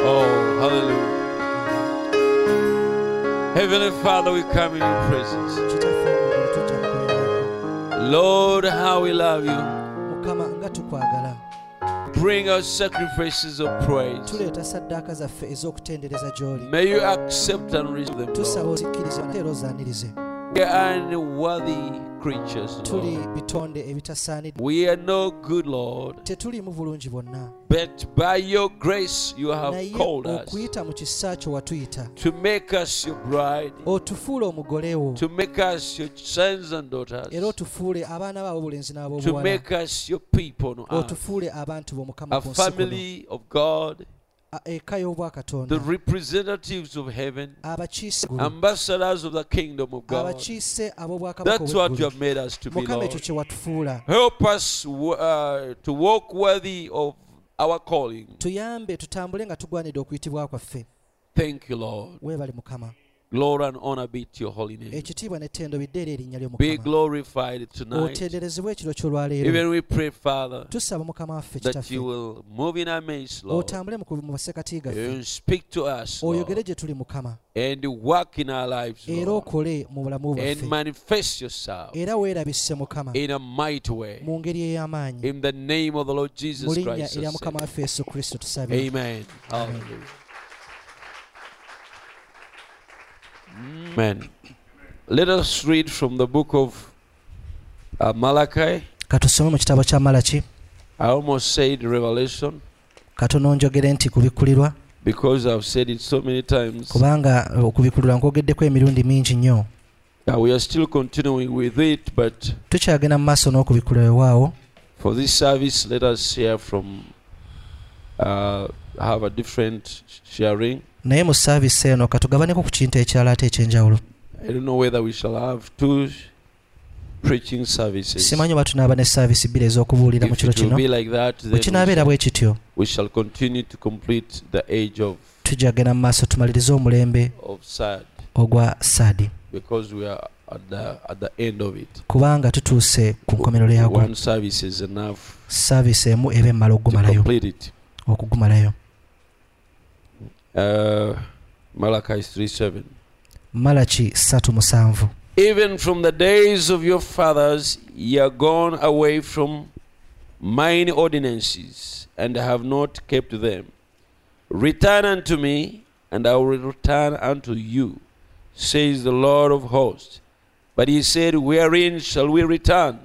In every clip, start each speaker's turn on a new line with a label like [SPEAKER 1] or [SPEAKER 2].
[SPEAKER 1] Oh, hallelujah. Heavenly Father, we come in your presence.
[SPEAKER 2] kitaffe mu ggulu tujja kukwebaza
[SPEAKER 1] Lord, how we love you.
[SPEAKER 2] mukama nga tukwagala
[SPEAKER 1] Bring us sacrifices of praise.
[SPEAKER 2] tuleeta saddaaka zaffe ez'okutendereza gy'oli
[SPEAKER 1] May you accept and receive them.
[SPEAKER 2] tusaba
[SPEAKER 1] Lord.
[SPEAKER 2] ozikkiriza ate era ozaanirize
[SPEAKER 1] We are unworthy creatures,
[SPEAKER 2] tuli
[SPEAKER 1] Lord.
[SPEAKER 2] bitonde ebitasaanidde
[SPEAKER 1] We are no good, Lord.
[SPEAKER 2] tetuliimu bulungi bwonna
[SPEAKER 1] But by your grace, you have
[SPEAKER 2] naye
[SPEAKER 1] called us
[SPEAKER 2] okuyita mu kisa kyo watuyita
[SPEAKER 1] to make us your bride,
[SPEAKER 2] otufuule omugole wo
[SPEAKER 1] to make us your sons and
[SPEAKER 2] era
[SPEAKER 1] daughters,
[SPEAKER 2] otufuule abaana b'aboobulenzi
[SPEAKER 1] to
[SPEAKER 2] n'ab'obuwala
[SPEAKER 1] make us your people on earth,
[SPEAKER 2] otufuule abantu b'omukama
[SPEAKER 1] a
[SPEAKER 2] ku nsi kuno.
[SPEAKER 1] family of God,
[SPEAKER 2] A- eka y'obwakatonda
[SPEAKER 1] the representatives of heaven,
[SPEAKER 2] abakiise eggulu,
[SPEAKER 1] ambassadors of the kingdom of God.
[SPEAKER 2] abakiise ab'obwakabaka
[SPEAKER 1] That's what you
[SPEAKER 2] obw'eggulu.
[SPEAKER 1] have made us to be,
[SPEAKER 2] mukama ekyo
[SPEAKER 1] Lord.
[SPEAKER 2] kye watufuula
[SPEAKER 1] Help us uh, to walk worthy of our calling.
[SPEAKER 2] tuyambe tutambule nga tugwanidde okuyitibwa kwaffe
[SPEAKER 1] Thank you, Lord.
[SPEAKER 2] weebale mukama
[SPEAKER 1] Glory and honor be to your holy name.
[SPEAKER 2] ekitiibwa n'ettendo bidde era erinnya
[SPEAKER 1] Be
[SPEAKER 2] ly'omukama
[SPEAKER 1] glorified tonight.
[SPEAKER 2] otenderezebwa ekiro ky'olwaleero
[SPEAKER 1] Even we pray, Father,
[SPEAKER 2] tusaba mukama waffe
[SPEAKER 1] that
[SPEAKER 2] kitaffe
[SPEAKER 1] you will move in our midst, Lord.
[SPEAKER 2] otambule mu ku- mu basekati gaffe
[SPEAKER 1] And speak to us,
[SPEAKER 2] oyogere
[SPEAKER 1] Lord,
[SPEAKER 2] gye tuli mukama
[SPEAKER 1] and work in our lives,
[SPEAKER 2] era
[SPEAKER 1] Lord,
[SPEAKER 2] okole mu bulamu
[SPEAKER 1] and
[SPEAKER 2] bwaffe
[SPEAKER 1] manifest yourself
[SPEAKER 2] era weerabise mukama
[SPEAKER 1] in a mighty way.
[SPEAKER 2] mu ngeri ey'amaanyi
[SPEAKER 1] In the name of the Lord
[SPEAKER 2] mu
[SPEAKER 1] Jesus
[SPEAKER 2] linnya
[SPEAKER 1] Christ.
[SPEAKER 2] erya
[SPEAKER 1] our
[SPEAKER 2] mukama waffe yesu kristo
[SPEAKER 1] Savior.
[SPEAKER 2] tusabire
[SPEAKER 1] Amen.
[SPEAKER 2] Amen.
[SPEAKER 1] Hallelujah. Amen. Let us read from the book of uh, Malachi.
[SPEAKER 2] katusome mu kitabo kya malaki
[SPEAKER 1] I almost said Revelation
[SPEAKER 2] katono njogere nti kubikulirwa
[SPEAKER 1] because I've said it so many times.
[SPEAKER 2] kubanga eh, okubikulirwa nkwogeddeko emirundi mingi nnyo
[SPEAKER 1] Uh, we are still continuing with it, but
[SPEAKER 2] tukyagenda mu maaso n'okubikulirwa wewaawo
[SPEAKER 1] for this service, let us hear from, uh, have a different sharing.
[SPEAKER 2] naye mu saaviisi eno katugabaneko ku kintu ekirala ate ekyenjawulo
[SPEAKER 1] I don't know whether we shall have two preaching services.
[SPEAKER 2] simanyi oba tunaaba ne saaviisi bbiri ez'okubuulira mu
[SPEAKER 1] If
[SPEAKER 2] kiro
[SPEAKER 1] it will
[SPEAKER 2] kino
[SPEAKER 1] be like that, then
[SPEAKER 2] bwe
[SPEAKER 1] we
[SPEAKER 2] kinaabeera
[SPEAKER 1] shall,
[SPEAKER 2] bwe kityo
[SPEAKER 1] we shall continue to complete the age of,
[SPEAKER 2] tujagenda mu maaso tumalirize omulembe
[SPEAKER 1] of sad
[SPEAKER 2] ogwa saadi
[SPEAKER 1] because we are at the, at the end of it.
[SPEAKER 2] kubanga tutuuse ku nkomerero
[SPEAKER 1] One
[SPEAKER 2] yaagwo
[SPEAKER 1] service is enough
[SPEAKER 2] saaviisi emu eba emmala
[SPEAKER 1] to
[SPEAKER 2] okugumalayo
[SPEAKER 1] complete it.
[SPEAKER 2] okugumalayo
[SPEAKER 1] Uh, Malachi 3 7.
[SPEAKER 2] malaki 37
[SPEAKER 1] Even from the days of your fathers, ye are gone away from mine ordinances, and have not kept them. Return unto me, and I will return unto you, says the Lord of hosts. But he said, Wherein shall we return?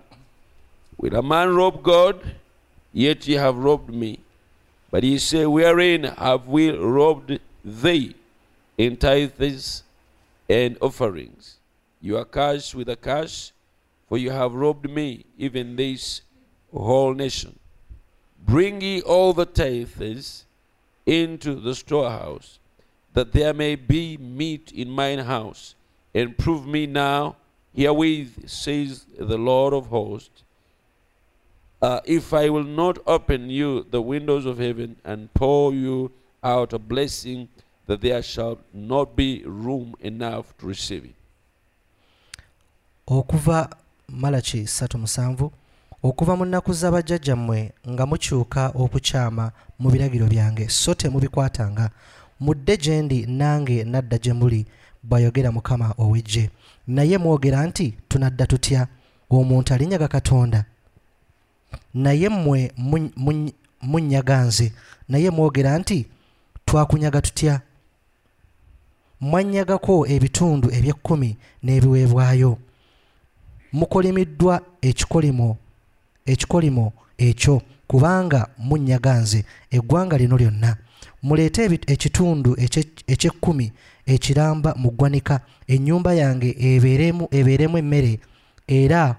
[SPEAKER 1] Will a man rob God? Yet ye have robbed me. But he said, Wherein have we robbed thee? In tithes and offerings. You are cursed with a curse, for you have robbed me, even this whole nation. Bring ye all the tithes into the storehouse, that there may be meat in mine house, and prove me now herewith, says the Lord of hosts. Uh, if I will not open you the windows of heaven and pour you out a blessing, that there shall not be room enough to receive it.
[SPEAKER 2] okuva malaki 37 okuva mu nnaku za bajjajjammwe nga mukyuka okukyama mu biragiro byange so temubikwatanga mudde gye ndi nange nadda gye muli bw'ayogera mukama ow'eggye naye mwogera nti tunadda tutya omuntu alinyaga katonda naye mmwe mun- mun- munnyaga nze naye mwogera nti twakunyaga tutya mwanyagako ebitundu eby'ekkumi n'ebiweebwayo mukolimiddwa ekikolimo ekikolimo ekyo kubanga munyaga nze eggwanga lino lyonna muleete ebi- ekitundu ekye- eky'ekkumi ekiramba mu ggwanika ennyumba yange ebeeremu ebeeremu emmere era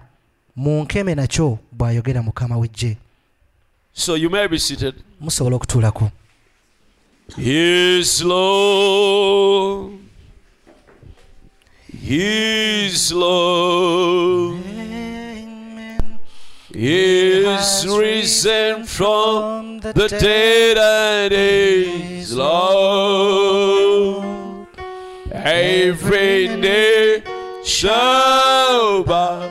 [SPEAKER 2] munkeme nakyo bw'ayogera mukama w'eggye
[SPEAKER 1] So you may be seated.
[SPEAKER 2] musobola okutuulako
[SPEAKER 1] Yes, Lord. Yes, Lord. He is risen from the dead and is Lord. Every day shall bow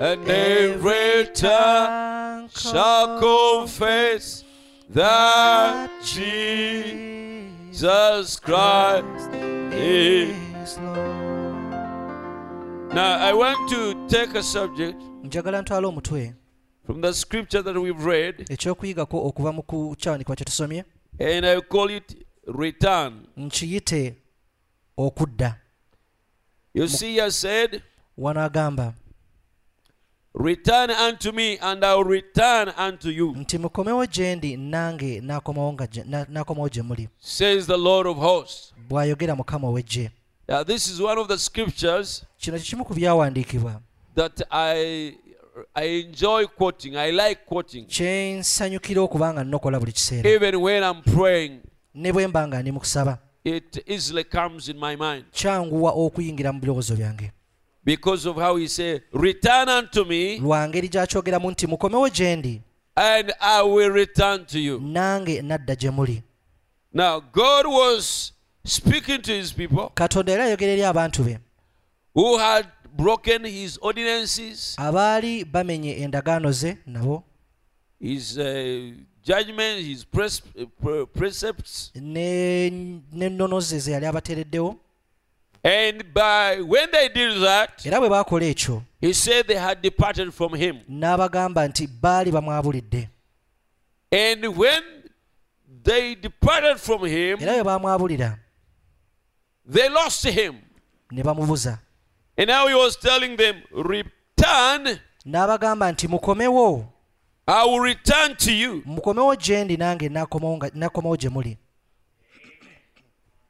[SPEAKER 1] and every tongue shall confess that Jesus Jesus Christ. is-
[SPEAKER 2] is Lord.
[SPEAKER 1] Now, I want to take a subject
[SPEAKER 2] njagala ntwala omutwe
[SPEAKER 1] from the scripture that we've read,
[SPEAKER 2] ekyokuyigako okuva mu kukyawanikwa kye tusomye
[SPEAKER 1] and I call it return.
[SPEAKER 2] nkiyite okudda
[SPEAKER 1] You see, I said,
[SPEAKER 2] wano agamba
[SPEAKER 1] Return unto me, and I'll return unto you,
[SPEAKER 2] nti mukomewo gye ndi nange n'akomawo nga gye- na- n'akomawo gye muli
[SPEAKER 1] says the Lord of hosts.
[SPEAKER 2] bw'ayogera mukama ow'eggye
[SPEAKER 1] Now, this is one of the scriptures
[SPEAKER 2] kino kye kimu ku byawandiikibwa
[SPEAKER 1] that I, I enjoy quoting, I like quoting,
[SPEAKER 2] kye nsanyukira okuba nga nnokola buli kiseera
[SPEAKER 1] even when I'm praying.
[SPEAKER 2] ne bwe mba nga ndi mu kusaba
[SPEAKER 1] It easily comes in my mind
[SPEAKER 2] kyanguwa okuyingira mu birowoozo byange
[SPEAKER 1] because of how he said, Return unto me,
[SPEAKER 2] lwa ngeri gyakyogeramu nti mukomewo gye ndi
[SPEAKER 1] and I will return to you.
[SPEAKER 2] nange nadda gye muli
[SPEAKER 1] Now, God was speaking to his people
[SPEAKER 2] katonda yali ayogera eri abantu be
[SPEAKER 1] who had broken his ordinances,
[SPEAKER 2] abaali bamenye endagaano ze nabo
[SPEAKER 1] his uh, judgment, his pres- uh, pre- precepts.
[SPEAKER 2] ne- n'ennono ze ze yali abateereddewo
[SPEAKER 1] And by when they did that,
[SPEAKER 2] era bwe baakola ekyo
[SPEAKER 1] he said they had departed from him.
[SPEAKER 2] n'abagamba nti baali bamwabulidde
[SPEAKER 1] And when they departed from him,
[SPEAKER 2] era bwe baamwabulira
[SPEAKER 1] they lost him.
[SPEAKER 2] ne bamubuza
[SPEAKER 1] And now he was telling them, Return,
[SPEAKER 2] n'abagamba nti mukomewo
[SPEAKER 1] I will return to you.
[SPEAKER 2] mukomewo gye ndi nange n'akomawo nga- n'akomawo gye muli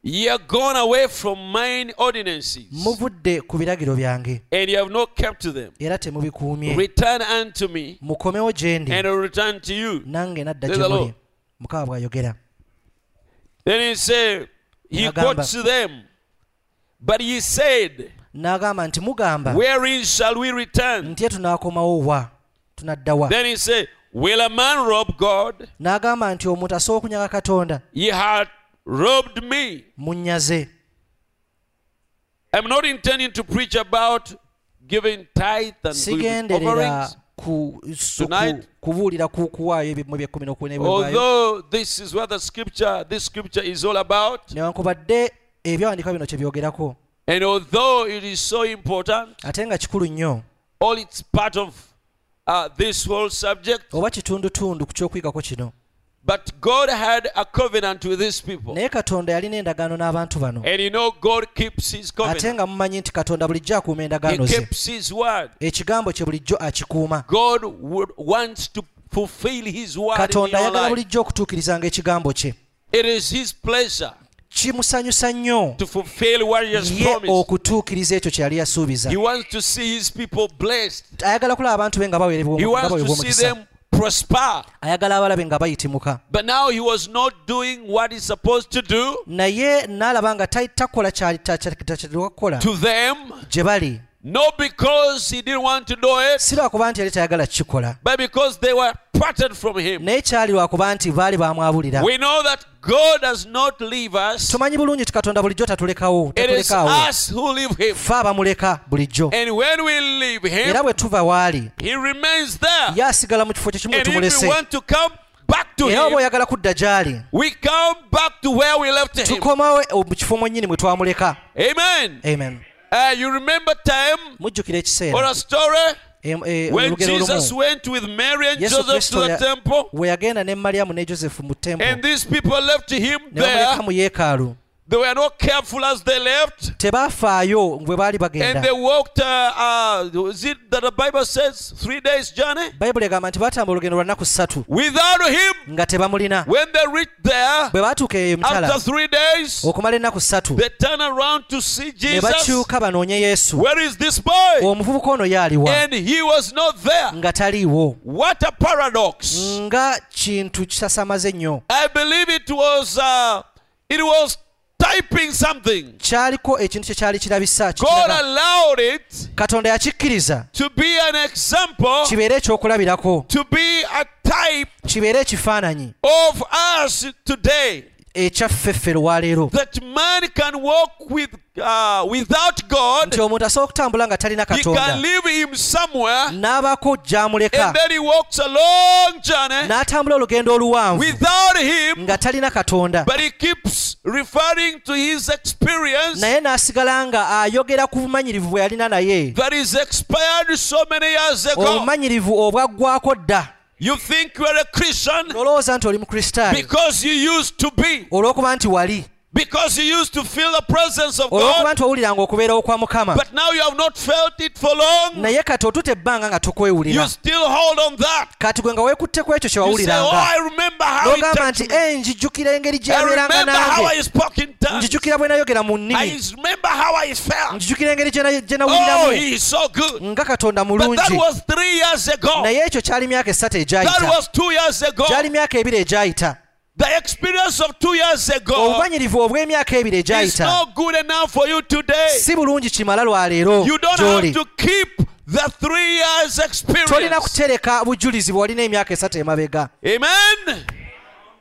[SPEAKER 1] Ye are gone away from mine ordinances,
[SPEAKER 2] muvudde ku biragiro byange
[SPEAKER 1] and ye have not kept them.
[SPEAKER 2] era temubikuumye
[SPEAKER 1] Return unto me,
[SPEAKER 2] mukomewo gye ndi
[SPEAKER 1] and I'll return to you.
[SPEAKER 2] nange nadda
[SPEAKER 1] Praise
[SPEAKER 2] gye
[SPEAKER 1] the
[SPEAKER 2] muli
[SPEAKER 1] Lord.
[SPEAKER 2] mukama bw'ayogera
[SPEAKER 1] Then he said, He
[SPEAKER 2] Nagamba.
[SPEAKER 1] quotes them, but he said,
[SPEAKER 2] n'agamba nti mugamba
[SPEAKER 1] Wherein shall we return?
[SPEAKER 2] nti tunaakomawo wa tunaddawa
[SPEAKER 1] Then he said, Will a man rob God?
[SPEAKER 2] n'agamba nti omuntu asobola okunyaga katonda
[SPEAKER 1] Ye had robbed me.
[SPEAKER 2] munyaze
[SPEAKER 1] I'm not intending to preach about giving tithe and giving
[SPEAKER 2] sigenderera
[SPEAKER 1] offerings,
[SPEAKER 2] ku- su- ku-
[SPEAKER 1] Tonight-
[SPEAKER 2] kubuulira ku kuwaayo ebimu byekumi n'okumi n'ebiwaayo
[SPEAKER 1] although this is what the scripture, this scripture is all about,
[SPEAKER 2] newankubadde ebyawandika bino kye byogerako
[SPEAKER 1] and although it is so important,
[SPEAKER 2] ate nga kikulu nnyo
[SPEAKER 1] all it's part of uh, this whole subject.
[SPEAKER 2] oba kitundutundu ku ky'okuyigako kino
[SPEAKER 1] But God had a covenant with His people,
[SPEAKER 2] naye katonda yalina endagaano n'abantu bano
[SPEAKER 1] and you know God keeps His
[SPEAKER 2] ate
[SPEAKER 1] covenant.
[SPEAKER 2] nga mumanyi nti katonda bulijjo akuuma
[SPEAKER 1] He
[SPEAKER 2] endagaano ze
[SPEAKER 1] keeps His word.
[SPEAKER 2] ekigambo kye bulijjo akikuuma
[SPEAKER 1] God would, wants to fulfill His word in
[SPEAKER 2] katonda
[SPEAKER 1] your
[SPEAKER 2] ayagala
[SPEAKER 1] life.
[SPEAKER 2] bulijjo okutuukirizanga ekigambo kye
[SPEAKER 1] It is His pleasure
[SPEAKER 2] kimusanyusa nnyo
[SPEAKER 1] to fulfill what He has
[SPEAKER 2] ye
[SPEAKER 1] promised.
[SPEAKER 2] okutuukiriza ekyo kye yali yasuubiza
[SPEAKER 1] He wants to see His people blessed.
[SPEAKER 2] ayagala kulaba abantu be nga bawerebwa
[SPEAKER 1] He
[SPEAKER 2] omu- nga
[SPEAKER 1] wants to
[SPEAKER 2] baweebwa
[SPEAKER 1] see
[SPEAKER 2] omukisa
[SPEAKER 1] them prosper.
[SPEAKER 2] ayagala abalabe nga bayitimuka
[SPEAKER 1] But now He was not doing what He's supposed to do
[SPEAKER 2] naye n'alaba nga ta- takola kyali- ta- kya- ta- kyateekwa kukola
[SPEAKER 1] to them,
[SPEAKER 2] gye bali
[SPEAKER 1] not because He didn't want to do it,
[SPEAKER 2] si lwakuba nti yali tayagala kukikola
[SPEAKER 1] but because they were parted from Him.
[SPEAKER 2] naye kyali lwakuba nti baali bamwabulira
[SPEAKER 1] We know that God does not leave us.
[SPEAKER 2] tumanyi bulungi ti katonda bulijjo tatulekawo
[SPEAKER 1] It is
[SPEAKER 2] tatulekaawo
[SPEAKER 1] us who leave him.
[SPEAKER 2] ffe abamuleka bulijjo
[SPEAKER 1] And when we leave him,
[SPEAKER 2] era bwe tuva waali
[SPEAKER 1] he remains there.
[SPEAKER 2] ye asigala mu kifo kye kimu
[SPEAKER 1] And if we
[SPEAKER 2] tumulese
[SPEAKER 1] want to come back to
[SPEAKER 2] era oba
[SPEAKER 1] him,
[SPEAKER 2] oyagala kudda gy'ali
[SPEAKER 1] we come back to where we left him.
[SPEAKER 2] tukomawo e- mu kifo mwennyini mwe twamuleka
[SPEAKER 1] Amen.
[SPEAKER 2] amen
[SPEAKER 1] Uh, you remember time
[SPEAKER 2] mujjukira
[SPEAKER 1] or
[SPEAKER 2] ekiseera
[SPEAKER 1] a story
[SPEAKER 2] em- e-
[SPEAKER 1] when
[SPEAKER 2] olugero
[SPEAKER 1] Jesus
[SPEAKER 2] olumu
[SPEAKER 1] went with Mary and
[SPEAKER 2] yesu
[SPEAKER 1] Joseph to
[SPEAKER 2] kristo
[SPEAKER 1] the
[SPEAKER 2] ya-
[SPEAKER 1] temple,
[SPEAKER 2] we yagenda ne mariyamu ne josefu mu tempo
[SPEAKER 1] and these people left him
[SPEAKER 2] ne bamuleka
[SPEAKER 1] there.
[SPEAKER 2] mu yeekaalu
[SPEAKER 1] They were not careful as they left.
[SPEAKER 2] tebaafaayo bwe baali
[SPEAKER 1] And they
[SPEAKER 2] bagenda
[SPEAKER 1] walked, uh, uh, is it that the Bible says, three days journey?
[SPEAKER 2] bayibuli egamba nti baatamba olugendo lwa nnaku ssatu
[SPEAKER 1] Without him,
[SPEAKER 2] nga tebamulina
[SPEAKER 1] When they reached there,
[SPEAKER 2] bwe baatuuka eyo
[SPEAKER 1] after
[SPEAKER 2] emitala
[SPEAKER 1] three days,
[SPEAKER 2] okumala ennaku ssatu
[SPEAKER 1] they turn around to see
[SPEAKER 2] ne
[SPEAKER 1] Jesus.
[SPEAKER 2] bakyuka banoonye yesu
[SPEAKER 1] Where is this boy?
[SPEAKER 2] omuvubuka ono yaaliwa
[SPEAKER 1] And he was not there.
[SPEAKER 2] nga taliiwo
[SPEAKER 1] What a paradox!
[SPEAKER 2] nga kintu kisasamaze nnyo
[SPEAKER 1] I believe it was uh, it was typing something.
[SPEAKER 2] kyaliko ekintu kye kyali kirabisa
[SPEAKER 1] God
[SPEAKER 2] kikiraga
[SPEAKER 1] allowed it
[SPEAKER 2] katonda yakikkiriza
[SPEAKER 1] to be an example,
[SPEAKER 2] kibeere ekyokulabirako
[SPEAKER 1] to be a type
[SPEAKER 2] kibeere ekifaananyi
[SPEAKER 1] of us today.
[SPEAKER 2] ekyaffe ffe lwaleero
[SPEAKER 1] That man can walk with uh, without God.
[SPEAKER 2] nti omuntu asobola okutambula nga talina
[SPEAKER 1] He can
[SPEAKER 2] katonda
[SPEAKER 1] leave him somewhere.
[SPEAKER 2] n'abaako gy'amuleka
[SPEAKER 1] And then he walks a long journey
[SPEAKER 2] n'atambula olugendo oluwanvu
[SPEAKER 1] without him,
[SPEAKER 2] nga talina katonda
[SPEAKER 1] but he keeps referring to his experience
[SPEAKER 2] naye n'asigala nga ayogera ku bumanyirivu bwe yalina naye
[SPEAKER 1] that is expired so many years
[SPEAKER 2] Oh
[SPEAKER 1] ago.
[SPEAKER 2] obumanyirivu obwaggwako dda
[SPEAKER 1] You think you are a Christian
[SPEAKER 2] olowooza nti oli mukristaayo
[SPEAKER 1] because you used to be,
[SPEAKER 2] olw'okuba nti wali
[SPEAKER 1] because you used to feel the presence of
[SPEAKER 2] olw'okuba
[SPEAKER 1] God,
[SPEAKER 2] nti owuliranga okubeerawo kwa mukama
[SPEAKER 1] but now you have not felt it for long.
[SPEAKER 2] naye kati otuta ebbanga nga
[SPEAKER 1] You
[SPEAKER 2] tokwewulira
[SPEAKER 1] still hold on that.
[SPEAKER 2] kati gwe nga weekutte ku ekyo kye
[SPEAKER 1] You say, Oh,
[SPEAKER 2] wawuliranga
[SPEAKER 1] I remember how it
[SPEAKER 2] n'ogamba nti
[SPEAKER 1] touched me.
[SPEAKER 2] e njijjukira engeri
[SPEAKER 1] I
[SPEAKER 2] gyabeeranga
[SPEAKER 1] remember how I
[SPEAKER 2] nange
[SPEAKER 1] spoke in tongues.
[SPEAKER 2] njijjukira bwe nayogera mu
[SPEAKER 1] I
[SPEAKER 2] nnimi
[SPEAKER 1] remember how I felt.
[SPEAKER 2] njijjukira engeri gye na- gye
[SPEAKER 1] Oh,
[SPEAKER 2] nawuliramu
[SPEAKER 1] he is so good.
[SPEAKER 2] nga katonda
[SPEAKER 1] But that
[SPEAKER 2] mulungi
[SPEAKER 1] was three years ago.
[SPEAKER 2] naye ekyo kyali myaka esatu
[SPEAKER 1] That
[SPEAKER 2] egyayita
[SPEAKER 1] was two years ago.
[SPEAKER 2] gyali myaka ebiri egyayita
[SPEAKER 1] The experience of two years ago
[SPEAKER 2] obumanyirivu obw'emyaka ebiri
[SPEAKER 1] is
[SPEAKER 2] egyayita
[SPEAKER 1] Oh. not good enough for you today.
[SPEAKER 2] si bulungi kimala lwa leero
[SPEAKER 1] You don't have
[SPEAKER 2] gy'oli
[SPEAKER 1] to keep the three years
[SPEAKER 2] tolina
[SPEAKER 1] experience.
[SPEAKER 2] kutereka bujulizi bw'olina emyaka esatu emabega
[SPEAKER 1] Amen.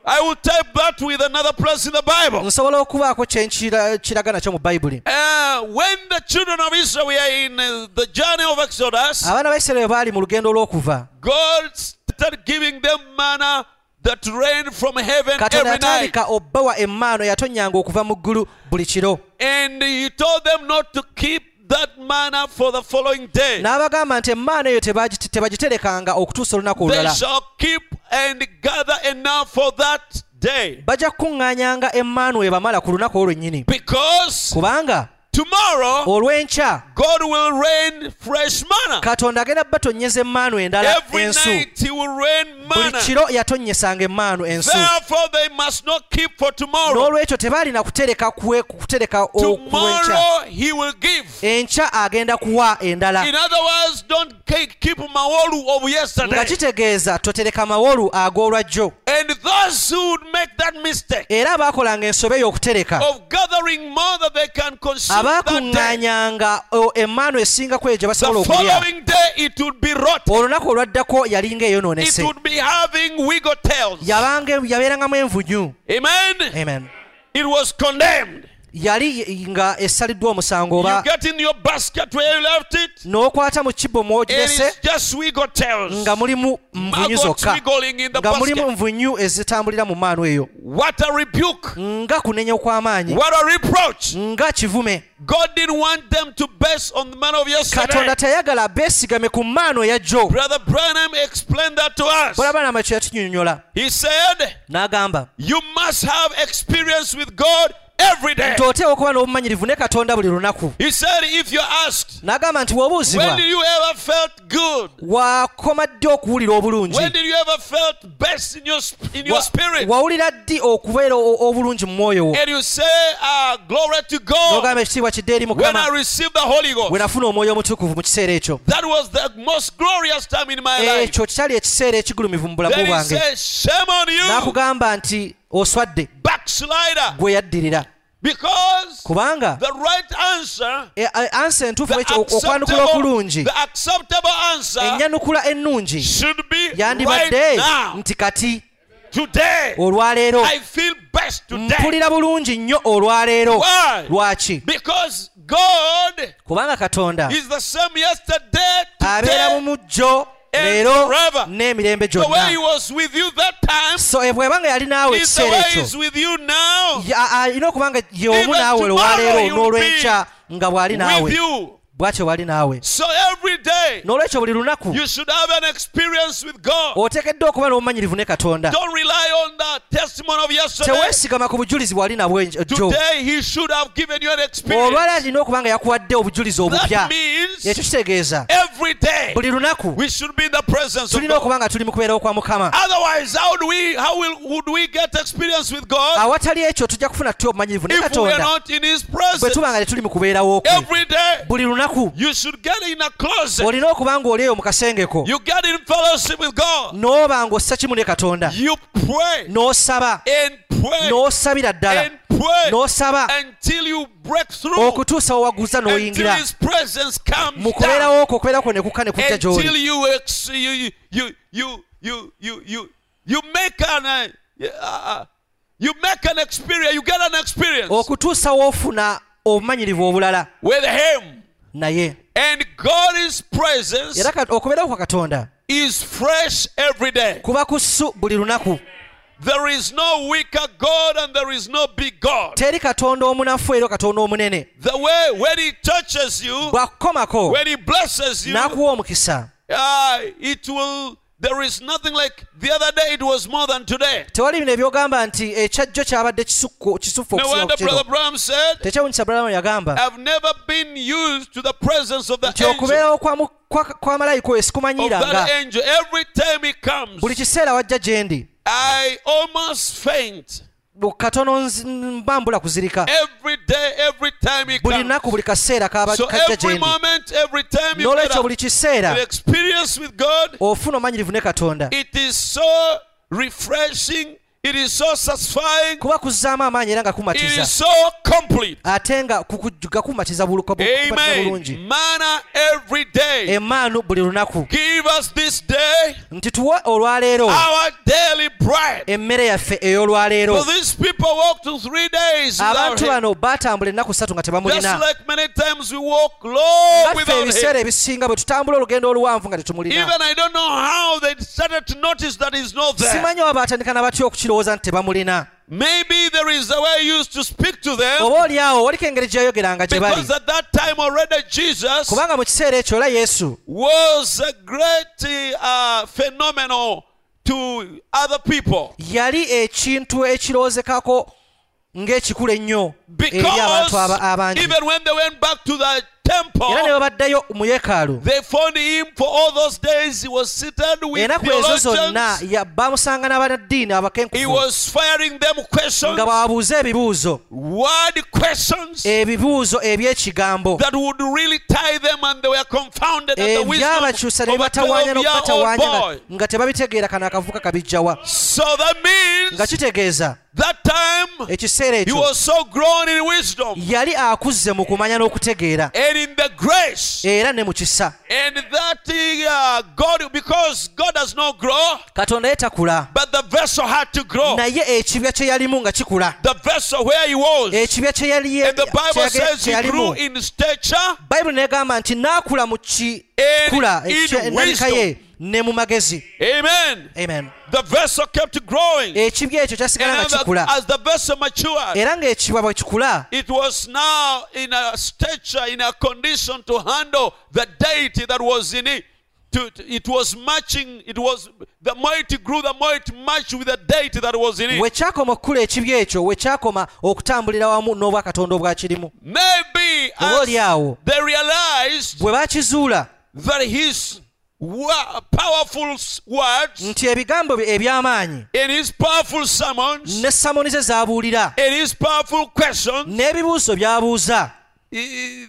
[SPEAKER 1] I will type that with another place in the Bible.
[SPEAKER 2] nsobola okubaako kye nkira- kiraga nakyo mu bayibuli
[SPEAKER 1] Uh, when the children of Israel were in uh, the journey of Exodus,
[SPEAKER 2] abaana ba isirayiri baali mu lugendo olw'okuva
[SPEAKER 1] God started giving them manna that rained from heaven
[SPEAKER 2] katonda
[SPEAKER 1] every night.
[SPEAKER 2] yatandika obbawa emmaano yatonnyanga okuva mu ggulu buli kiro
[SPEAKER 1] And He told them not to keep that manna for the following day.
[SPEAKER 2] n'abagamba nti emmaano eyo tebagi- tebagiterekanga okutuusa olunaku
[SPEAKER 1] They
[SPEAKER 2] olulala
[SPEAKER 1] shall keep and gather enough for that day.
[SPEAKER 2] bajja kukuŋŋaanyanga emmaano ebamala ku lunaku olwo lwennyini
[SPEAKER 1] Because
[SPEAKER 2] kubanga
[SPEAKER 1] tomorrow
[SPEAKER 2] olw'enkya
[SPEAKER 1] God will rain fresh manna.
[SPEAKER 2] katonda agenda batonnyeza emmaanu endala
[SPEAKER 1] Every
[SPEAKER 2] ensu
[SPEAKER 1] night He will rain
[SPEAKER 2] buli
[SPEAKER 1] manna.
[SPEAKER 2] kiro yatonnyesanga emmaanu ensu
[SPEAKER 1] Therefore, they must not keep for tomorrow.
[SPEAKER 2] n'olwekyo tebaalina kutereka kwe- kutereka okuenkya
[SPEAKER 1] Tomorrow He will give.
[SPEAKER 2] enkya agenda kuwa endala
[SPEAKER 1] In other words, don't ke- keep maworu of
[SPEAKER 2] nga
[SPEAKER 1] yesterday.
[SPEAKER 2] kitegeeza totereka mawolu ag'olwajjo
[SPEAKER 1] And those who would make that mistake
[SPEAKER 2] era abaakolanga ensobe y'okutereka
[SPEAKER 1] of gathering more than they can consume Oh, that day,
[SPEAKER 2] abaakuŋŋaanyanga o- emmaanu esingako eyo gye basobola
[SPEAKER 1] the
[SPEAKER 2] okulya
[SPEAKER 1] following day it would be rot.
[SPEAKER 2] olunaku olwaddako yalinga
[SPEAKER 1] It
[SPEAKER 2] eyonoonese
[SPEAKER 1] would be having wiggle tails.
[SPEAKER 2] yabanga yabeerangamu envunyu
[SPEAKER 1] Amen.
[SPEAKER 2] amen
[SPEAKER 1] It was condemned.
[SPEAKER 2] yali y- nga esaliddwa omusango
[SPEAKER 1] You
[SPEAKER 2] oba
[SPEAKER 1] get in your basket where you left it.
[SPEAKER 2] n'okwata mu kibbo
[SPEAKER 1] It
[SPEAKER 2] mwogirese
[SPEAKER 1] is just wiggle tails.
[SPEAKER 2] nga mulimu nvunyu
[SPEAKER 1] Maggots
[SPEAKER 2] zokka
[SPEAKER 1] wiggling in the
[SPEAKER 2] nga mulimu
[SPEAKER 1] basket.
[SPEAKER 2] nvunyu ezitambulira mu maanu eyo
[SPEAKER 1] What a rebuke.
[SPEAKER 2] nga kunenya okw'amaanyi
[SPEAKER 1] What a reproach!
[SPEAKER 2] nga kivume
[SPEAKER 1] God didn't want them to base on the man of yesterday.
[SPEAKER 2] katonda teyayagala beesigame ku maano yajjo
[SPEAKER 1] Brother Branham explained that to us.
[SPEAKER 2] bulabanama kye yatunyonnyola
[SPEAKER 1] He said,
[SPEAKER 2] n'agamba
[SPEAKER 1] You must have experience with God every day.
[SPEAKER 2] nti oteewa okuba n'obumanyirivu ne katonda buli lunaku
[SPEAKER 1] He said, If you're asked,
[SPEAKER 2] n'agamba nti
[SPEAKER 1] When
[SPEAKER 2] w'obuuzibwa
[SPEAKER 1] did you ever felt good?
[SPEAKER 2] wakoma ddi okuwulira obulungi
[SPEAKER 1] When did you ever felt best in your, sp- in your
[SPEAKER 2] Wa-
[SPEAKER 1] spirit? Eh,
[SPEAKER 2] wawulira ddi okubeera o- obulungi mu mwoyo wo
[SPEAKER 1] And you say, ah, Glory to God
[SPEAKER 2] n'ogamba ekitiibwa kidde eri
[SPEAKER 1] when I
[SPEAKER 2] mukama
[SPEAKER 1] received the Holy
[SPEAKER 2] we
[SPEAKER 1] Ghost.
[SPEAKER 2] nafuna omwoyo omutukuvu mu kiseera ekyo
[SPEAKER 1] That was the most glorious time in
[SPEAKER 2] Eh,
[SPEAKER 1] my life.
[SPEAKER 2] ekyo kitali ekiseera ekigulumivu mu bulamu
[SPEAKER 1] Then he
[SPEAKER 2] bwange
[SPEAKER 1] said, Shame on you,
[SPEAKER 2] n'akugamba nti oswadde
[SPEAKER 1] backslider,
[SPEAKER 2] gwe yaddirira
[SPEAKER 1] because
[SPEAKER 2] kubanga
[SPEAKER 1] The right answer,
[SPEAKER 2] e- a- ansa entuufu
[SPEAKER 1] the
[SPEAKER 2] ekyo ok- okwanukula
[SPEAKER 1] acceptable,
[SPEAKER 2] okulungi
[SPEAKER 1] the acceptable answer
[SPEAKER 2] ennyanukula ennungi
[SPEAKER 1] should be uh, right
[SPEAKER 2] yandibadde
[SPEAKER 1] now.
[SPEAKER 2] nti kati
[SPEAKER 1] Today,
[SPEAKER 2] olwaleero
[SPEAKER 1] I feel best today.
[SPEAKER 2] mpulira bulungi nnyo olwaleero
[SPEAKER 1] Why?
[SPEAKER 2] lwaki
[SPEAKER 1] Because God
[SPEAKER 2] kubanga katonda
[SPEAKER 1] is the same yesterday,
[SPEAKER 2] abeera mu
[SPEAKER 1] today,
[SPEAKER 2] mujjo
[SPEAKER 1] and
[SPEAKER 2] leero
[SPEAKER 1] forever.
[SPEAKER 2] n'emirembe
[SPEAKER 1] the way He
[SPEAKER 2] gyonna
[SPEAKER 1] was with you that time
[SPEAKER 2] so e- bw'ebanga yali naawe
[SPEAKER 1] is the
[SPEAKER 2] ekiseera
[SPEAKER 1] way He's
[SPEAKER 2] ekyo
[SPEAKER 1] with you now,
[SPEAKER 2] ya- a- alina okubanga ye omu
[SPEAKER 1] Even
[SPEAKER 2] naawe
[SPEAKER 1] tomorrow he
[SPEAKER 2] olwaleero
[SPEAKER 1] will be
[SPEAKER 2] n'olwenkya nga bw'ali
[SPEAKER 1] with
[SPEAKER 2] naawe
[SPEAKER 1] you.
[SPEAKER 2] bw'atyo bw'ali naawe
[SPEAKER 1] So every day,
[SPEAKER 2] n'olwekyo buli lunaku
[SPEAKER 1] you should have an experience with God.
[SPEAKER 2] oteekeddwa okuba n'obumanyirivu ne katonda
[SPEAKER 1] Don't rely on the testimony of yesterday.
[SPEAKER 2] teweesigama ku bujulizi bw'ali eh, nabwo jjo
[SPEAKER 1] Today, He should have given you an experience.
[SPEAKER 2] olwala alina okubanga yakuwadde obujulizi obupya
[SPEAKER 1] That means
[SPEAKER 2] ekyo kitegeeza
[SPEAKER 1] every day
[SPEAKER 2] buli lunaku
[SPEAKER 1] we should be in the presence of
[SPEAKER 2] tulina
[SPEAKER 1] God.
[SPEAKER 2] okubanga tuli mu kubeerawo kwa mukama
[SPEAKER 1] Otherwise, how do we how will would we get experience with God
[SPEAKER 2] awatali ekyo tujja kufuna tutya obumanyirivu ne
[SPEAKER 1] if we are
[SPEAKER 2] katonda
[SPEAKER 1] not in His
[SPEAKER 2] bwe
[SPEAKER 1] presence
[SPEAKER 2] tubanga tetuli mu kubeerawo kwe
[SPEAKER 1] every day?
[SPEAKER 2] buli lunaku
[SPEAKER 1] You should get in a closet.
[SPEAKER 2] olina okuba ng'oli eyo mu kasengeko
[SPEAKER 1] You get in fellowship with God.
[SPEAKER 2] n'oba ng'ossa kimu ne katonda
[SPEAKER 1] You pray
[SPEAKER 2] n'osaba
[SPEAKER 1] and pray
[SPEAKER 2] n'osabira ddala
[SPEAKER 1] and pray
[SPEAKER 2] n'osaba
[SPEAKER 1] until you break through.
[SPEAKER 2] okutuusa wewaguza
[SPEAKER 1] Until
[SPEAKER 2] n'oyingira
[SPEAKER 1] His presence comes
[SPEAKER 2] mu
[SPEAKER 1] down.
[SPEAKER 2] kubeerawo okwo okubeera kwo ne kukka ne kujja
[SPEAKER 1] Until
[SPEAKER 2] gy'oli
[SPEAKER 1] you ex- you you you you you you you, you make an uh, uh, you make an experience. You get an experience.
[SPEAKER 2] okutuusa w'ofuna obumanyirivu obulala
[SPEAKER 1] with him.
[SPEAKER 2] naye
[SPEAKER 1] And God's presence
[SPEAKER 2] era kat- okubeerawo kwa katonda
[SPEAKER 1] is fresh every day.
[SPEAKER 2] kuba kussu buli lunaku
[SPEAKER 1] There is no weaker God and there there is no big God.
[SPEAKER 2] teri katonda omunafu era katonda omunene
[SPEAKER 1] The way when He touches you,
[SPEAKER 2] bw'akukomako
[SPEAKER 1] when He blesses you,
[SPEAKER 2] n'akuwa omukisa
[SPEAKER 1] ah, it will. There is nothing like the other day. It was more than today.
[SPEAKER 2] tewali bino ebyogamba nti ekyajjo kyabadde kisukku- kisuffu
[SPEAKER 1] No
[SPEAKER 2] okusinga
[SPEAKER 1] wonder
[SPEAKER 2] ku kino.
[SPEAKER 1] Brother Bram said,
[SPEAKER 2] tekyewunyisa bulalamu yagamba
[SPEAKER 1] "I've never been used to the presence of the
[SPEAKER 2] nti
[SPEAKER 1] angel,
[SPEAKER 2] okubeerawo kwa mu- kwa- kwa malayika
[SPEAKER 1] of
[SPEAKER 2] oyo
[SPEAKER 1] that
[SPEAKER 2] sikumanyiranga
[SPEAKER 1] angel. Every time he comes,
[SPEAKER 2] buli kiseera wajja gye ndi
[SPEAKER 1] I almost faint.
[SPEAKER 2] Bu- katono nzi- mba mbula kuzirika
[SPEAKER 1] Every day, every time he
[SPEAKER 2] buli
[SPEAKER 1] comes.
[SPEAKER 2] lunaku buli kaseera kaba-
[SPEAKER 1] So
[SPEAKER 2] kajja
[SPEAKER 1] every
[SPEAKER 2] gye ndi
[SPEAKER 1] moment, every time you get
[SPEAKER 2] n'olwekyo
[SPEAKER 1] up,
[SPEAKER 2] buli kiseera
[SPEAKER 1] the experience with God,
[SPEAKER 2] ofuna omanyirivu ne katonda
[SPEAKER 1] it is so refreshing. It is so satisfying.
[SPEAKER 2] kuba kuzzaamu amaanyi era nga
[SPEAKER 1] It
[SPEAKER 2] kumatiza
[SPEAKER 1] is so complete.
[SPEAKER 2] ate nga kuku- nga kumatiza bulu- kumatiza bulungi
[SPEAKER 1] Amen. Manna every day.
[SPEAKER 2] emaanu buli lunaku
[SPEAKER 1] Give us this day
[SPEAKER 2] nti tuwe olwaleero
[SPEAKER 1] our daily bread.
[SPEAKER 2] emmere yaffe
[SPEAKER 1] For
[SPEAKER 2] ey'olwaleero
[SPEAKER 1] these people walked to three days without
[SPEAKER 2] abantu
[SPEAKER 1] him.
[SPEAKER 2] bano baatambula ennaku ssatu nga
[SPEAKER 1] Just
[SPEAKER 2] tebamulina
[SPEAKER 1] like many times we walk low
[SPEAKER 2] baffe
[SPEAKER 1] without him.
[SPEAKER 2] ebiseera ebisinga bwe tutambula olugendo oluwanvu nga
[SPEAKER 1] Even
[SPEAKER 2] tetumulina
[SPEAKER 1] I don't know how they started to notice that he's not there.
[SPEAKER 2] simanyi oba baatandikana batya okukirowooza nti tebamulina
[SPEAKER 1] Maybe there is a way he used to speak to them
[SPEAKER 2] oba oliawo oliko engeri gyeyayogeranga gye bali
[SPEAKER 1] because at that time already Jesus
[SPEAKER 2] kubanga mu kiseera ekyo era yesu
[SPEAKER 1] was a great uh, phenomenal to other people
[SPEAKER 2] yali ekintu ekirowoozekako ng'ekikulu ennyo eri
[SPEAKER 1] because
[SPEAKER 2] abantu Eh, aba- abangi
[SPEAKER 1] even when they went back to the
[SPEAKER 2] era ne
[SPEAKER 1] temple,
[SPEAKER 2] bwe baddayo mu yeekaalu
[SPEAKER 1] they found him for all those days. He was seated with
[SPEAKER 2] ennaku ezo zonna
[SPEAKER 1] theologians.
[SPEAKER 2] ya- bamusanga n'abanaddiini
[SPEAKER 1] He
[SPEAKER 2] abakenkufu
[SPEAKER 1] was firing them questions,
[SPEAKER 2] nga Eh. bababuuza ebibuuzo
[SPEAKER 1] word questions
[SPEAKER 2] ebibuuzo eby'ekigambo
[SPEAKER 1] that would really tie them, and they were confounded
[SPEAKER 2] Eh,
[SPEAKER 1] at the
[SPEAKER 2] ebyabakyusa
[SPEAKER 1] wisdom
[SPEAKER 2] ne
[SPEAKER 1] of a
[SPEAKER 2] bibatawaanya
[SPEAKER 1] 12-year-old
[SPEAKER 2] n'okubatawaanya nga-
[SPEAKER 1] boy.
[SPEAKER 2] nga tebabitegeera kano akavuka kabijjawa
[SPEAKER 1] So that
[SPEAKER 2] nga
[SPEAKER 1] means
[SPEAKER 2] kitegeeza
[SPEAKER 1] that time
[SPEAKER 2] ekiseera
[SPEAKER 1] he
[SPEAKER 2] ekyo
[SPEAKER 1] was so grown in wisdom
[SPEAKER 2] yali akuzze mu kumanya n'okutegeera
[SPEAKER 1] and in the grace.
[SPEAKER 2] era ne mu kisa
[SPEAKER 1] And that uh, God, because God does not grow,
[SPEAKER 2] katonda ye takula
[SPEAKER 1] but the vessel had to grow.
[SPEAKER 2] naye ekibya kye yalimu nga kikula
[SPEAKER 1] The vessel where he was.
[SPEAKER 2] ekibya kye yali ye-
[SPEAKER 1] And the Bible
[SPEAKER 2] kye yage-
[SPEAKER 1] says
[SPEAKER 2] kye
[SPEAKER 1] he grew
[SPEAKER 2] yalimu
[SPEAKER 1] in stature
[SPEAKER 2] bayibuli negamba nti n'akula mu
[SPEAKER 1] And
[SPEAKER 2] kikula
[SPEAKER 1] in
[SPEAKER 2] enabika ye ne mu magezi
[SPEAKER 1] Amen.
[SPEAKER 2] amen
[SPEAKER 1] The vessel kept growing.
[SPEAKER 2] ekibya ekyo kyasigala nga
[SPEAKER 1] And the-
[SPEAKER 2] kikula
[SPEAKER 1] as the vessel matured,
[SPEAKER 2] era ng'ekibwa bwe kikula
[SPEAKER 1] it was now in a stature, in a condition to handle the deity that was in it. To, to- it was matching, it was the more it grew, the more it matched with the deity that was in
[SPEAKER 2] we
[SPEAKER 1] it.
[SPEAKER 2] kyakoma okukula ekibya ekyo we kyakoma okutambulira wamu n'obwakatonda obwakirimu
[SPEAKER 1] Maybe as
[SPEAKER 2] obaoliawo
[SPEAKER 1] they realized
[SPEAKER 2] bwe baakizuula
[SPEAKER 1] that his wa- powerful s- words
[SPEAKER 2] nti ebigambo bye eby'amaanyi
[SPEAKER 1] and his powerful sermons
[SPEAKER 2] ne samoni ze zaabuulira
[SPEAKER 1] and his powerful questions
[SPEAKER 2] n'ebibuuzo by'abuuza
[SPEAKER 1] eh,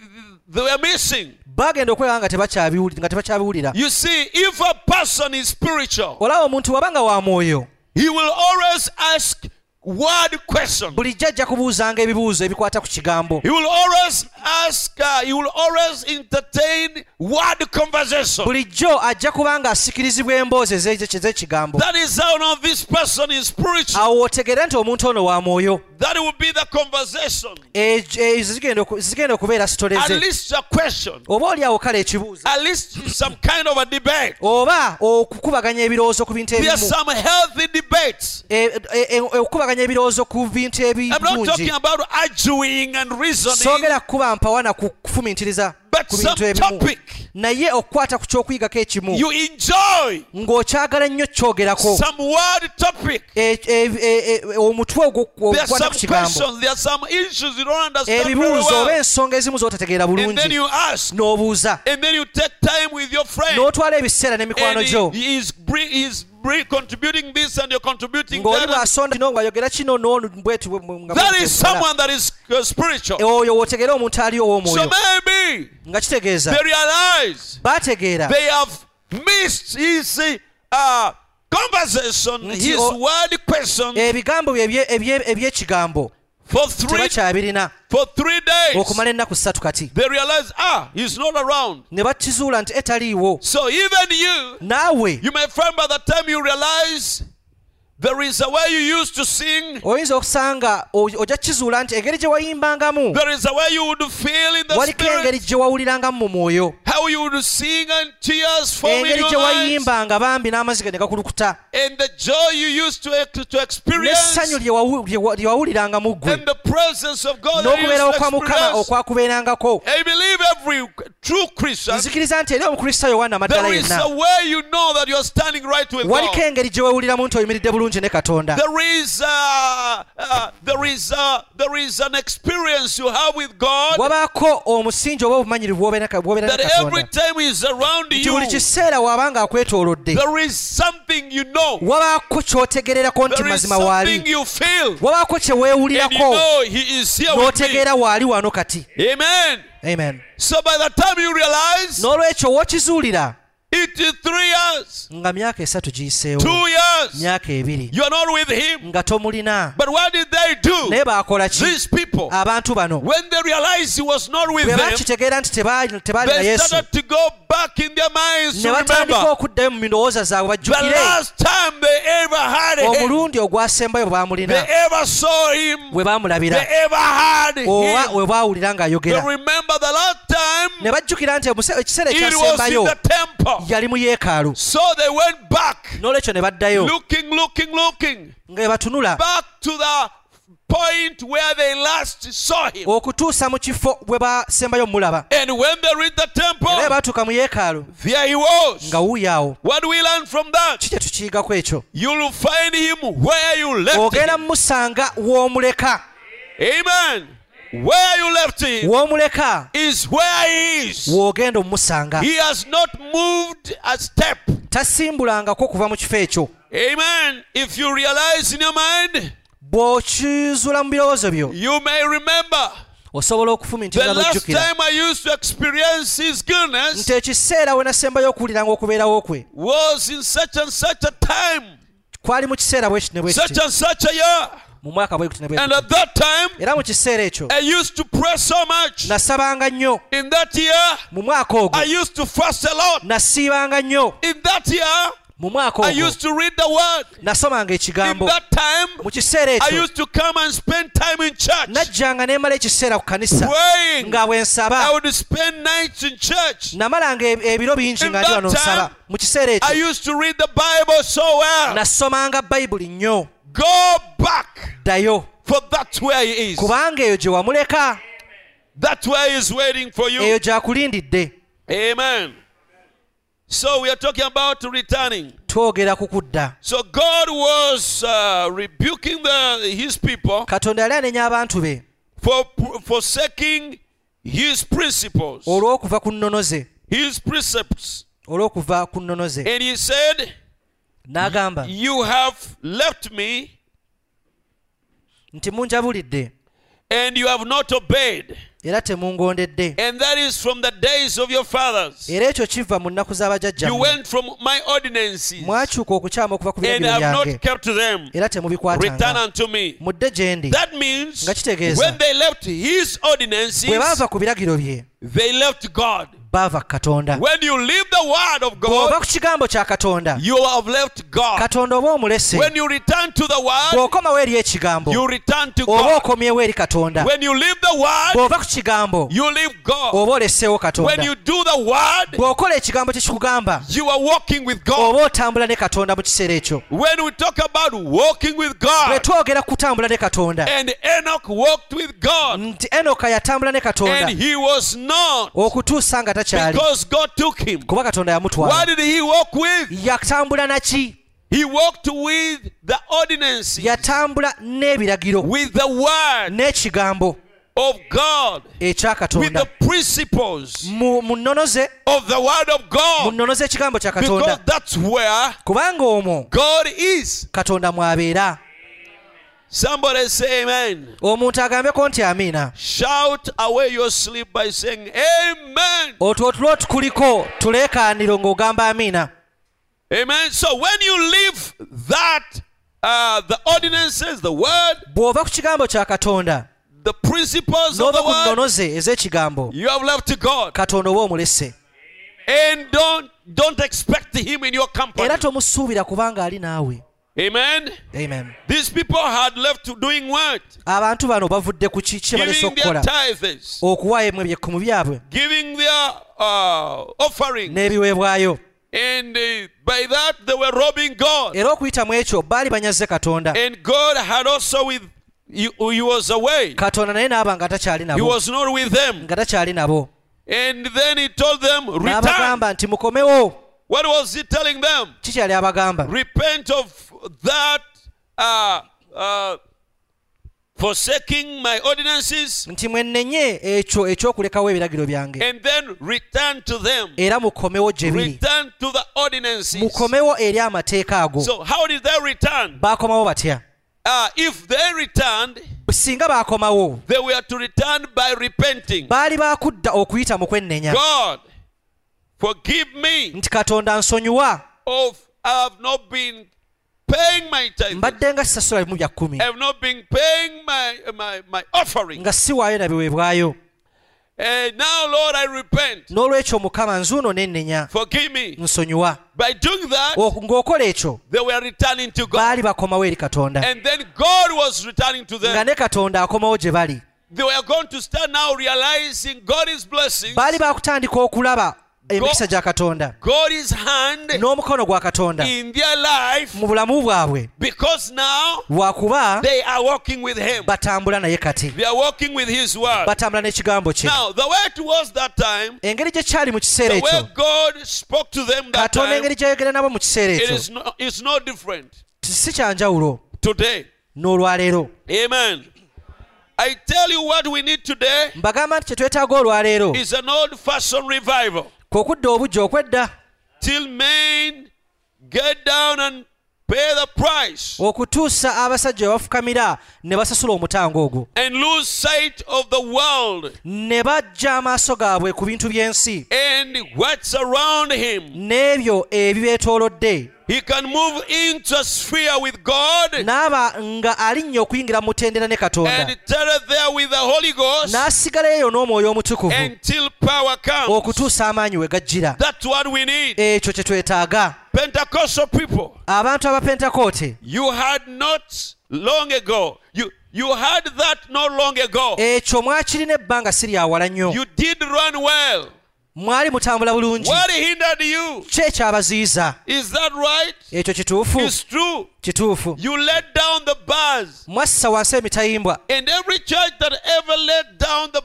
[SPEAKER 1] they were missing.
[SPEAKER 2] bagenda okwega nga tebakyabiwuli- nga tebakyabiwulira
[SPEAKER 1] You see, if a person is spiritual,
[SPEAKER 2] olaba omuntu wabanga wa mwoyo
[SPEAKER 1] he will always ask word questions.
[SPEAKER 2] bulijjo ajja kubuuzanga ebibuuzo ebikwata ku kigambo
[SPEAKER 1] He will always ask, uh, he will always entertain word conversation.
[SPEAKER 2] bulijjo ajja kuba ng'asikirizibwa emboozi ez'eki- ez'ekigambo
[SPEAKER 1] That is how now this person is spiritual.
[SPEAKER 2] awo otegere nti omuntu ono wa mwoyo
[SPEAKER 1] That will be the conversation.
[SPEAKER 2] Ejo- ezo zigenda oku- zigenda okubeera
[SPEAKER 1] At
[SPEAKER 2] sitoleze
[SPEAKER 1] least a question.
[SPEAKER 2] oba oliawo kale ekibuuzo
[SPEAKER 1] At least some kind of a debate.
[SPEAKER 2] oba okukubaganya ebirowoozo ku bintu
[SPEAKER 1] There are
[SPEAKER 2] ebimu
[SPEAKER 1] some healthy debates.
[SPEAKER 2] E- e- e- okukubaganya ebirowoozo ku bintu
[SPEAKER 1] I'm not talking
[SPEAKER 2] ebirungi
[SPEAKER 1] about arguing and reasoning,
[SPEAKER 2] soogera kukuba mpawana ku kufumintiriza
[SPEAKER 1] but
[SPEAKER 2] ku
[SPEAKER 1] some
[SPEAKER 2] bintu ebimu
[SPEAKER 1] topic
[SPEAKER 2] naye okukwata ku kyokuyigako ekimu
[SPEAKER 1] you enjoy,
[SPEAKER 2] ng'okyagala nnyo kyogerako
[SPEAKER 1] some word topic.
[SPEAKER 2] E- e- e- e- omutwe ogwo-
[SPEAKER 1] There are
[SPEAKER 2] ogukwata
[SPEAKER 1] some
[SPEAKER 2] ku kigambo
[SPEAKER 1] questions, there are some issues you don't
[SPEAKER 2] Eh,
[SPEAKER 1] understand very
[SPEAKER 2] ebibuuzo oba
[SPEAKER 1] well.
[SPEAKER 2] ensonga ezimu z'otategeera
[SPEAKER 1] And then
[SPEAKER 2] bulungi
[SPEAKER 1] you ask,
[SPEAKER 2] n'obuuza
[SPEAKER 1] and then you take time with your friend.
[SPEAKER 2] n'otwala ebiseera n'emikwano
[SPEAKER 1] And
[SPEAKER 2] gyo
[SPEAKER 1] he, he is, bring, he is bring, contributing this and you're contributing
[SPEAKER 2] ng'oli
[SPEAKER 1] that.
[SPEAKER 2] bw'asonda kino ng'ayogera kino n'onu bweti bwe- nga
[SPEAKER 1] That
[SPEAKER 2] bweti
[SPEAKER 1] is
[SPEAKER 2] bwe-
[SPEAKER 1] someone that is uh, spiritual.
[SPEAKER 2] oyo wootegere omuntu ali
[SPEAKER 1] So
[SPEAKER 2] ow'omwoyo
[SPEAKER 1] maybe
[SPEAKER 2] nga kitegeeza
[SPEAKER 1] they realize
[SPEAKER 2] baategeera
[SPEAKER 1] they have missed his uh, conversation,
[SPEAKER 2] Nti
[SPEAKER 1] his
[SPEAKER 2] o- Eh,
[SPEAKER 1] word questions
[SPEAKER 2] ebigambo bye ebye- ebye- ebyekigambo
[SPEAKER 1] for three
[SPEAKER 2] tebakyabirina
[SPEAKER 1] for three days.
[SPEAKER 2] okumala ennaku ssatu kati
[SPEAKER 1] They realize, ah, he's not around.
[SPEAKER 2] ne bakizuula nti etaliiwo
[SPEAKER 1] So even you,
[SPEAKER 2] naawe
[SPEAKER 1] you may find by the time you realize there is a way you used to sing,
[SPEAKER 2] oyinza okusanga o- ojja kukizuula nti engeri gye wayimbangamu
[SPEAKER 1] there is a way you would feel in the
[SPEAKER 2] waliko engeri
[SPEAKER 1] spirit,
[SPEAKER 2] gye wawulirangamu mu mwoyo
[SPEAKER 1] how you would sing and tears fall in
[SPEAKER 2] engeri
[SPEAKER 1] your
[SPEAKER 2] gye
[SPEAKER 1] eyes.
[SPEAKER 2] wayimbanga bambi n'amaziga ne gakulukuta
[SPEAKER 1] and the joy you used to, ex- to experience
[SPEAKER 2] n'essanyu lye wawu- lye wa- lye wawuliranga mu ggwe
[SPEAKER 1] and the presence of God that you
[SPEAKER 2] n'okubeerawo
[SPEAKER 1] used to
[SPEAKER 2] kwa mukama
[SPEAKER 1] experience.
[SPEAKER 2] okwakubeerangako
[SPEAKER 1] I believe every true Christian,
[SPEAKER 2] nzikiriza nti eri omukristaayo yowaana amaddala
[SPEAKER 1] there is a
[SPEAKER 2] yenna
[SPEAKER 1] way you know that you're standing right with
[SPEAKER 2] waliko
[SPEAKER 1] God.
[SPEAKER 2] engeri gye weewuliramu nti oyimiridde bulungi ne katonda
[SPEAKER 1] There is, uh, uh, there, is, uh, there is an experience you have with God
[SPEAKER 2] wabaako omusingi oba obumanyirivu bw'obeera ka- bw'obeera ne
[SPEAKER 1] that every
[SPEAKER 2] katonda
[SPEAKER 1] time He's around
[SPEAKER 2] nti buli
[SPEAKER 1] you,
[SPEAKER 2] kiseera waaba ng'akwetoolodde
[SPEAKER 1] there is something you know,
[SPEAKER 2] wabaako ky'otegererako nti
[SPEAKER 1] there is
[SPEAKER 2] mazima
[SPEAKER 1] something
[SPEAKER 2] waali
[SPEAKER 1] you feel,
[SPEAKER 2] wabaako kye
[SPEAKER 1] and you
[SPEAKER 2] weewulirako
[SPEAKER 1] know He is here with me.
[SPEAKER 2] n'otegeera waali wano kati
[SPEAKER 1] Amen.
[SPEAKER 2] amen
[SPEAKER 1] So by the time you realize
[SPEAKER 2] n'olwekyo wookizuulira
[SPEAKER 1] it is three years,
[SPEAKER 2] nga myaka esatu
[SPEAKER 1] two
[SPEAKER 2] giyiseewo
[SPEAKER 1] years,
[SPEAKER 2] myaka ebiri
[SPEAKER 1] you are not with Him.
[SPEAKER 2] nga tomulina
[SPEAKER 1] But what did they do?
[SPEAKER 2] naye baakola ki
[SPEAKER 1] These people.
[SPEAKER 2] abantu bano
[SPEAKER 1] When they realized he was not with
[SPEAKER 2] bwe
[SPEAKER 1] them,
[SPEAKER 2] bakitegeera nti tebaali tebaali na
[SPEAKER 1] they
[SPEAKER 2] yesu
[SPEAKER 1] started to go back in their minds to
[SPEAKER 2] ne batandika
[SPEAKER 1] remember
[SPEAKER 2] okuddayo mu ndowooza zaabwe
[SPEAKER 1] the
[SPEAKER 2] bajjukire
[SPEAKER 1] last time they ever had him,
[SPEAKER 2] omulundi ogwasembayo bwe
[SPEAKER 1] they
[SPEAKER 2] baamulina
[SPEAKER 1] ever saw him,
[SPEAKER 2] bwe baamulabira
[SPEAKER 1] they ever had
[SPEAKER 2] oba
[SPEAKER 1] him.
[SPEAKER 2] we baawulira
[SPEAKER 1] They
[SPEAKER 2] ng'ayogera
[SPEAKER 1] remember the last time
[SPEAKER 2] ne bajjukira nti emuse- ekiseera
[SPEAKER 1] it was
[SPEAKER 2] ekyasembayo
[SPEAKER 1] in the temple.
[SPEAKER 2] yali mu yeekaalu
[SPEAKER 1] So they went back,
[SPEAKER 2] n'olwekyo ne baddayo
[SPEAKER 1] looking, looking, looking,
[SPEAKER 2] nga bwe batunula
[SPEAKER 1] back to the point where they last saw
[SPEAKER 2] Oh.
[SPEAKER 1] him.
[SPEAKER 2] okutuusa mu kifo bwe basembayo omulaba
[SPEAKER 1] And when they reached the
[SPEAKER 2] era bwe
[SPEAKER 1] temple,
[SPEAKER 2] batuuka mu yeekaalu
[SPEAKER 1] there he
[SPEAKER 2] nga
[SPEAKER 1] was.
[SPEAKER 2] wuuyaawo
[SPEAKER 1] What do we learn from that?
[SPEAKER 2] ki kye tukiyigako ekyo
[SPEAKER 1] You'll find him where you left
[SPEAKER 2] ogenda
[SPEAKER 1] him.
[SPEAKER 2] mumusanga w'omuleka
[SPEAKER 1] Amen. Where you left him
[SPEAKER 2] w'omuleka
[SPEAKER 1] is where he is.
[SPEAKER 2] w'ogenda omumusanga
[SPEAKER 1] He has not moved a step.
[SPEAKER 2] tasimbulangako kuva mu kifo ekyo
[SPEAKER 1] Amen. If you realize in your mind,
[SPEAKER 2] bw'okizuula mu birowoozo byo
[SPEAKER 1] you may remember
[SPEAKER 2] osobola
[SPEAKER 1] the
[SPEAKER 2] okufumiitiriza
[SPEAKER 1] last
[SPEAKER 2] n'ojjukira
[SPEAKER 1] time I used to experience his goodness
[SPEAKER 2] nti ekiseera we nasembayo okuwuliranga okubeerawo kwe
[SPEAKER 1] was in such and such a time,
[SPEAKER 2] twali mu kiseera bwekiti ne
[SPEAKER 1] such
[SPEAKER 2] bwekiti
[SPEAKER 1] and such a year.
[SPEAKER 2] mu mwaka bwekiti ne
[SPEAKER 1] And
[SPEAKER 2] bwekiti
[SPEAKER 1] at that time,
[SPEAKER 2] era mu kiseera ekyo
[SPEAKER 1] I used to pray so much.
[SPEAKER 2] nasabanga nnyo
[SPEAKER 1] In that year,
[SPEAKER 2] mu mwaka ogwo
[SPEAKER 1] I used to fast a lot.
[SPEAKER 2] nasiibanga nnyo
[SPEAKER 1] In that year,
[SPEAKER 2] mu mwaka
[SPEAKER 1] I
[SPEAKER 2] ogwo
[SPEAKER 1] used to read the word.
[SPEAKER 2] nasomanga
[SPEAKER 1] In
[SPEAKER 2] ekigambo
[SPEAKER 1] that time,
[SPEAKER 2] mu kiseera
[SPEAKER 1] I
[SPEAKER 2] ekyo
[SPEAKER 1] used to come and spend time in church
[SPEAKER 2] najjanga n'emala ekiseera ku kanisa
[SPEAKER 1] praying.
[SPEAKER 2] nga bwe nsaba
[SPEAKER 1] I would spend nights in church.
[SPEAKER 2] namalanga e- ebiro bingi nga ndi wano nsaba mu kiseera
[SPEAKER 1] I
[SPEAKER 2] ekyo
[SPEAKER 1] used to read the Bible so well.
[SPEAKER 2] nasomanga bayibuli nnyo
[SPEAKER 1] Go back,
[SPEAKER 2] ddayo
[SPEAKER 1] for that's where He is.
[SPEAKER 2] kubanga eyo gye wamuleka
[SPEAKER 1] That's where He is waiting for
[SPEAKER 2] eyo
[SPEAKER 1] you.
[SPEAKER 2] gyakulindidde
[SPEAKER 1] Amen. So we are talking about returning.
[SPEAKER 2] twogera ku kudda
[SPEAKER 1] So God was uh, rebuking the, His people
[SPEAKER 2] katonda yali anenya abantu be
[SPEAKER 1] for pr- forsaking His principles,
[SPEAKER 2] olw'okuva ku nnono ze
[SPEAKER 1] His precepts.
[SPEAKER 2] olw'okuva ku nnono ze
[SPEAKER 1] And He said,
[SPEAKER 2] n'agamba
[SPEAKER 1] You have left me
[SPEAKER 2] nti munjabulidde
[SPEAKER 1] and you have not obeyed.
[SPEAKER 2] era temungondedde
[SPEAKER 1] And that is from the days of your fathers.
[SPEAKER 2] era ekyo kiva mu nnaku
[SPEAKER 1] You
[SPEAKER 2] z'abajjajjammwe
[SPEAKER 1] went from my ordinances
[SPEAKER 2] mwakyuka okukyama okuva ku
[SPEAKER 1] and
[SPEAKER 2] biragiro
[SPEAKER 1] have
[SPEAKER 2] byange
[SPEAKER 1] not kept them.
[SPEAKER 2] era
[SPEAKER 1] Return
[SPEAKER 2] temubikwatanga
[SPEAKER 1] unto me.
[SPEAKER 2] mudde gye ndi
[SPEAKER 1] That means
[SPEAKER 2] Nga kitegeeza.
[SPEAKER 1] when they left his
[SPEAKER 2] bwe
[SPEAKER 1] ordinances,
[SPEAKER 2] baava ku biragiro bye
[SPEAKER 1] they left God.
[SPEAKER 2] baava ku katonda
[SPEAKER 1] When you leave the word of
[SPEAKER 2] bw'ova
[SPEAKER 1] God,
[SPEAKER 2] ku kigambo kya katonda
[SPEAKER 1] you have left God.
[SPEAKER 2] katonda oba omulese
[SPEAKER 1] When you return to the word,
[SPEAKER 2] bw'okomawo eri ekigambo
[SPEAKER 1] you return to
[SPEAKER 2] oba
[SPEAKER 1] God.
[SPEAKER 2] okomyewo eri katonda
[SPEAKER 1] When you leave the word,
[SPEAKER 2] bw'ova ku kigambo
[SPEAKER 1] you leave God.
[SPEAKER 2] oba oleseewo
[SPEAKER 1] When
[SPEAKER 2] katonda
[SPEAKER 1] you do the word,
[SPEAKER 2] bw'okola ekigambo kye kikugamba
[SPEAKER 1] you are walking with God.
[SPEAKER 2] oba otambula ne katonda mu kiseera ekyo
[SPEAKER 1] When we talk about walking with
[SPEAKER 2] bwe
[SPEAKER 1] God,
[SPEAKER 2] twogera ku kutambula ne katonda
[SPEAKER 1] and Enoch walked with God,
[SPEAKER 2] nti enoka yatambula ne katonda
[SPEAKER 1] and he was not
[SPEAKER 2] okutuusa nga takyali
[SPEAKER 1] because God took him.
[SPEAKER 2] kuba katonda
[SPEAKER 1] What
[SPEAKER 2] yamutwala
[SPEAKER 1] did he walk with?
[SPEAKER 2] yatambula naki
[SPEAKER 1] He walked with the ordinances,
[SPEAKER 2] yatambula n'ebiragiro
[SPEAKER 1] with the word
[SPEAKER 2] n'ekigambo
[SPEAKER 1] of God,
[SPEAKER 2] ekya
[SPEAKER 1] with the
[SPEAKER 2] katonda
[SPEAKER 1] principles
[SPEAKER 2] mu mu nnono ze
[SPEAKER 1] of the word of
[SPEAKER 2] mu
[SPEAKER 1] God,
[SPEAKER 2] nnono z'ekigambo kya
[SPEAKER 1] because
[SPEAKER 2] katonda
[SPEAKER 1] that's where
[SPEAKER 2] kubanga omwo
[SPEAKER 1] God is.
[SPEAKER 2] katonda mw'abeera
[SPEAKER 1] Somebody say amen.
[SPEAKER 2] omuntu agambeko nti amiina
[SPEAKER 1] Shout away your sleep by saying amen.
[SPEAKER 2] otwo otula otukuliko tuleekaaniro ng'ogamba amiina
[SPEAKER 1] Amen. So when you leave that, uh, the ordinances, the word,
[SPEAKER 2] bw'ova ku kigambo kya katonda
[SPEAKER 1] the principles of
[SPEAKER 2] n'ova
[SPEAKER 1] the
[SPEAKER 2] ku
[SPEAKER 1] word,
[SPEAKER 2] nnono ze ez'ekigambo
[SPEAKER 1] you have left to God.
[SPEAKER 2] katonda oba omulese
[SPEAKER 1] And don't don't expect him in your company.
[SPEAKER 2] era tomusuubira kubanga ali naawe
[SPEAKER 1] Amen.
[SPEAKER 2] amen
[SPEAKER 1] These people had left to doing what?
[SPEAKER 2] abantu bano bavudde ku ki kye balese
[SPEAKER 1] Giving their
[SPEAKER 2] okukola
[SPEAKER 1] tithes,
[SPEAKER 2] okuwaayo emmwe byekkumu byabwe
[SPEAKER 1] giving their uh, offering,
[SPEAKER 2] n'ebiweebwayo
[SPEAKER 1] And uh, by that they were robbing God.
[SPEAKER 2] era okuyita mu ekyo baali banyaze katonda
[SPEAKER 1] And God had also with he, he was away.
[SPEAKER 2] katonda naye n'aba nga
[SPEAKER 1] He
[SPEAKER 2] takyali nabo
[SPEAKER 1] was not with them.
[SPEAKER 2] nga takyali nabo
[SPEAKER 1] And then he told them, Return.
[SPEAKER 2] n'abagamba nti mukomewo
[SPEAKER 1] What was he telling them?
[SPEAKER 2] kikyali abagamba
[SPEAKER 1] Repent of that uh, uh, forsaking my ordinances
[SPEAKER 2] nti mwenenye ekyo ekyokulekawo ebiragiro byange
[SPEAKER 1] and then return to them.
[SPEAKER 2] era mukomewo gye biri
[SPEAKER 1] Return to the ordinances.
[SPEAKER 2] mukomewo eri amateeka ago
[SPEAKER 1] So, how did they return?
[SPEAKER 2] baakomawo batya
[SPEAKER 1] Uh, if they returned,
[SPEAKER 2] singa baakomawo
[SPEAKER 1] they were to return by repenting.
[SPEAKER 2] baali baakudda okuyita mu kwenenya
[SPEAKER 1] God, forgive me
[SPEAKER 2] nti katonda nsonyiwa
[SPEAKER 1] of I have not been paying my tithe.
[SPEAKER 2] mbadde nga sisasula bimu bya kkumi
[SPEAKER 1] I have not been paying my my, my offering.
[SPEAKER 2] nga siwaayo na biweebwayo
[SPEAKER 1] And now, Lord, I repent.
[SPEAKER 2] n'olwekyo mukama nzuuno nennenya
[SPEAKER 1] Forgive me.
[SPEAKER 2] nsonyiwa
[SPEAKER 1] By doing that,
[SPEAKER 2] O- ng'okola ekyo
[SPEAKER 1] they were returning to God.
[SPEAKER 2] baali bakomawo eri katonda
[SPEAKER 1] And then God was returning to
[SPEAKER 2] nga
[SPEAKER 1] them.
[SPEAKER 2] ne katonda akomawo gye bali
[SPEAKER 1] They were going to start now realizing God is blessing,
[SPEAKER 2] baali baakutandika okulaba emikisa gya katonda
[SPEAKER 1] God is hand
[SPEAKER 2] n'omukono gwa katonda
[SPEAKER 1] in their life
[SPEAKER 2] mu bulamu bwabwe
[SPEAKER 1] because now
[SPEAKER 2] lwakuba
[SPEAKER 1] they are walking with Him.
[SPEAKER 2] batambula naye kati
[SPEAKER 1] They are walking with His word.
[SPEAKER 2] batambula n'ekigambo kye
[SPEAKER 1] Now, the way towards that time,
[SPEAKER 2] engeri gye kyali mu kiseera
[SPEAKER 1] the
[SPEAKER 2] ekyo
[SPEAKER 1] way God spoke to them that
[SPEAKER 2] katonda
[SPEAKER 1] time,
[SPEAKER 2] engeri gyayogera nabo mu kiseera
[SPEAKER 1] it
[SPEAKER 2] ekyo
[SPEAKER 1] is no, it's no different
[SPEAKER 2] ti- si kyanjawulo
[SPEAKER 1] today.
[SPEAKER 2] n'olwaleero
[SPEAKER 1] Amen. I tell you what we need today
[SPEAKER 2] mbagamba nti kye twetaaga olwaleero
[SPEAKER 1] is an old fashioned revival.
[SPEAKER 2] kwokudda obujja okwedda
[SPEAKER 1] Till men get down and pay the price
[SPEAKER 2] okutuusa abasajja we bafukamira ne basasula omutango ogwo
[SPEAKER 1] and lose sight of the world
[SPEAKER 2] ne bajja amaaso gaabwe ku bintu by'ensi
[SPEAKER 1] and what's around him.
[SPEAKER 2] n'ebyo ebibeetoolodde
[SPEAKER 1] He can move into a sphere with God
[SPEAKER 2] n'aba nga alinnya okuyingira mu mutendera ne katonda
[SPEAKER 1] and tarry there with the Holy Ghost
[SPEAKER 2] n'asigala eyo n'omwoyo omutukuvu
[SPEAKER 1] until power comes.
[SPEAKER 2] okutuusa amaanyi we gajjira
[SPEAKER 1] That's what we need.
[SPEAKER 2] ekyo kye twetaaga
[SPEAKER 1] Pentecostal people,
[SPEAKER 2] abantu abapentakoote
[SPEAKER 1] you had not long ago. You you had that not long ago.
[SPEAKER 2] ekyo mwakirina ebbanga si lyawala nnyo
[SPEAKER 1] You did run well.
[SPEAKER 2] mwali mutambula bulungi
[SPEAKER 1] What hindered you?
[SPEAKER 2] ki ekyabaziyiza
[SPEAKER 1] Is that right?
[SPEAKER 2] ekyo kituufu
[SPEAKER 1] It's true.
[SPEAKER 2] kituufu
[SPEAKER 1] You let down the bars.
[SPEAKER 2] mwassa wansi emitayimbwa
[SPEAKER 1] And every church that ever let down the
[SPEAKER 2] era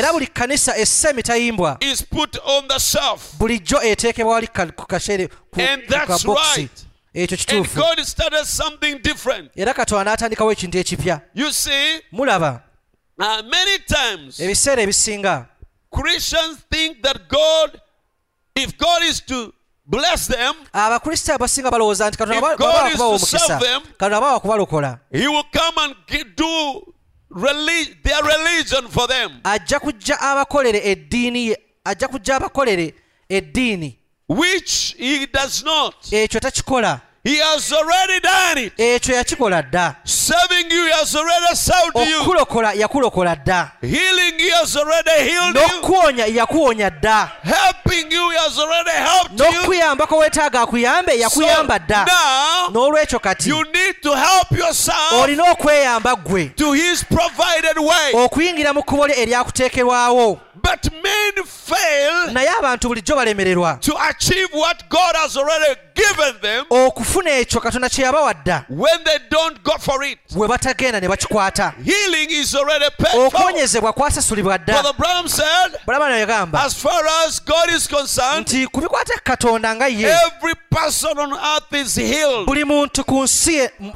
[SPEAKER 1] bars
[SPEAKER 2] buli kkanisa essa emitayimbwa
[SPEAKER 1] is put on the shelf.
[SPEAKER 2] bulijjo eteekebwa wali ka- ku kashere ku-
[SPEAKER 1] And
[SPEAKER 2] ku
[SPEAKER 1] that's
[SPEAKER 2] kabokisi
[SPEAKER 1] right.
[SPEAKER 2] ekyo
[SPEAKER 1] And
[SPEAKER 2] kituufu
[SPEAKER 1] God started something different.
[SPEAKER 2] era katonda n'atandikawo ekintu ekipya
[SPEAKER 1] You see,
[SPEAKER 2] mulaba
[SPEAKER 1] uh, many times
[SPEAKER 2] ebiseera ebisinga
[SPEAKER 1] Christians think that God, if God is to bless them,
[SPEAKER 2] abakristaayo abasinga balowooza nti katonda
[SPEAKER 1] If
[SPEAKER 2] bwa-
[SPEAKER 1] God
[SPEAKER 2] bw'aba
[SPEAKER 1] is
[SPEAKER 2] akubawa
[SPEAKER 1] to serve
[SPEAKER 2] omukisa
[SPEAKER 1] them,
[SPEAKER 2] katonda bawa kubalokola
[SPEAKER 1] He will come and get, do relig- their religion for them.
[SPEAKER 2] ajja kujja abakolere eddiini ye- ajja kujja abakolere eddiini
[SPEAKER 1] which he does not.
[SPEAKER 2] ekyo takikola
[SPEAKER 1] He has already done it.
[SPEAKER 2] ekyo yakikola dda
[SPEAKER 1] Serving you, he has already served you.
[SPEAKER 2] okulokola yakulokola dda
[SPEAKER 1] Healing, he has already healed you.
[SPEAKER 2] n'okuwonya yakuwonya dda
[SPEAKER 1] Helping you, he has already helped you.
[SPEAKER 2] n'okuyambako weetaaga akuyambe
[SPEAKER 1] So
[SPEAKER 2] yakuyamba dda
[SPEAKER 1] now,
[SPEAKER 2] n'olwekyo kati
[SPEAKER 1] you need to help yourself
[SPEAKER 2] olina okweyamba ggwe
[SPEAKER 1] to his provided way.
[SPEAKER 2] okuyingira mu kkubo lye eryakuteekerwawo
[SPEAKER 1] But men fail
[SPEAKER 2] naye abantu bulijjo balemererwa
[SPEAKER 1] to achieve what God has already given them
[SPEAKER 2] okufuna ekyo katonda kye yabawa dda
[SPEAKER 1] when they don't go for it.
[SPEAKER 2] bwe batagenda ne bakikwata
[SPEAKER 1] Healing is already paid for.
[SPEAKER 2] okuwonyezebwa kwasasulibwa dda
[SPEAKER 1] Brother Bram said,
[SPEAKER 2] bulabano yagamba
[SPEAKER 1] as far as God is concerned,
[SPEAKER 2] nti kubikwata ku katonda nga ye
[SPEAKER 1] Every person on earth is healed.
[SPEAKER 2] buli muntu ku nsi ye- m-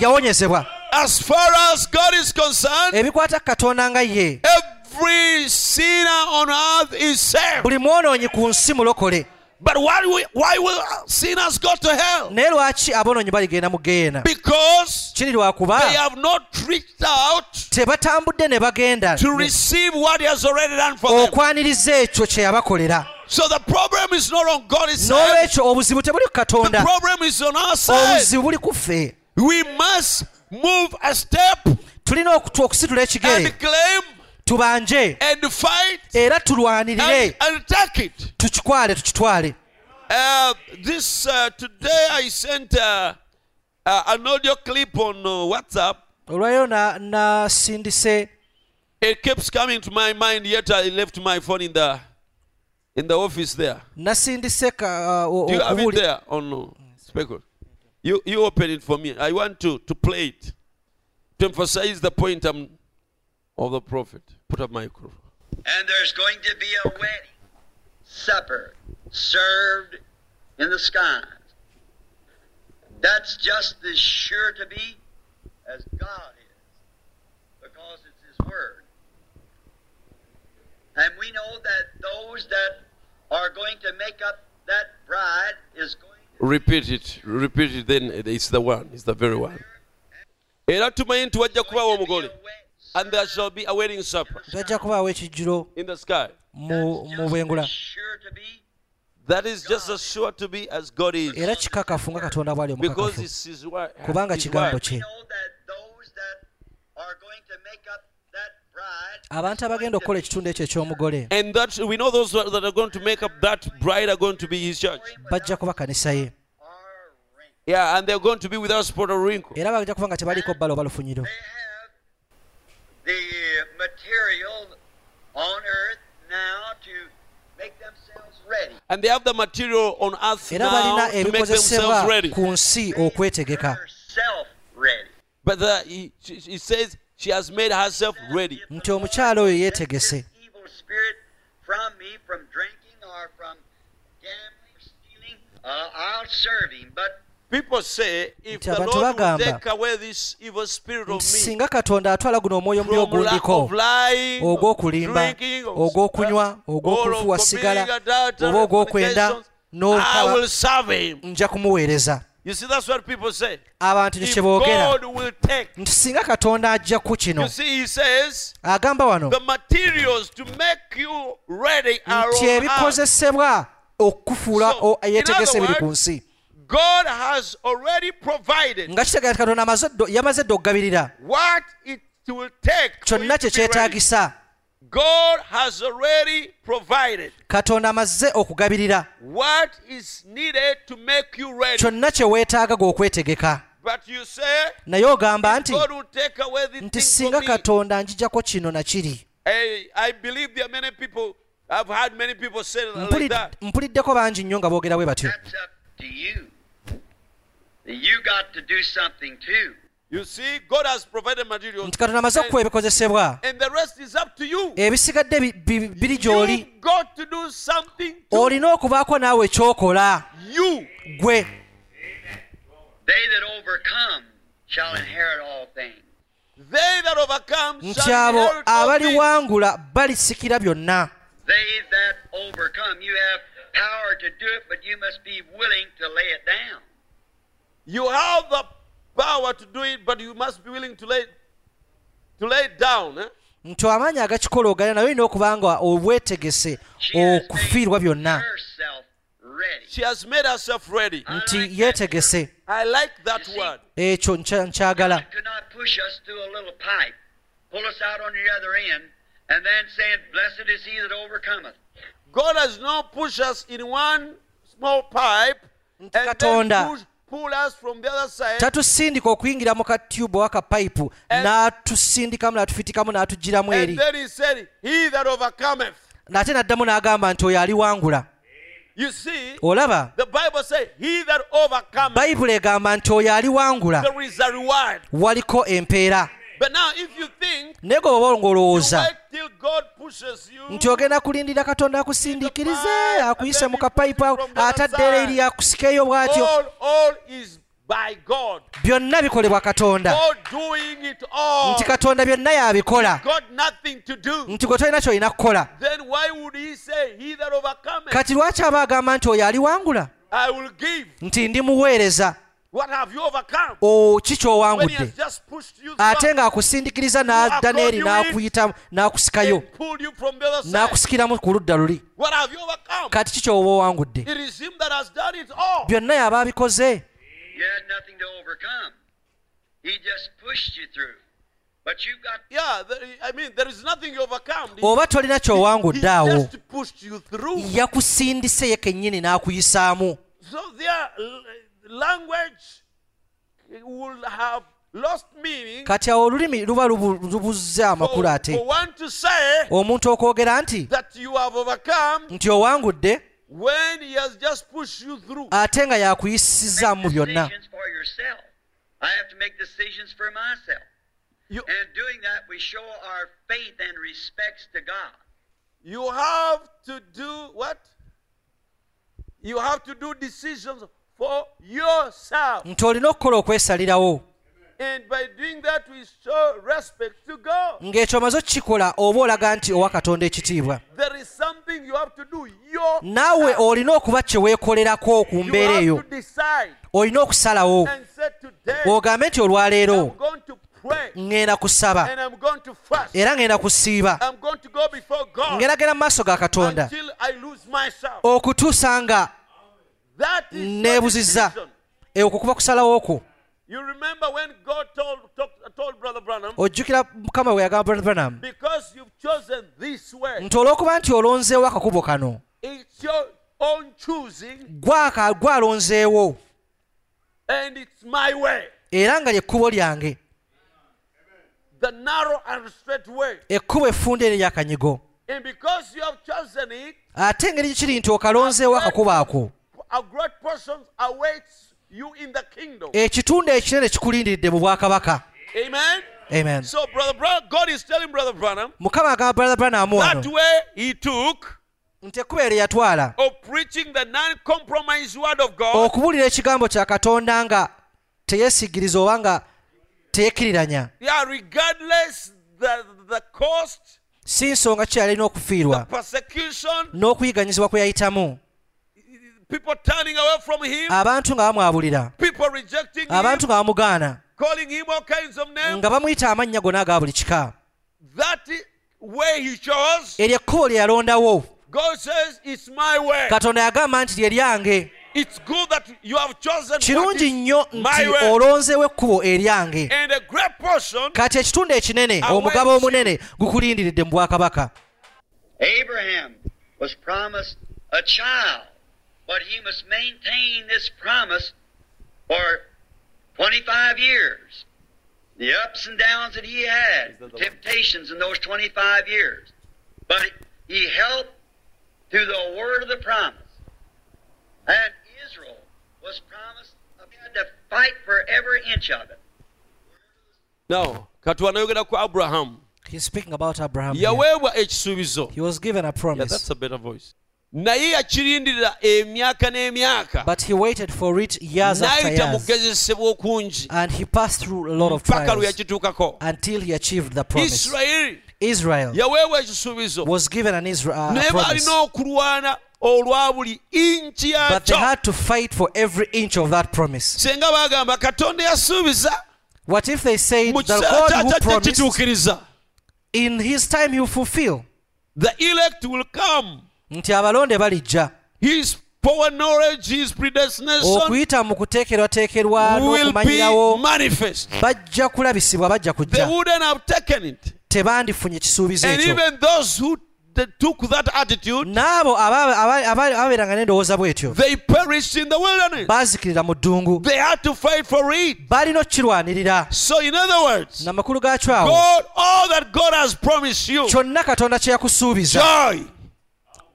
[SPEAKER 2] yawonyezebwa
[SPEAKER 1] As far as God is concerned,
[SPEAKER 2] ebikwata ku katonda nga ye
[SPEAKER 1] every sinner on earth is saved.
[SPEAKER 2] buli mwonoonyi ku nsi mulokole
[SPEAKER 1] But why, we, why will sinners go to hell?
[SPEAKER 2] naye lwaki abonoonyi baligenda mu geena
[SPEAKER 1] Because
[SPEAKER 2] kiri lwakuba
[SPEAKER 1] they have not reached out
[SPEAKER 2] tebatambudde ne bagenda
[SPEAKER 1] to receive what He has already done for
[SPEAKER 2] Oh.
[SPEAKER 1] them.
[SPEAKER 2] okwaniriza ekyo kye yabakolera
[SPEAKER 1] So the problem is not on God's side.
[SPEAKER 2] n'olwekyo obuzibu tebuli ku
[SPEAKER 1] The
[SPEAKER 2] katonda
[SPEAKER 1] problem is on our side.
[SPEAKER 2] obuzibu buli ku ffe
[SPEAKER 1] We must move a step
[SPEAKER 2] tulina okutu- okusitula ekigere
[SPEAKER 1] and claim
[SPEAKER 2] tubanje
[SPEAKER 1] and fight
[SPEAKER 2] era
[SPEAKER 1] and,
[SPEAKER 2] tulwanirire
[SPEAKER 1] and take it.
[SPEAKER 2] tukikwale tukitwale
[SPEAKER 1] Uh, this uh, today I sent uh, uh, an audio clip on uh, WhatsApp.
[SPEAKER 2] olwaleero na- nasindise
[SPEAKER 1] It keeps coming to my mind. Yet I left my phone in the in the office there.
[SPEAKER 2] nasindise ka- uh, o-
[SPEAKER 1] Do you have it
[SPEAKER 2] okuwuli-
[SPEAKER 1] there or no? Speckle. You, you open it for me. I want to, to play it to emphasize the point um, of the prophet. Put up my microphone.
[SPEAKER 3] And there's going to be a wedding supper served in the skies. That's just as sure to be as God is, because it's His Word. And we know that those that are going to make up that bride is going to
[SPEAKER 1] Repeat it. Repeat it then. It's the one. It's the very one. Era tumanyi nti wajja kubaawo
[SPEAKER 3] going to be a
[SPEAKER 1] omugole and there shall be a wedding supper
[SPEAKER 2] wajja kubaawo ekijjulo
[SPEAKER 1] in the sky
[SPEAKER 2] mu mu
[SPEAKER 3] wedding. Just
[SPEAKER 2] bwengula
[SPEAKER 3] as sure to be
[SPEAKER 1] that is just as sure to be as god is
[SPEAKER 2] era kikakafu nga katonda bwali
[SPEAKER 1] because
[SPEAKER 2] omukakafu
[SPEAKER 1] it's his word
[SPEAKER 2] kubanga
[SPEAKER 1] His
[SPEAKER 2] kigambo
[SPEAKER 1] word.
[SPEAKER 3] We
[SPEAKER 2] kye
[SPEAKER 3] know that those that are going to make up that bride
[SPEAKER 2] abantu abagenda okukola ekitundu ekyo eky'omugole
[SPEAKER 1] and that we know those that are going to make up that bride are going to be his church
[SPEAKER 2] bajja kuba kanisa ye
[SPEAKER 3] are ranked.
[SPEAKER 1] yeah and they're going to be without spot or wrinkle
[SPEAKER 2] era bajja kuba nga tebaliiko bbala oba lufunyiro
[SPEAKER 3] They have the material on earth now to make themselves ready.
[SPEAKER 1] and they have the material on earth
[SPEAKER 2] era balina
[SPEAKER 1] now to make
[SPEAKER 2] ebikozesebwa
[SPEAKER 1] themselves ready
[SPEAKER 2] ku nsi okwetegeka
[SPEAKER 3] Herself ready.
[SPEAKER 1] but the, he, she, she says she has made herself ready
[SPEAKER 2] nti omukyala oyo
[SPEAKER 3] Take
[SPEAKER 2] yeetegese
[SPEAKER 3] this evil spirit from me, from drinking or from gambling, stealing. Uh, I'll serve him, but
[SPEAKER 1] people say if
[SPEAKER 2] Nti
[SPEAKER 1] the
[SPEAKER 2] abantu
[SPEAKER 1] lord will
[SPEAKER 2] bagamba,
[SPEAKER 1] take away this evil spirit of
[SPEAKER 2] nti
[SPEAKER 1] me
[SPEAKER 2] singa katonda atwala guno omwoyo omubi
[SPEAKER 1] from la-
[SPEAKER 2] ogundiko
[SPEAKER 1] of lying,
[SPEAKER 2] ogw'okulimba
[SPEAKER 1] drinking, of-
[SPEAKER 2] ogw'okunywa
[SPEAKER 1] all of
[SPEAKER 2] ogw'okufuwa sigala
[SPEAKER 1] committing adultery,
[SPEAKER 2] oba ogw'okwenda
[SPEAKER 1] I
[SPEAKER 2] n'okaba
[SPEAKER 1] will serve him
[SPEAKER 2] nja kumuweereza
[SPEAKER 1] you see that's what people say
[SPEAKER 2] abantu kyo
[SPEAKER 1] if
[SPEAKER 2] kye boogera
[SPEAKER 1] god will take
[SPEAKER 2] nti singa katonda ajja ku kino
[SPEAKER 1] you see he says
[SPEAKER 2] agamba wano
[SPEAKER 1] the materials to make you ready are
[SPEAKER 2] nti
[SPEAKER 1] on earth.
[SPEAKER 2] ebikozesebwa okukufuula
[SPEAKER 1] So,
[SPEAKER 2] o-
[SPEAKER 1] in
[SPEAKER 2] yeetegese
[SPEAKER 1] other
[SPEAKER 2] biri ku
[SPEAKER 1] words,
[SPEAKER 2] nsi
[SPEAKER 1] God has already provided
[SPEAKER 2] nga kitegeera nti katonda amaze ddo- yamaze dde okugabirira
[SPEAKER 1] what it will take. for
[SPEAKER 2] kyonna
[SPEAKER 1] you
[SPEAKER 2] kye
[SPEAKER 1] to be ready.
[SPEAKER 2] kyetaagisa
[SPEAKER 1] God has already provided
[SPEAKER 2] katonda amaze okugabirira
[SPEAKER 1] what is needed to make you ready.
[SPEAKER 2] kyonna kye weetaaga gw'okwetegeka
[SPEAKER 1] But you say,
[SPEAKER 2] naye ogamba nti
[SPEAKER 1] God will take away the
[SPEAKER 2] nti
[SPEAKER 1] thing
[SPEAKER 2] singa
[SPEAKER 1] from me.
[SPEAKER 2] katonda njijako kino nakiri
[SPEAKER 1] I, I believe there are many people, I've heard many people say like
[SPEAKER 2] Mpuli-
[SPEAKER 1] that.
[SPEAKER 2] mpuliddeko bangi nnyo nga boogera bwe batyo
[SPEAKER 3] that's up to you. You got to do something too.
[SPEAKER 1] You see, God has provided materials.
[SPEAKER 2] nti katonda amaze okukuwa
[SPEAKER 1] And,
[SPEAKER 2] ebikozesebwa
[SPEAKER 1] and the rest is up to you.
[SPEAKER 2] Eh, ebisigadde bi- bi- biri gy'oli
[SPEAKER 1] You've got to do something to
[SPEAKER 2] olina okubaako naawe ekyokola
[SPEAKER 1] you.
[SPEAKER 2] gwe
[SPEAKER 3] They that overcome shall inherit all things.
[SPEAKER 1] They that overcome
[SPEAKER 2] nti
[SPEAKER 1] shall
[SPEAKER 2] abo
[SPEAKER 1] inherit all things.
[SPEAKER 2] abaliwangula balisikira byonna
[SPEAKER 3] They that overcome. You have power to do it, but you must be willing to lay it down.
[SPEAKER 1] You have the power to do it, but you must be willing to lay to lay it down. eh?
[SPEAKER 2] nti amaanyi agakikola ogalina naye olina okuba nga obwetegese
[SPEAKER 3] She has made
[SPEAKER 2] okufiirwa byonna
[SPEAKER 3] herself ready.
[SPEAKER 1] She has made herself ready.
[SPEAKER 2] nti yeetegese
[SPEAKER 1] I like that word.
[SPEAKER 2] ekyo nkya- nkyagala
[SPEAKER 3] God could not push us through a little pipe, pull us out on the other end, and then saying, Blessed is he that overcometh.
[SPEAKER 1] God has not pushed us in one small pipe and then
[SPEAKER 2] Katonda.
[SPEAKER 1] push, pull us from the other side.
[SPEAKER 2] tatusindika okuyingira mu katyubu oba kapayipu
[SPEAKER 1] And-
[SPEAKER 2] n'atusindikamu n'atufitikamu n'atugiramu eri
[SPEAKER 1] And then he said, He that overcometh.
[SPEAKER 2] ate n'addamu n'agamba nti oyo aliwangula
[SPEAKER 1] You see,
[SPEAKER 2] olaba
[SPEAKER 1] the Bible says, He that overcometh,
[SPEAKER 2] bayibuli egamba nti oyo aliwangula
[SPEAKER 1] there is a reward.
[SPEAKER 2] waliko empeera
[SPEAKER 1] But now, if you think,
[SPEAKER 2] naye gwe bwoba
[SPEAKER 1] you
[SPEAKER 2] ng'olowooza
[SPEAKER 1] wait till God pushes you.
[SPEAKER 2] nti ogenda kulindira katonda akusindiikirize akuyise mu kapayipu ako, atadde era eri akusikeeyo bw'atyo
[SPEAKER 1] all, all is by God.
[SPEAKER 2] byonna bikolebwa katonda
[SPEAKER 1] God doing it all.
[SPEAKER 2] nti katonda byonna y'abikola
[SPEAKER 1] Got nothing to do.
[SPEAKER 2] nti gwe tolina ky'olina kukola
[SPEAKER 1] Then why would he say, He that overcometh,
[SPEAKER 2] kati lwaki aba agamba nti oyo aliwangula
[SPEAKER 1] I will give?
[SPEAKER 2] nti ndi muweereza
[SPEAKER 1] What have you overcome?
[SPEAKER 2] o ki
[SPEAKER 1] When he has
[SPEAKER 2] ky'owangudde
[SPEAKER 1] just pushed you
[SPEAKER 2] ate
[SPEAKER 1] back
[SPEAKER 2] ng'akusindikiriza n'adda n'eri n'akuyita n'akusikayo
[SPEAKER 1] and pulled you from the other side.
[SPEAKER 2] n'akusikiramu ku ludda luli
[SPEAKER 1] What have you overcome?
[SPEAKER 2] kati ki ky'oba owangudde
[SPEAKER 1] It is him that has done it all.
[SPEAKER 2] byonna y'aba abikoze
[SPEAKER 3] You had nothing to overcome. He just pushed you through. But you've got
[SPEAKER 1] Yeah, there- I mean, there is nothing you overcome. He-
[SPEAKER 2] oba tolina
[SPEAKER 1] he
[SPEAKER 2] ky'owangudde awo
[SPEAKER 1] just pushed you through.
[SPEAKER 2] yakusindise ye kennyini n'akuyisaamu
[SPEAKER 1] So their l- language will have lost meaning
[SPEAKER 2] kati awo olulimi luba lubu- lubuzza amakulu
[SPEAKER 1] for,
[SPEAKER 2] ate
[SPEAKER 1] for one to say
[SPEAKER 2] omuntu okwogera nti
[SPEAKER 1] that you have overcome
[SPEAKER 2] nti owangudde
[SPEAKER 1] when he has just pushed you through.
[SPEAKER 2] ate nga yakuyisizza mu byonna
[SPEAKER 3] decisions for yourself. I have to make decisions for myself.
[SPEAKER 1] You,
[SPEAKER 3] And doing that, we show our faith and respects to God.
[SPEAKER 1] you have to do what? You have to do decisions for yourself.
[SPEAKER 2] nti olina okukola okwesalirawo
[SPEAKER 1] And by doing that, we show respect to God.
[SPEAKER 2] ng'ekyo omaze okukikola oba olaga nti owa katonda ekitiibwa
[SPEAKER 1] There is something you have to do. Your
[SPEAKER 2] naawe olina okuba kye weekolerako ku
[SPEAKER 1] you
[SPEAKER 2] mbeera eyo
[SPEAKER 1] have to decide
[SPEAKER 2] olina okusalawo
[SPEAKER 1] and say today
[SPEAKER 2] ogambe nti
[SPEAKER 1] I'm
[SPEAKER 2] olwaleero
[SPEAKER 1] going to pray
[SPEAKER 2] ŋŋenda kusaba
[SPEAKER 1] and I'm going to fast.
[SPEAKER 2] era ŋŋenda kusiiba
[SPEAKER 1] I'm going to go before God
[SPEAKER 2] ngeragera mu maaso ga katonda
[SPEAKER 1] until I lose myself.
[SPEAKER 2] Oh. okutuusa nga
[SPEAKER 1] That is your
[SPEAKER 2] neebuzizza
[SPEAKER 1] decision.
[SPEAKER 2] E, okwo kuba kusalawo okwo
[SPEAKER 1] You remember when God told, talk- told Brother Branham,
[SPEAKER 2] ojjukira mukama bwe yagamba Brother branam
[SPEAKER 1] because you've chosen this way,
[SPEAKER 2] nti olw'okuba nti olonzeewo akakubo kano
[SPEAKER 1] it's your own choosing
[SPEAKER 2] gwaka gwalonzeewo
[SPEAKER 1] and it's my way.
[SPEAKER 2] era nga lyekkubo lyange
[SPEAKER 1] The narrow and straight way.
[SPEAKER 2] ekkubo effunda eri eryakanyigo
[SPEAKER 1] And because you have chosen it,
[SPEAKER 2] ate engeri gikiri nti okalonzeewo akakubo ako
[SPEAKER 1] a great portion awaits you in the kingdom.
[SPEAKER 2] ekitundu ekinene kikulindiridde mu bwakabaka
[SPEAKER 1] Amen.
[SPEAKER 2] amen
[SPEAKER 1] So, Brother Branham, God is telling Brother Branham
[SPEAKER 2] mukama agamba Brother branam
[SPEAKER 1] that
[SPEAKER 2] wano
[SPEAKER 1] way he took
[SPEAKER 2] nti ekkubo eryo lyatwala
[SPEAKER 1] of preaching the non compromised word of God
[SPEAKER 2] okubuulira ekigambo kya katonda nga teyeesigiriza oba nga teyekkiriranya
[SPEAKER 1] Yeah, regardless the the cost,
[SPEAKER 2] si nsonga kyeyalina okufiirwa
[SPEAKER 1] persecution,
[SPEAKER 2] n'okuyiganyizibwa kwe yayitamu
[SPEAKER 1] people turning away from him,
[SPEAKER 2] abantu nga bamwabulira
[SPEAKER 1] people rejecting him,
[SPEAKER 2] abantu nga bamugaana
[SPEAKER 1] calling him all kinds of names.
[SPEAKER 2] nga bamuyita amannya gonna aga buli kika Mm.
[SPEAKER 1] That i- way he chose,
[SPEAKER 2] eryo ekkubo lye yalondawo
[SPEAKER 1] God says, "It's my way.
[SPEAKER 2] katonda yagamba nti lye lyange
[SPEAKER 1] It's good that you have chosen what
[SPEAKER 2] kirungi
[SPEAKER 1] is
[SPEAKER 2] nnyo nti
[SPEAKER 1] my way."
[SPEAKER 2] olonzeewo ekkubo eryange
[SPEAKER 1] And a great portion,
[SPEAKER 2] kati ekitundu ekinene omugabo omunene gukulindiridde mu bwakabaka
[SPEAKER 3] Abraham was promised a child, but he must maintain this promise for 25 years. The ups and downs that he had, temptations in those 25 years. But he held to the word of the promise. And Israel was promised, he had to fight for every inch of it.
[SPEAKER 1] no, kati wanayogera ku abrahamu
[SPEAKER 2] He's speaking about Abraham here.
[SPEAKER 1] yaweebwa ekisuubizo
[SPEAKER 2] He was given a
[SPEAKER 1] Yeah,
[SPEAKER 2] promise,
[SPEAKER 1] that's a better voice. naye yakirindirira emyaka n'emyaka
[SPEAKER 2] but he waited for it years after
[SPEAKER 1] n'ayita mu
[SPEAKER 2] years,
[SPEAKER 1] kugezesebwa okungi
[SPEAKER 2] and he passed through a lot of
[SPEAKER 1] paka lwe
[SPEAKER 2] trials
[SPEAKER 1] yakituukako
[SPEAKER 2] until he achieved the promise.
[SPEAKER 1] isirayiri
[SPEAKER 2] Israel
[SPEAKER 1] yaweebwa ekisuubizo
[SPEAKER 2] was given an Israel uh,
[SPEAKER 1] naye
[SPEAKER 2] promise,
[SPEAKER 1] balina okulwana olwa buli inki
[SPEAKER 2] but
[SPEAKER 1] yakyo
[SPEAKER 2] they had to fight for every inch of that promise.
[SPEAKER 1] singa bagamba katonda yasuubiza
[SPEAKER 2] What if they say
[SPEAKER 1] mu
[SPEAKER 2] the
[SPEAKER 1] kiseera
[SPEAKER 2] God who
[SPEAKER 1] kyakyo
[SPEAKER 2] promised
[SPEAKER 1] tekituukiriza
[SPEAKER 2] in His time He will fulfill?
[SPEAKER 1] the elect will come
[SPEAKER 2] nti abalonde balijja
[SPEAKER 1] his power knowledge his predestination
[SPEAKER 2] okuyita mu kuteekerwateekerwa
[SPEAKER 1] will be
[SPEAKER 2] n'okumanyirawo
[SPEAKER 1] manifest
[SPEAKER 2] bajja kulabisibwa
[SPEAKER 1] they
[SPEAKER 2] bajja kujja
[SPEAKER 1] wouldn't have taken it
[SPEAKER 2] tebandifunye kisuubizo
[SPEAKER 1] and
[SPEAKER 2] ekyo
[SPEAKER 1] even those who t- took that attitude
[SPEAKER 2] n'abo aba- aba- aba- ababeeranga n'endowooza bwetyo
[SPEAKER 1] they perished in the wilderness
[SPEAKER 2] baazikirira mu ddungu
[SPEAKER 1] they had to fight for it
[SPEAKER 2] balina okukirwanirira
[SPEAKER 1] so in other words
[SPEAKER 2] namakulu gaakyo awo
[SPEAKER 1] God, all that God has promised you
[SPEAKER 2] kyonna katonda kye yakusuubiza
[SPEAKER 1] joy,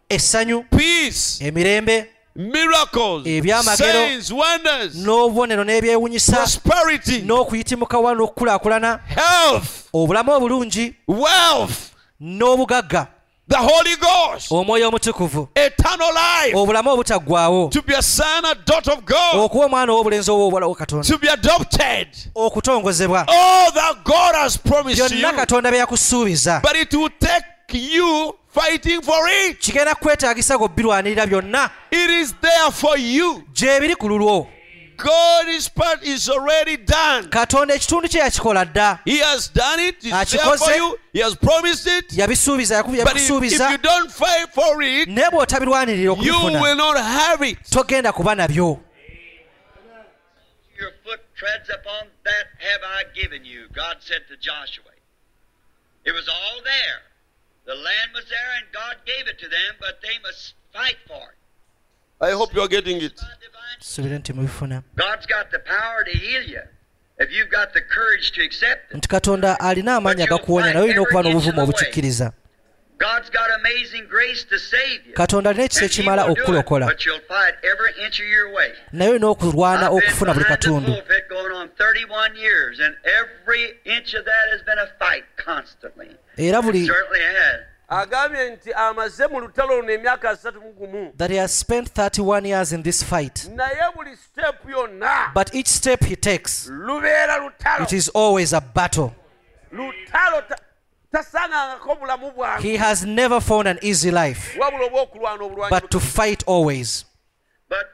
[SPEAKER 2] essanyu
[SPEAKER 1] peace,
[SPEAKER 2] emirembe
[SPEAKER 1] miracles,
[SPEAKER 2] Ebyamagero,
[SPEAKER 1] signs, wonders,
[SPEAKER 2] n'obubonero n'ebyewunyisa
[SPEAKER 1] prosperity,
[SPEAKER 2] n'okuyitimuka wa n'okukulaakulana
[SPEAKER 1] health,
[SPEAKER 2] obulamu obulungi
[SPEAKER 1] wealth,
[SPEAKER 2] n'obugagga
[SPEAKER 1] the Holy Ghost,
[SPEAKER 2] omwoyo omutukuvu
[SPEAKER 1] eternal life,
[SPEAKER 2] obulamu obutaggwaawo
[SPEAKER 1] to be a son, a daughter of God,
[SPEAKER 2] okuwa omwana ow'obulenzi owoobwala wa katonda
[SPEAKER 1] to be adopted.
[SPEAKER 2] okutongozebwa
[SPEAKER 1] All that God has promised you,
[SPEAKER 2] byonna katonda bye yakusuubiza
[SPEAKER 1] but it will take you fighting for it.
[SPEAKER 2] kigenda kwetaagisa g'obbirwanirira byonna
[SPEAKER 1] It is there for you.
[SPEAKER 2] gye biri ku lulwo
[SPEAKER 1] God's part is already done.
[SPEAKER 2] katonda ekitundu kye yakikola dda
[SPEAKER 1] He has done it. It's there
[SPEAKER 2] Akikoze.
[SPEAKER 1] for you. He has promised it.
[SPEAKER 2] yabisuubiza yaku-
[SPEAKER 1] But if, if you
[SPEAKER 2] yabikusuubiza
[SPEAKER 1] don't fight for it,
[SPEAKER 2] naye bw'otabirwanirira
[SPEAKER 1] you will
[SPEAKER 2] okubifuna
[SPEAKER 1] not have it.
[SPEAKER 2] togenda kuba nabyo
[SPEAKER 3] your foot treads upon that have I given you, God said to Joshua. It was all there. The land was there and God gave it to them, but they must fight for it.
[SPEAKER 1] I hope you are getting it.
[SPEAKER 3] By divine-
[SPEAKER 2] subire nti mubifuna
[SPEAKER 3] God's got the power to heal you. if you've got the courage to accept it.
[SPEAKER 2] nti katonda alina amaanyi agakuwonya naye olina okuba n'obuvumu obukikkiriza
[SPEAKER 3] God's got amazing grace to save you.
[SPEAKER 2] katonda alina ekisa
[SPEAKER 3] And He
[SPEAKER 2] ekimala
[SPEAKER 3] will do it,
[SPEAKER 2] okukulokola
[SPEAKER 3] but you'll fight every inch of your way.
[SPEAKER 2] naye olina okulwana
[SPEAKER 3] I've been
[SPEAKER 2] okufuna buli
[SPEAKER 3] behind the
[SPEAKER 2] katundu
[SPEAKER 3] pulpit going on 31 years, and every inch of that has been a fight constantly.
[SPEAKER 2] era
[SPEAKER 3] It
[SPEAKER 2] buli
[SPEAKER 3] certainly has.
[SPEAKER 1] agambye nti amaze mu lutalo luno emyaka asatu mu gumu
[SPEAKER 2] that he has spent 31 years in this fight
[SPEAKER 1] naye buli sitepu yonna
[SPEAKER 2] but each step he takes
[SPEAKER 1] lubeera lutalo
[SPEAKER 2] it is always a battle
[SPEAKER 1] lutalo ta- tasangangako bulamu bwange
[SPEAKER 2] he has never found an easy life
[SPEAKER 1] wabula oba okulwana obulwanyi
[SPEAKER 2] but to fight always
[SPEAKER 3] But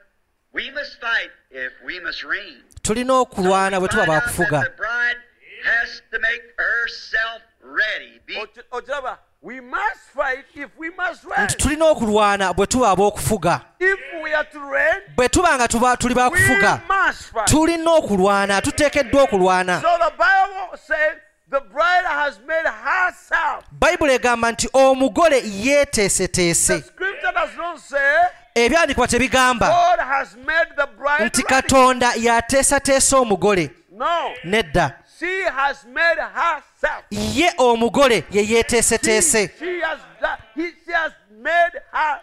[SPEAKER 3] we must fight if we must reign.
[SPEAKER 2] tulina okulwana bwe tuba
[SPEAKER 3] Find out that
[SPEAKER 2] bakufuga
[SPEAKER 3] the bride has to make herself ready. Be
[SPEAKER 1] Oki- okiraba we must fight if we must reign
[SPEAKER 2] nti tulina okulwana bwe tuba ab'okufuga
[SPEAKER 1] if we are to reign
[SPEAKER 2] bwe tuba nga tuba tuli
[SPEAKER 1] we
[SPEAKER 2] bakufuga
[SPEAKER 1] must fight
[SPEAKER 2] tulina okulwana tuteekeddwa okulwana
[SPEAKER 1] so the bible says the bride has made herself
[SPEAKER 2] bayibuli egamba nti omugole
[SPEAKER 1] the
[SPEAKER 2] yeeteeseteese
[SPEAKER 1] scripture does not say
[SPEAKER 2] ebyandikibwa tebigamba
[SPEAKER 1] god has made the bride
[SPEAKER 2] nti
[SPEAKER 1] ready.
[SPEAKER 2] katonda yateesateesa omugole
[SPEAKER 1] no
[SPEAKER 2] nedda
[SPEAKER 1] she has made herself
[SPEAKER 2] ye omugole ye
[SPEAKER 1] she,
[SPEAKER 2] yeeteeseteese
[SPEAKER 1] she has done- he, she has made herself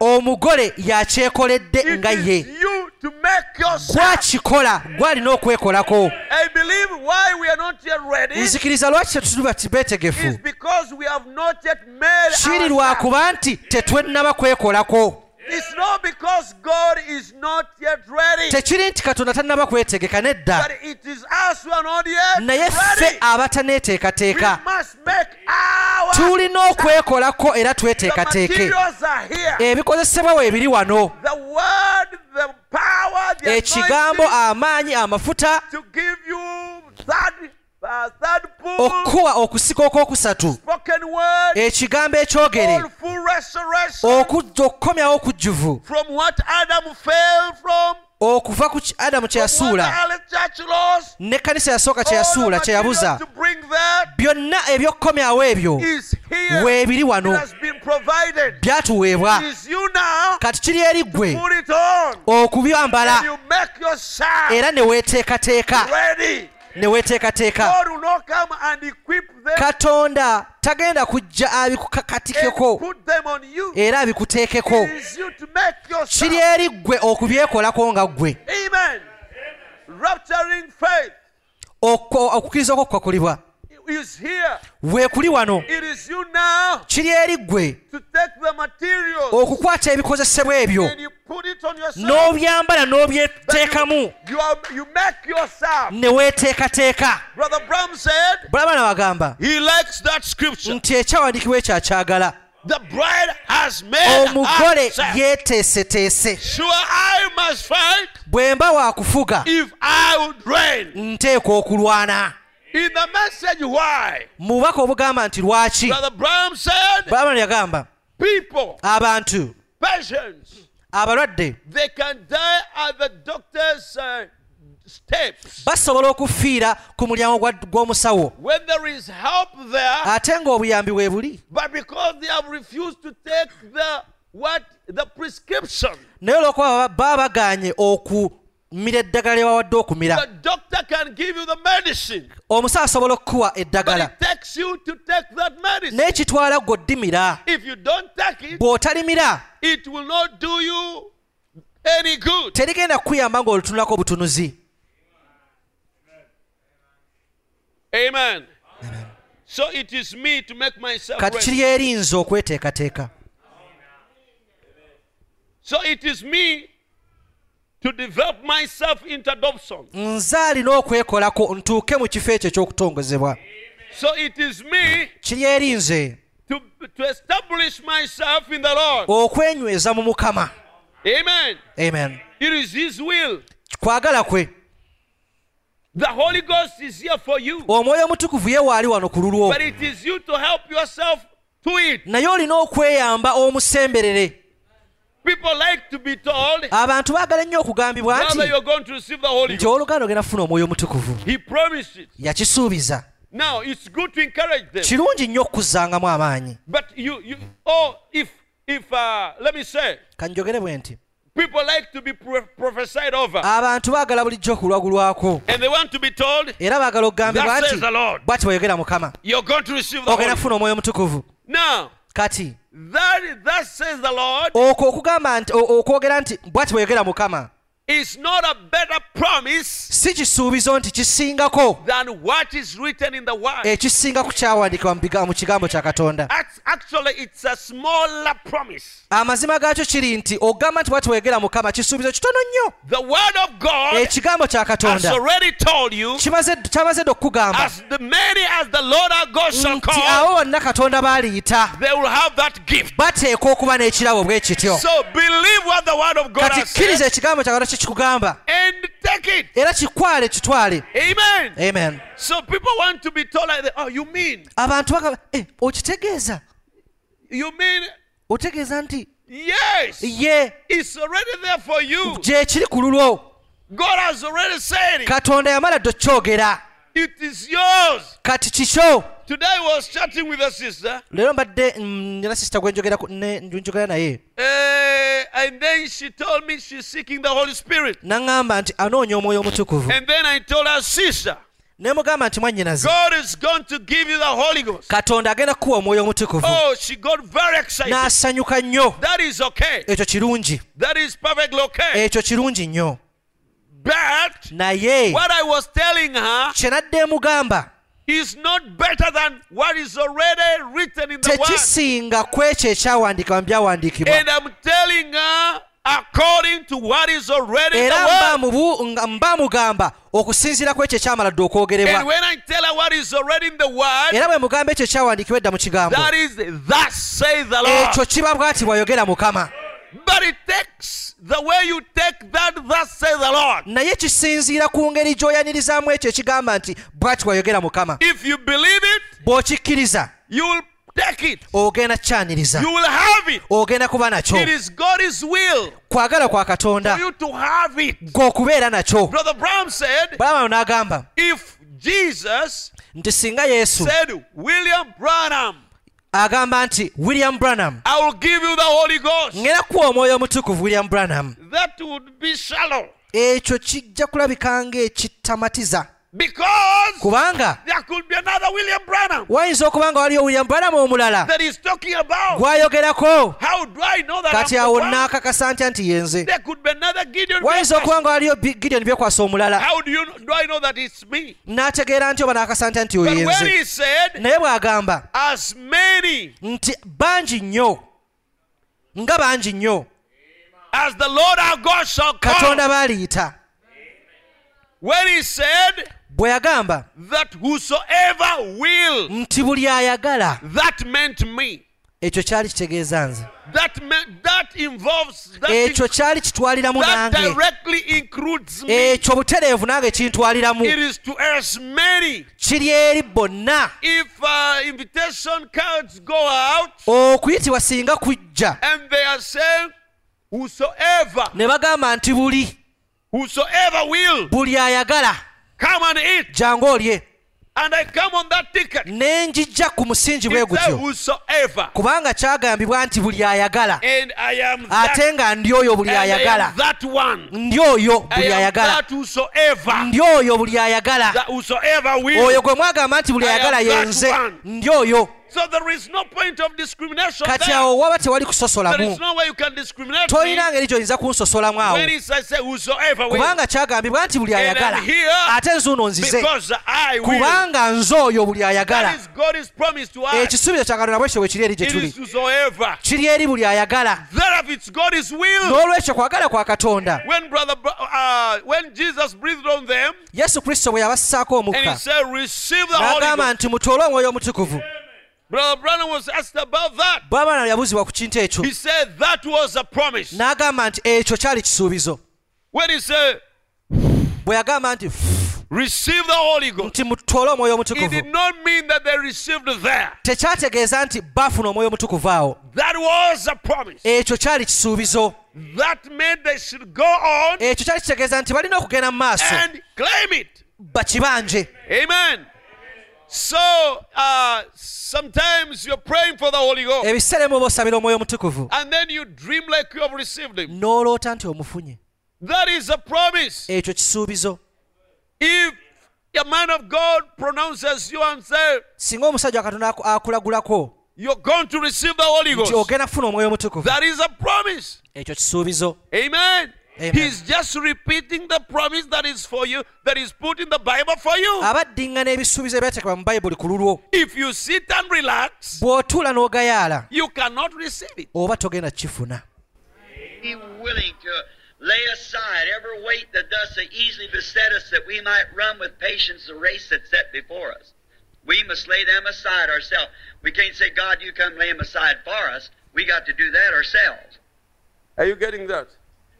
[SPEAKER 2] Oh, omugole yakyekoledde
[SPEAKER 1] It
[SPEAKER 2] nga
[SPEAKER 1] is
[SPEAKER 2] ye
[SPEAKER 1] you to make yourself
[SPEAKER 2] gwakikola gwalina okwekolako
[SPEAKER 1] I believe why we are not yet ready
[SPEAKER 2] nzikiriza lwaki tetuba
[SPEAKER 1] is
[SPEAKER 2] tibeetegefu
[SPEAKER 1] because we have not yet made
[SPEAKER 2] kiri
[SPEAKER 1] ourselves.
[SPEAKER 2] lwakuba nti tetwennaba kwekolako
[SPEAKER 1] It's not because God is not yet ready,
[SPEAKER 2] tekiri nti katonda tannaba kwetegeka
[SPEAKER 1] but
[SPEAKER 2] nedda
[SPEAKER 1] it is us who are not yet
[SPEAKER 2] naye
[SPEAKER 1] ready.
[SPEAKER 2] ffe
[SPEAKER 1] We
[SPEAKER 2] abataneeteekateeka
[SPEAKER 1] must make our
[SPEAKER 2] tulina okwekolako era
[SPEAKER 1] the
[SPEAKER 2] tweteekateeke
[SPEAKER 1] materials are here.
[SPEAKER 2] Eh. ebikozesebwa weebiri wano
[SPEAKER 1] The word, the power,
[SPEAKER 2] Eh,
[SPEAKER 1] the
[SPEAKER 2] ekigambo
[SPEAKER 1] anointing
[SPEAKER 2] amaanyi amafuta
[SPEAKER 1] to give you third, uh, third pull,
[SPEAKER 2] okukuwa okusika okw'okusatu
[SPEAKER 1] spoken
[SPEAKER 2] Eh,
[SPEAKER 1] word,
[SPEAKER 2] ekigambo ekyogere
[SPEAKER 1] all full restoration
[SPEAKER 2] okujja okukomyawo okujjuvu
[SPEAKER 1] from what Adam fell from.
[SPEAKER 2] okuva ku ki- adamu kye
[SPEAKER 1] From what
[SPEAKER 2] yasuula
[SPEAKER 1] the early church lost.
[SPEAKER 2] n'ekkanisa yasooka kye
[SPEAKER 1] All
[SPEAKER 2] yasuula
[SPEAKER 1] the
[SPEAKER 2] kye
[SPEAKER 1] materials
[SPEAKER 2] yabuza
[SPEAKER 1] to bring that
[SPEAKER 2] byonna ebyokukomyawo ebyo
[SPEAKER 1] is here.
[SPEAKER 2] weebiri wano
[SPEAKER 1] It has been provided. It
[SPEAKER 2] byatuweebwa
[SPEAKER 1] is you now.
[SPEAKER 2] kati kiri eri ggwe
[SPEAKER 1] Put it on. And
[SPEAKER 2] okubyambala
[SPEAKER 1] you make yourself
[SPEAKER 2] era ne weeteekateeka
[SPEAKER 1] ready.
[SPEAKER 2] ne weeteekateeka
[SPEAKER 1] God will not come and equip them
[SPEAKER 2] katonda tagenda kujja
[SPEAKER 1] and
[SPEAKER 2] abikukakatikeko
[SPEAKER 1] put them on you.
[SPEAKER 2] era abikuteekeko
[SPEAKER 1] It is you to make
[SPEAKER 2] kiri
[SPEAKER 1] yourself.
[SPEAKER 2] eri ggwe okubyekolako nga ggwe
[SPEAKER 1] Amen. Rapturing faith
[SPEAKER 2] Okwo- okukkiriza okwo kukakolebwa
[SPEAKER 1] is here.
[SPEAKER 2] weekuli wano
[SPEAKER 1] It is you now
[SPEAKER 2] kiri eri ggwe
[SPEAKER 1] to take the materials
[SPEAKER 2] okukwata ebikozesebwa ebyo
[SPEAKER 1] and you put it on yourself.
[SPEAKER 2] n'obyambala n'obyeteekamu
[SPEAKER 1] You, are, you make yourself.
[SPEAKER 2] ne weeteekateeka
[SPEAKER 1] Brother Bram said
[SPEAKER 2] bulabana bagamba
[SPEAKER 1] he likes that scripture.
[SPEAKER 2] nti ekyawandiikibwa ekyo akyagala
[SPEAKER 1] The bride has made
[SPEAKER 2] Oh, omugole
[SPEAKER 1] herself.
[SPEAKER 2] yeeteeseteese
[SPEAKER 1] Sure, I must fight
[SPEAKER 2] bwe mba waakufuga
[SPEAKER 1] if I would reign.
[SPEAKER 2] nteekwa okulwana
[SPEAKER 1] In the message, why?
[SPEAKER 2] mu bubaka obugamba nti lwaki
[SPEAKER 1] Brother Bram said
[SPEAKER 2] bulabana yagamba
[SPEAKER 1] people,
[SPEAKER 2] abantu
[SPEAKER 1] patients,
[SPEAKER 2] abalwadde
[SPEAKER 1] they can die at the doctor's uh, steps.
[SPEAKER 2] basobola okufiira ku mulyango gwa- gw'omusawo
[SPEAKER 1] When there is help there,
[SPEAKER 2] ate ng'obuyambi bwe buli
[SPEAKER 1] but because they have refused to take the what the prescription,
[SPEAKER 2] naye olwokuba baba- baba bagaanye okumira eddagala lye bawadde okumira
[SPEAKER 1] the doctor can give you the medicine.
[SPEAKER 2] omusawo asobola okukuwa
[SPEAKER 1] But
[SPEAKER 2] eddagala
[SPEAKER 1] it takes you to take that medicine.
[SPEAKER 2] n'ekitwala gwe oddimira
[SPEAKER 1] If you don't take it,
[SPEAKER 2] bw'otalimira
[SPEAKER 1] it will not do you any good.
[SPEAKER 2] terigenda kukuyamba ng'olitunulako obutunuzi
[SPEAKER 1] Amen. So it is me to make myself
[SPEAKER 2] kati
[SPEAKER 1] ready.
[SPEAKER 2] kiri eri nze okweteekateeka
[SPEAKER 1] So it is me to develop myself into adoption.
[SPEAKER 2] nze alina okwekolako ntuuke mu kifo ekyo eky'okutongozebwa
[SPEAKER 1] So it is me
[SPEAKER 2] kiri eri nze
[SPEAKER 1] to, to establish myself in the Lord.
[SPEAKER 2] okwenyweza mu mukama
[SPEAKER 1] Amen.
[SPEAKER 2] amen
[SPEAKER 1] It is His will.
[SPEAKER 2] kwagala kwe
[SPEAKER 1] The Holy Ghost is here for you.
[SPEAKER 2] omwoyo omutukuvu ye waali wano ku lulwo
[SPEAKER 1] But it is you to help yourself to it.
[SPEAKER 2] naye olina okweyamba omusemberere
[SPEAKER 1] People like to be told
[SPEAKER 2] abantu baagala ennyo okugambibwa
[SPEAKER 1] now
[SPEAKER 2] nti
[SPEAKER 1] that you're going to receive the Holy
[SPEAKER 2] nti
[SPEAKER 1] Ghost.
[SPEAKER 2] oluganda ogenda kufuna omwoyo omutukuvu
[SPEAKER 1] He promised it.
[SPEAKER 2] yakisuubiza
[SPEAKER 1] Now it's good to encourage them.
[SPEAKER 2] kirungi nnyo okuzzangamu amaanyi
[SPEAKER 1] But you, you, oh, if, if, uh, let me say,
[SPEAKER 2] kanjogere bwe nti
[SPEAKER 1] People like to be pro- prophesied over,
[SPEAKER 2] abantu baagala bulijjo okulwagulwako
[SPEAKER 1] and they want to be told,
[SPEAKER 2] era baagala okugambibwa
[SPEAKER 1] Thus
[SPEAKER 2] nti
[SPEAKER 1] says the Lord.
[SPEAKER 2] bw'ati bweyogera mukama
[SPEAKER 1] You're going to receive the
[SPEAKER 2] ogenda
[SPEAKER 1] Holy.
[SPEAKER 2] kufuna omwoyo omutukuvu
[SPEAKER 1] Now,
[SPEAKER 2] kati
[SPEAKER 1] that, that says the Lord
[SPEAKER 2] okwo okugamba nti o- okwogera nti bw'ati bweyogera mukama
[SPEAKER 1] is not a better promise
[SPEAKER 2] si kisuubizo nti kisingako
[SPEAKER 1] than what is written in the
[SPEAKER 2] Eh.
[SPEAKER 1] Word.
[SPEAKER 2] ekisinga ku kyawandiikibwa mu biga- mu kigambo kya katonda
[SPEAKER 1] Act- Actually, it's a smaller promise.
[SPEAKER 2] amazima gaakyo kiri nti ogamba nti bw'ati bweyogera mukama kisuubizo kitono nnyo
[SPEAKER 1] The Word of God
[SPEAKER 2] ekigambo kya
[SPEAKER 1] has
[SPEAKER 2] katonda
[SPEAKER 1] already told you,
[SPEAKER 2] kimaze- kyamaze dde okukugamba
[SPEAKER 1] as the many as the Lord our God shall
[SPEAKER 2] nti
[SPEAKER 1] call,
[SPEAKER 2] abo bonna katonda baaliyita
[SPEAKER 1] they will have that gift.
[SPEAKER 2] bateekwa okuba n'ekirabo bwe kityo
[SPEAKER 1] So believe what the Word of God
[SPEAKER 2] kati
[SPEAKER 1] has said
[SPEAKER 2] kkiriza ekigambo kya katonda kye kikugamba
[SPEAKER 1] and take it.
[SPEAKER 2] era kikwale kitwale
[SPEAKER 1] Amen.
[SPEAKER 2] amen
[SPEAKER 1] So people want to be told like that. Oh, you mean?
[SPEAKER 2] abantu bagamba "Eh, okitegeeza
[SPEAKER 1] You mean?
[SPEAKER 2] otegeeza nti
[SPEAKER 1] Yes.
[SPEAKER 2] ye
[SPEAKER 1] It's already there for you.
[SPEAKER 2] gye kiri ku lulwo
[SPEAKER 1] God has already said it.
[SPEAKER 2] katonda yamala dde okyogera
[SPEAKER 1] It is yours.
[SPEAKER 2] kati kikyo
[SPEAKER 1] Today I was chatting with a sister,
[SPEAKER 2] leero mbadde mm, nina sisita gwe njogeraku- ne- njogera naye
[SPEAKER 1] uh, and then she told me she's seeking the Holy Spirit.
[SPEAKER 2] naŋŋamba nti anoonya omwoyo omutukuvu
[SPEAKER 1] And then I told her, sister,
[SPEAKER 2] ne mugamba nti mwannyinaze
[SPEAKER 1] God is going to give you the Holy Ghost.
[SPEAKER 2] katonda agenda kukuwa omwoyo omutukuvu
[SPEAKER 1] Oh, she got very excited.
[SPEAKER 2] n'asanyuka nnyo
[SPEAKER 1] That is okay.
[SPEAKER 2] ekyo kirungi
[SPEAKER 1] That is perfectly okay.
[SPEAKER 2] ekyo kirungi nnyo
[SPEAKER 1] But
[SPEAKER 2] naye
[SPEAKER 1] what I was telling her
[SPEAKER 2] kye nadde mugamba
[SPEAKER 1] is not better than what is already written in the Word.
[SPEAKER 2] tekisinga ku ekyo ekyawandiikibwa mu byawandiikibwa
[SPEAKER 1] And I'm telling her according to what is already in
[SPEAKER 2] era mba
[SPEAKER 1] the word.
[SPEAKER 2] mubu- nga- mba mugamba okusinziira ku ekyo ekyamaladde
[SPEAKER 1] And
[SPEAKER 2] okwogerebwa
[SPEAKER 1] when I tell her what is already in the word,
[SPEAKER 2] era bwe mugamba ekyo ekyawandiikibwa edda mu kigambo
[SPEAKER 1] that is thus says the
[SPEAKER 2] ekyo
[SPEAKER 1] Lord.
[SPEAKER 2] kiba bw'ati bw'ayogera mukama
[SPEAKER 1] But it takes the way you take that thus says the Lord.
[SPEAKER 2] naye kisinziira ku ngeri gy'oyanirizaamu ekyo ekigamba nti bw'ati bw'ayogera mukama
[SPEAKER 1] If you believe it,
[SPEAKER 2] bw'okikkiriza
[SPEAKER 1] you will take it.
[SPEAKER 2] ogenda kukyaniriza
[SPEAKER 1] You will have it.
[SPEAKER 2] ogenda kuba nakyo
[SPEAKER 1] It is God's will
[SPEAKER 2] kwagala kwa
[SPEAKER 1] for
[SPEAKER 2] katonda
[SPEAKER 1] you to have it.
[SPEAKER 2] gwe okubeera nakyo
[SPEAKER 1] Brother Brown said,
[SPEAKER 2] balamu n'agamba
[SPEAKER 1] if Jesus
[SPEAKER 2] nti singa yesu
[SPEAKER 1] said, William Branham,
[SPEAKER 2] agamba nti william branham
[SPEAKER 1] I will give you the Holy Ghost,
[SPEAKER 2] ngera kuwa omwoyo omutukuvu william branham
[SPEAKER 1] that would be shallow.
[SPEAKER 2] ekyo kijja kulabika ng'ekittamatiza
[SPEAKER 1] Because
[SPEAKER 2] kubanga
[SPEAKER 1] there could be another William Branham
[SPEAKER 2] wayinza okuba nga waliyo william branham omulala
[SPEAKER 1] that he's talking about.
[SPEAKER 2] gwayogerako
[SPEAKER 1] How do I know that
[SPEAKER 2] kati
[SPEAKER 1] I'm
[SPEAKER 2] awo
[SPEAKER 1] the one?
[SPEAKER 2] n'akakasa ntya nti yenze
[SPEAKER 1] There could be another Gideon.
[SPEAKER 2] wayinza
[SPEAKER 1] Baptist.
[SPEAKER 2] okuba nga waliyo Bi- gideoni byekwasa omulala
[SPEAKER 1] How do you know, do I know that it's me?
[SPEAKER 2] n'ategeera nti oba n'akakasa ntya nti oyo
[SPEAKER 1] But when
[SPEAKER 2] yenze
[SPEAKER 1] he said,
[SPEAKER 2] naye bw'agamba
[SPEAKER 1] as many
[SPEAKER 2] nti bangi nnyo nga bangi nnyo
[SPEAKER 1] as the Lord our God shall
[SPEAKER 2] katonda
[SPEAKER 1] come.
[SPEAKER 2] baaliyita
[SPEAKER 1] When he said
[SPEAKER 2] bwe yagamba
[SPEAKER 1] that whosoever will,
[SPEAKER 2] nti buli ayagala
[SPEAKER 1] that meant me.
[SPEAKER 2] ekyo kyali kitegeeza nze
[SPEAKER 1] That meant that involves that, in-
[SPEAKER 2] ekyo kyali kitwaliramu
[SPEAKER 1] that
[SPEAKER 2] Eh, nange Eh,
[SPEAKER 1] directly includes me.
[SPEAKER 2] ekyo butereevu nange kintwaliramu
[SPEAKER 1] It is to as many.
[SPEAKER 2] kiri eri bonna
[SPEAKER 1] If uh, invitation cards go out
[SPEAKER 2] okuyitibwa singa kujja
[SPEAKER 1] and they are saying, whosoever,
[SPEAKER 2] ne bagamba nti buli
[SPEAKER 1] whosoever will,
[SPEAKER 2] buli ayagala
[SPEAKER 1] come and eat.
[SPEAKER 2] jangu olye
[SPEAKER 1] And I come on that ticket.
[SPEAKER 2] ne njijja ku musingi bwe
[SPEAKER 1] It said,
[SPEAKER 2] gutyo
[SPEAKER 1] whosoever.
[SPEAKER 2] kubanga kyagambibwa nti buli ayagala
[SPEAKER 1] And I am that,
[SPEAKER 2] ate nga ndi oyo buli
[SPEAKER 1] and I
[SPEAKER 2] ayagala
[SPEAKER 1] am that one.
[SPEAKER 2] ndi oyo
[SPEAKER 1] I
[SPEAKER 2] buli
[SPEAKER 1] am
[SPEAKER 2] ayagala
[SPEAKER 1] that whosoever.
[SPEAKER 2] ndi oyo buli ayagala
[SPEAKER 1] That whosoever will.
[SPEAKER 2] oyo gwe mwagamba nti buli
[SPEAKER 1] I am
[SPEAKER 2] ayagala
[SPEAKER 1] that
[SPEAKER 2] yenze
[SPEAKER 1] one.
[SPEAKER 2] ndi oyo
[SPEAKER 1] So there is no point of discrimination
[SPEAKER 2] kati
[SPEAKER 1] there.
[SPEAKER 2] awo waba tewali
[SPEAKER 1] There is
[SPEAKER 2] kusosolamu
[SPEAKER 1] no way you can discriminate me
[SPEAKER 2] tolina ngeri gy'oyinza kunsosolamu awo
[SPEAKER 1] when it's I say whosoever will.
[SPEAKER 2] kubanga kyagambibwa nti buli
[SPEAKER 1] And I'm
[SPEAKER 2] ayagala
[SPEAKER 1] here
[SPEAKER 2] ate nze uno nzize
[SPEAKER 1] Because I will.
[SPEAKER 2] kubanga nze oyo buli
[SPEAKER 1] That
[SPEAKER 2] ayagala Eh,
[SPEAKER 1] is God's promise to us.
[SPEAKER 2] ekisuubizo kya katonda bwekyo bwe kiri eri gye
[SPEAKER 1] It is
[SPEAKER 2] tuli
[SPEAKER 1] whosoever.
[SPEAKER 2] kiri eri buli ayagala
[SPEAKER 1] There if it's God's will.
[SPEAKER 2] n'olwekyo kwagala kwa katonda
[SPEAKER 1] When brother, Bra- uh, when Jesus breathed on them
[SPEAKER 2] yesu kristo bwe yabassaako
[SPEAKER 1] and he
[SPEAKER 2] omukka
[SPEAKER 1] said, "Receive the Holy
[SPEAKER 2] n'agamba
[SPEAKER 1] Ghost,"
[SPEAKER 2] nti mutoole omwoyo omutukuvu
[SPEAKER 1] brother Branham was asked about that.
[SPEAKER 2] bw'abaana yabuuzibwa ku kintu ekyo
[SPEAKER 1] He said that was a promise.
[SPEAKER 2] n'agamba nti ekyo kyali kisuubizo
[SPEAKER 1] When he said,
[SPEAKER 2] bwe yagamba nti "Ff,
[SPEAKER 1] "Receive the Holy Ghost,"
[SPEAKER 2] nti mutoole omwoyo
[SPEAKER 1] it
[SPEAKER 2] omutukuvu
[SPEAKER 1] did not mean that they received there.
[SPEAKER 2] tekyategeeza nti bafuna omwoyo omutukuvu awo
[SPEAKER 1] That was a promise.
[SPEAKER 2] ekyo kyali kisuubizo
[SPEAKER 1] That meant they should go on
[SPEAKER 2] ekyo kyali kitegeeza nti balina okugenda mu maaso
[SPEAKER 1] and claim it.
[SPEAKER 2] bakibanje
[SPEAKER 1] Amen. So uh, Sometimes you're praying for the Holy Ghost
[SPEAKER 2] ebiseera ebimu oba osabira omwoyo omutukuvu
[SPEAKER 1] and then you dream like you have received Him.
[SPEAKER 2] n'oloota nti omufunye
[SPEAKER 1] That is a promise.
[SPEAKER 2] ekyo kisuubizo
[SPEAKER 1] If a man of God pronounces you and says,
[SPEAKER 2] singa omusajja wa katonda aku- akulagulako
[SPEAKER 1] You're going to receive the Holy
[SPEAKER 2] nti
[SPEAKER 1] Ghost,
[SPEAKER 2] ogenda kufuna omwoyo omutukuvu
[SPEAKER 1] that is a promise.
[SPEAKER 2] ekyo kisuubizo
[SPEAKER 1] Amen.
[SPEAKER 2] Amen.
[SPEAKER 1] He's just repeating the promise that is for you, that is put in the Bible for you.
[SPEAKER 2] abaddiŋŋana ebisuubizo ebyatekebwa mu bayibuli ku lulwo
[SPEAKER 1] If you sit and relax,
[SPEAKER 2] bw'otuula n'ogayaala
[SPEAKER 1] you cannot receive it.
[SPEAKER 2] oba togenda kukifuna
[SPEAKER 3] be willing to lay aside every weight that does so easily beset us that we might run with patience the race that's set before us. We must lay them aside ourselves. We can't say, God, you come lay them aside for us. We got to do that ourselves.
[SPEAKER 1] Are you getting that?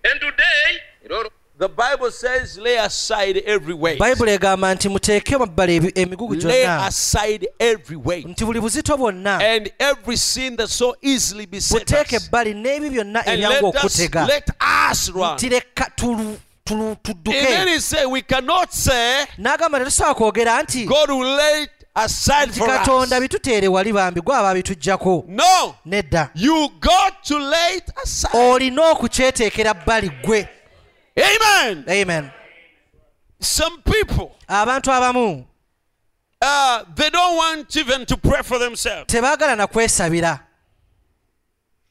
[SPEAKER 3] And today,
[SPEAKER 1] The Bible says, lay aside every weight.
[SPEAKER 2] bayibuli egamba nti muteeke mabbali emigugu
[SPEAKER 1] Lay
[SPEAKER 2] gyonna
[SPEAKER 1] aside every weight
[SPEAKER 2] nti buli buzito bwonna
[SPEAKER 1] and every sin that so easily besets
[SPEAKER 2] buteeke
[SPEAKER 1] us.
[SPEAKER 2] ebbali n'ebyo byonna
[SPEAKER 1] And
[SPEAKER 2] ebyangu
[SPEAKER 1] let us,
[SPEAKER 2] okutega
[SPEAKER 1] let us run.
[SPEAKER 2] nti leka tulu- tulu-
[SPEAKER 1] And then
[SPEAKER 2] tudduke
[SPEAKER 1] he said, we cannot say,
[SPEAKER 2] n'agamba tetusobola kwogera nti
[SPEAKER 1] God will lay it aside
[SPEAKER 2] nti
[SPEAKER 1] for
[SPEAKER 2] katonda
[SPEAKER 1] us.
[SPEAKER 2] bituteere wali bambi gwe aba abituggyako
[SPEAKER 1] No.
[SPEAKER 2] nedda
[SPEAKER 1] You got to lay it aside.
[SPEAKER 2] olina okukyeteekera bbali ggwe
[SPEAKER 1] Amen.
[SPEAKER 2] amen
[SPEAKER 1] Some people,
[SPEAKER 2] abantu abamu
[SPEAKER 1] uh, they don't want even to pray for themselves.
[SPEAKER 2] tebaagala na kwesabira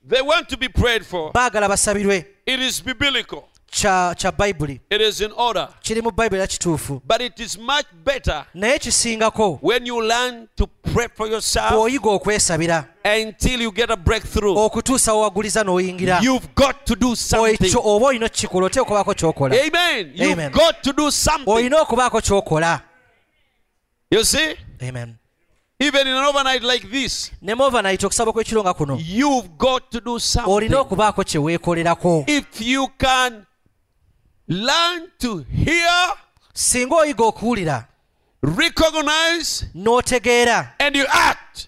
[SPEAKER 1] They want to be prayed for.
[SPEAKER 2] baagala basabirwe
[SPEAKER 1] It is biblical.
[SPEAKER 2] kya kya bayibuli
[SPEAKER 1] It is in order.
[SPEAKER 2] kiri mu bayibuli era kituufu
[SPEAKER 1] But it is much better
[SPEAKER 2] naye kisingako
[SPEAKER 1] when you learn to pray for yourself
[SPEAKER 2] bw'oyiga okwesabira
[SPEAKER 1] until you get a breakthrough.
[SPEAKER 2] okutuusa wawaguliza n'oyingira
[SPEAKER 1] You've got to do something.
[SPEAKER 2] ekyo oba olina okukikola otera okubaako kyokola
[SPEAKER 1] Amen. You've
[SPEAKER 2] Amen.
[SPEAKER 1] got to do something.
[SPEAKER 2] olina okubaako kyokola
[SPEAKER 1] You see,
[SPEAKER 2] amen
[SPEAKER 1] even in an overnight like this,
[SPEAKER 2] ne movenayita okusaba kw'ekiro nga kuno
[SPEAKER 1] you've got to do something.
[SPEAKER 2] olina okubaako kye weekolerako
[SPEAKER 1] if you can learn to hear,
[SPEAKER 2] singa oyiga okuwulira
[SPEAKER 1] recognize,
[SPEAKER 2] n'otegeera
[SPEAKER 1] and you act,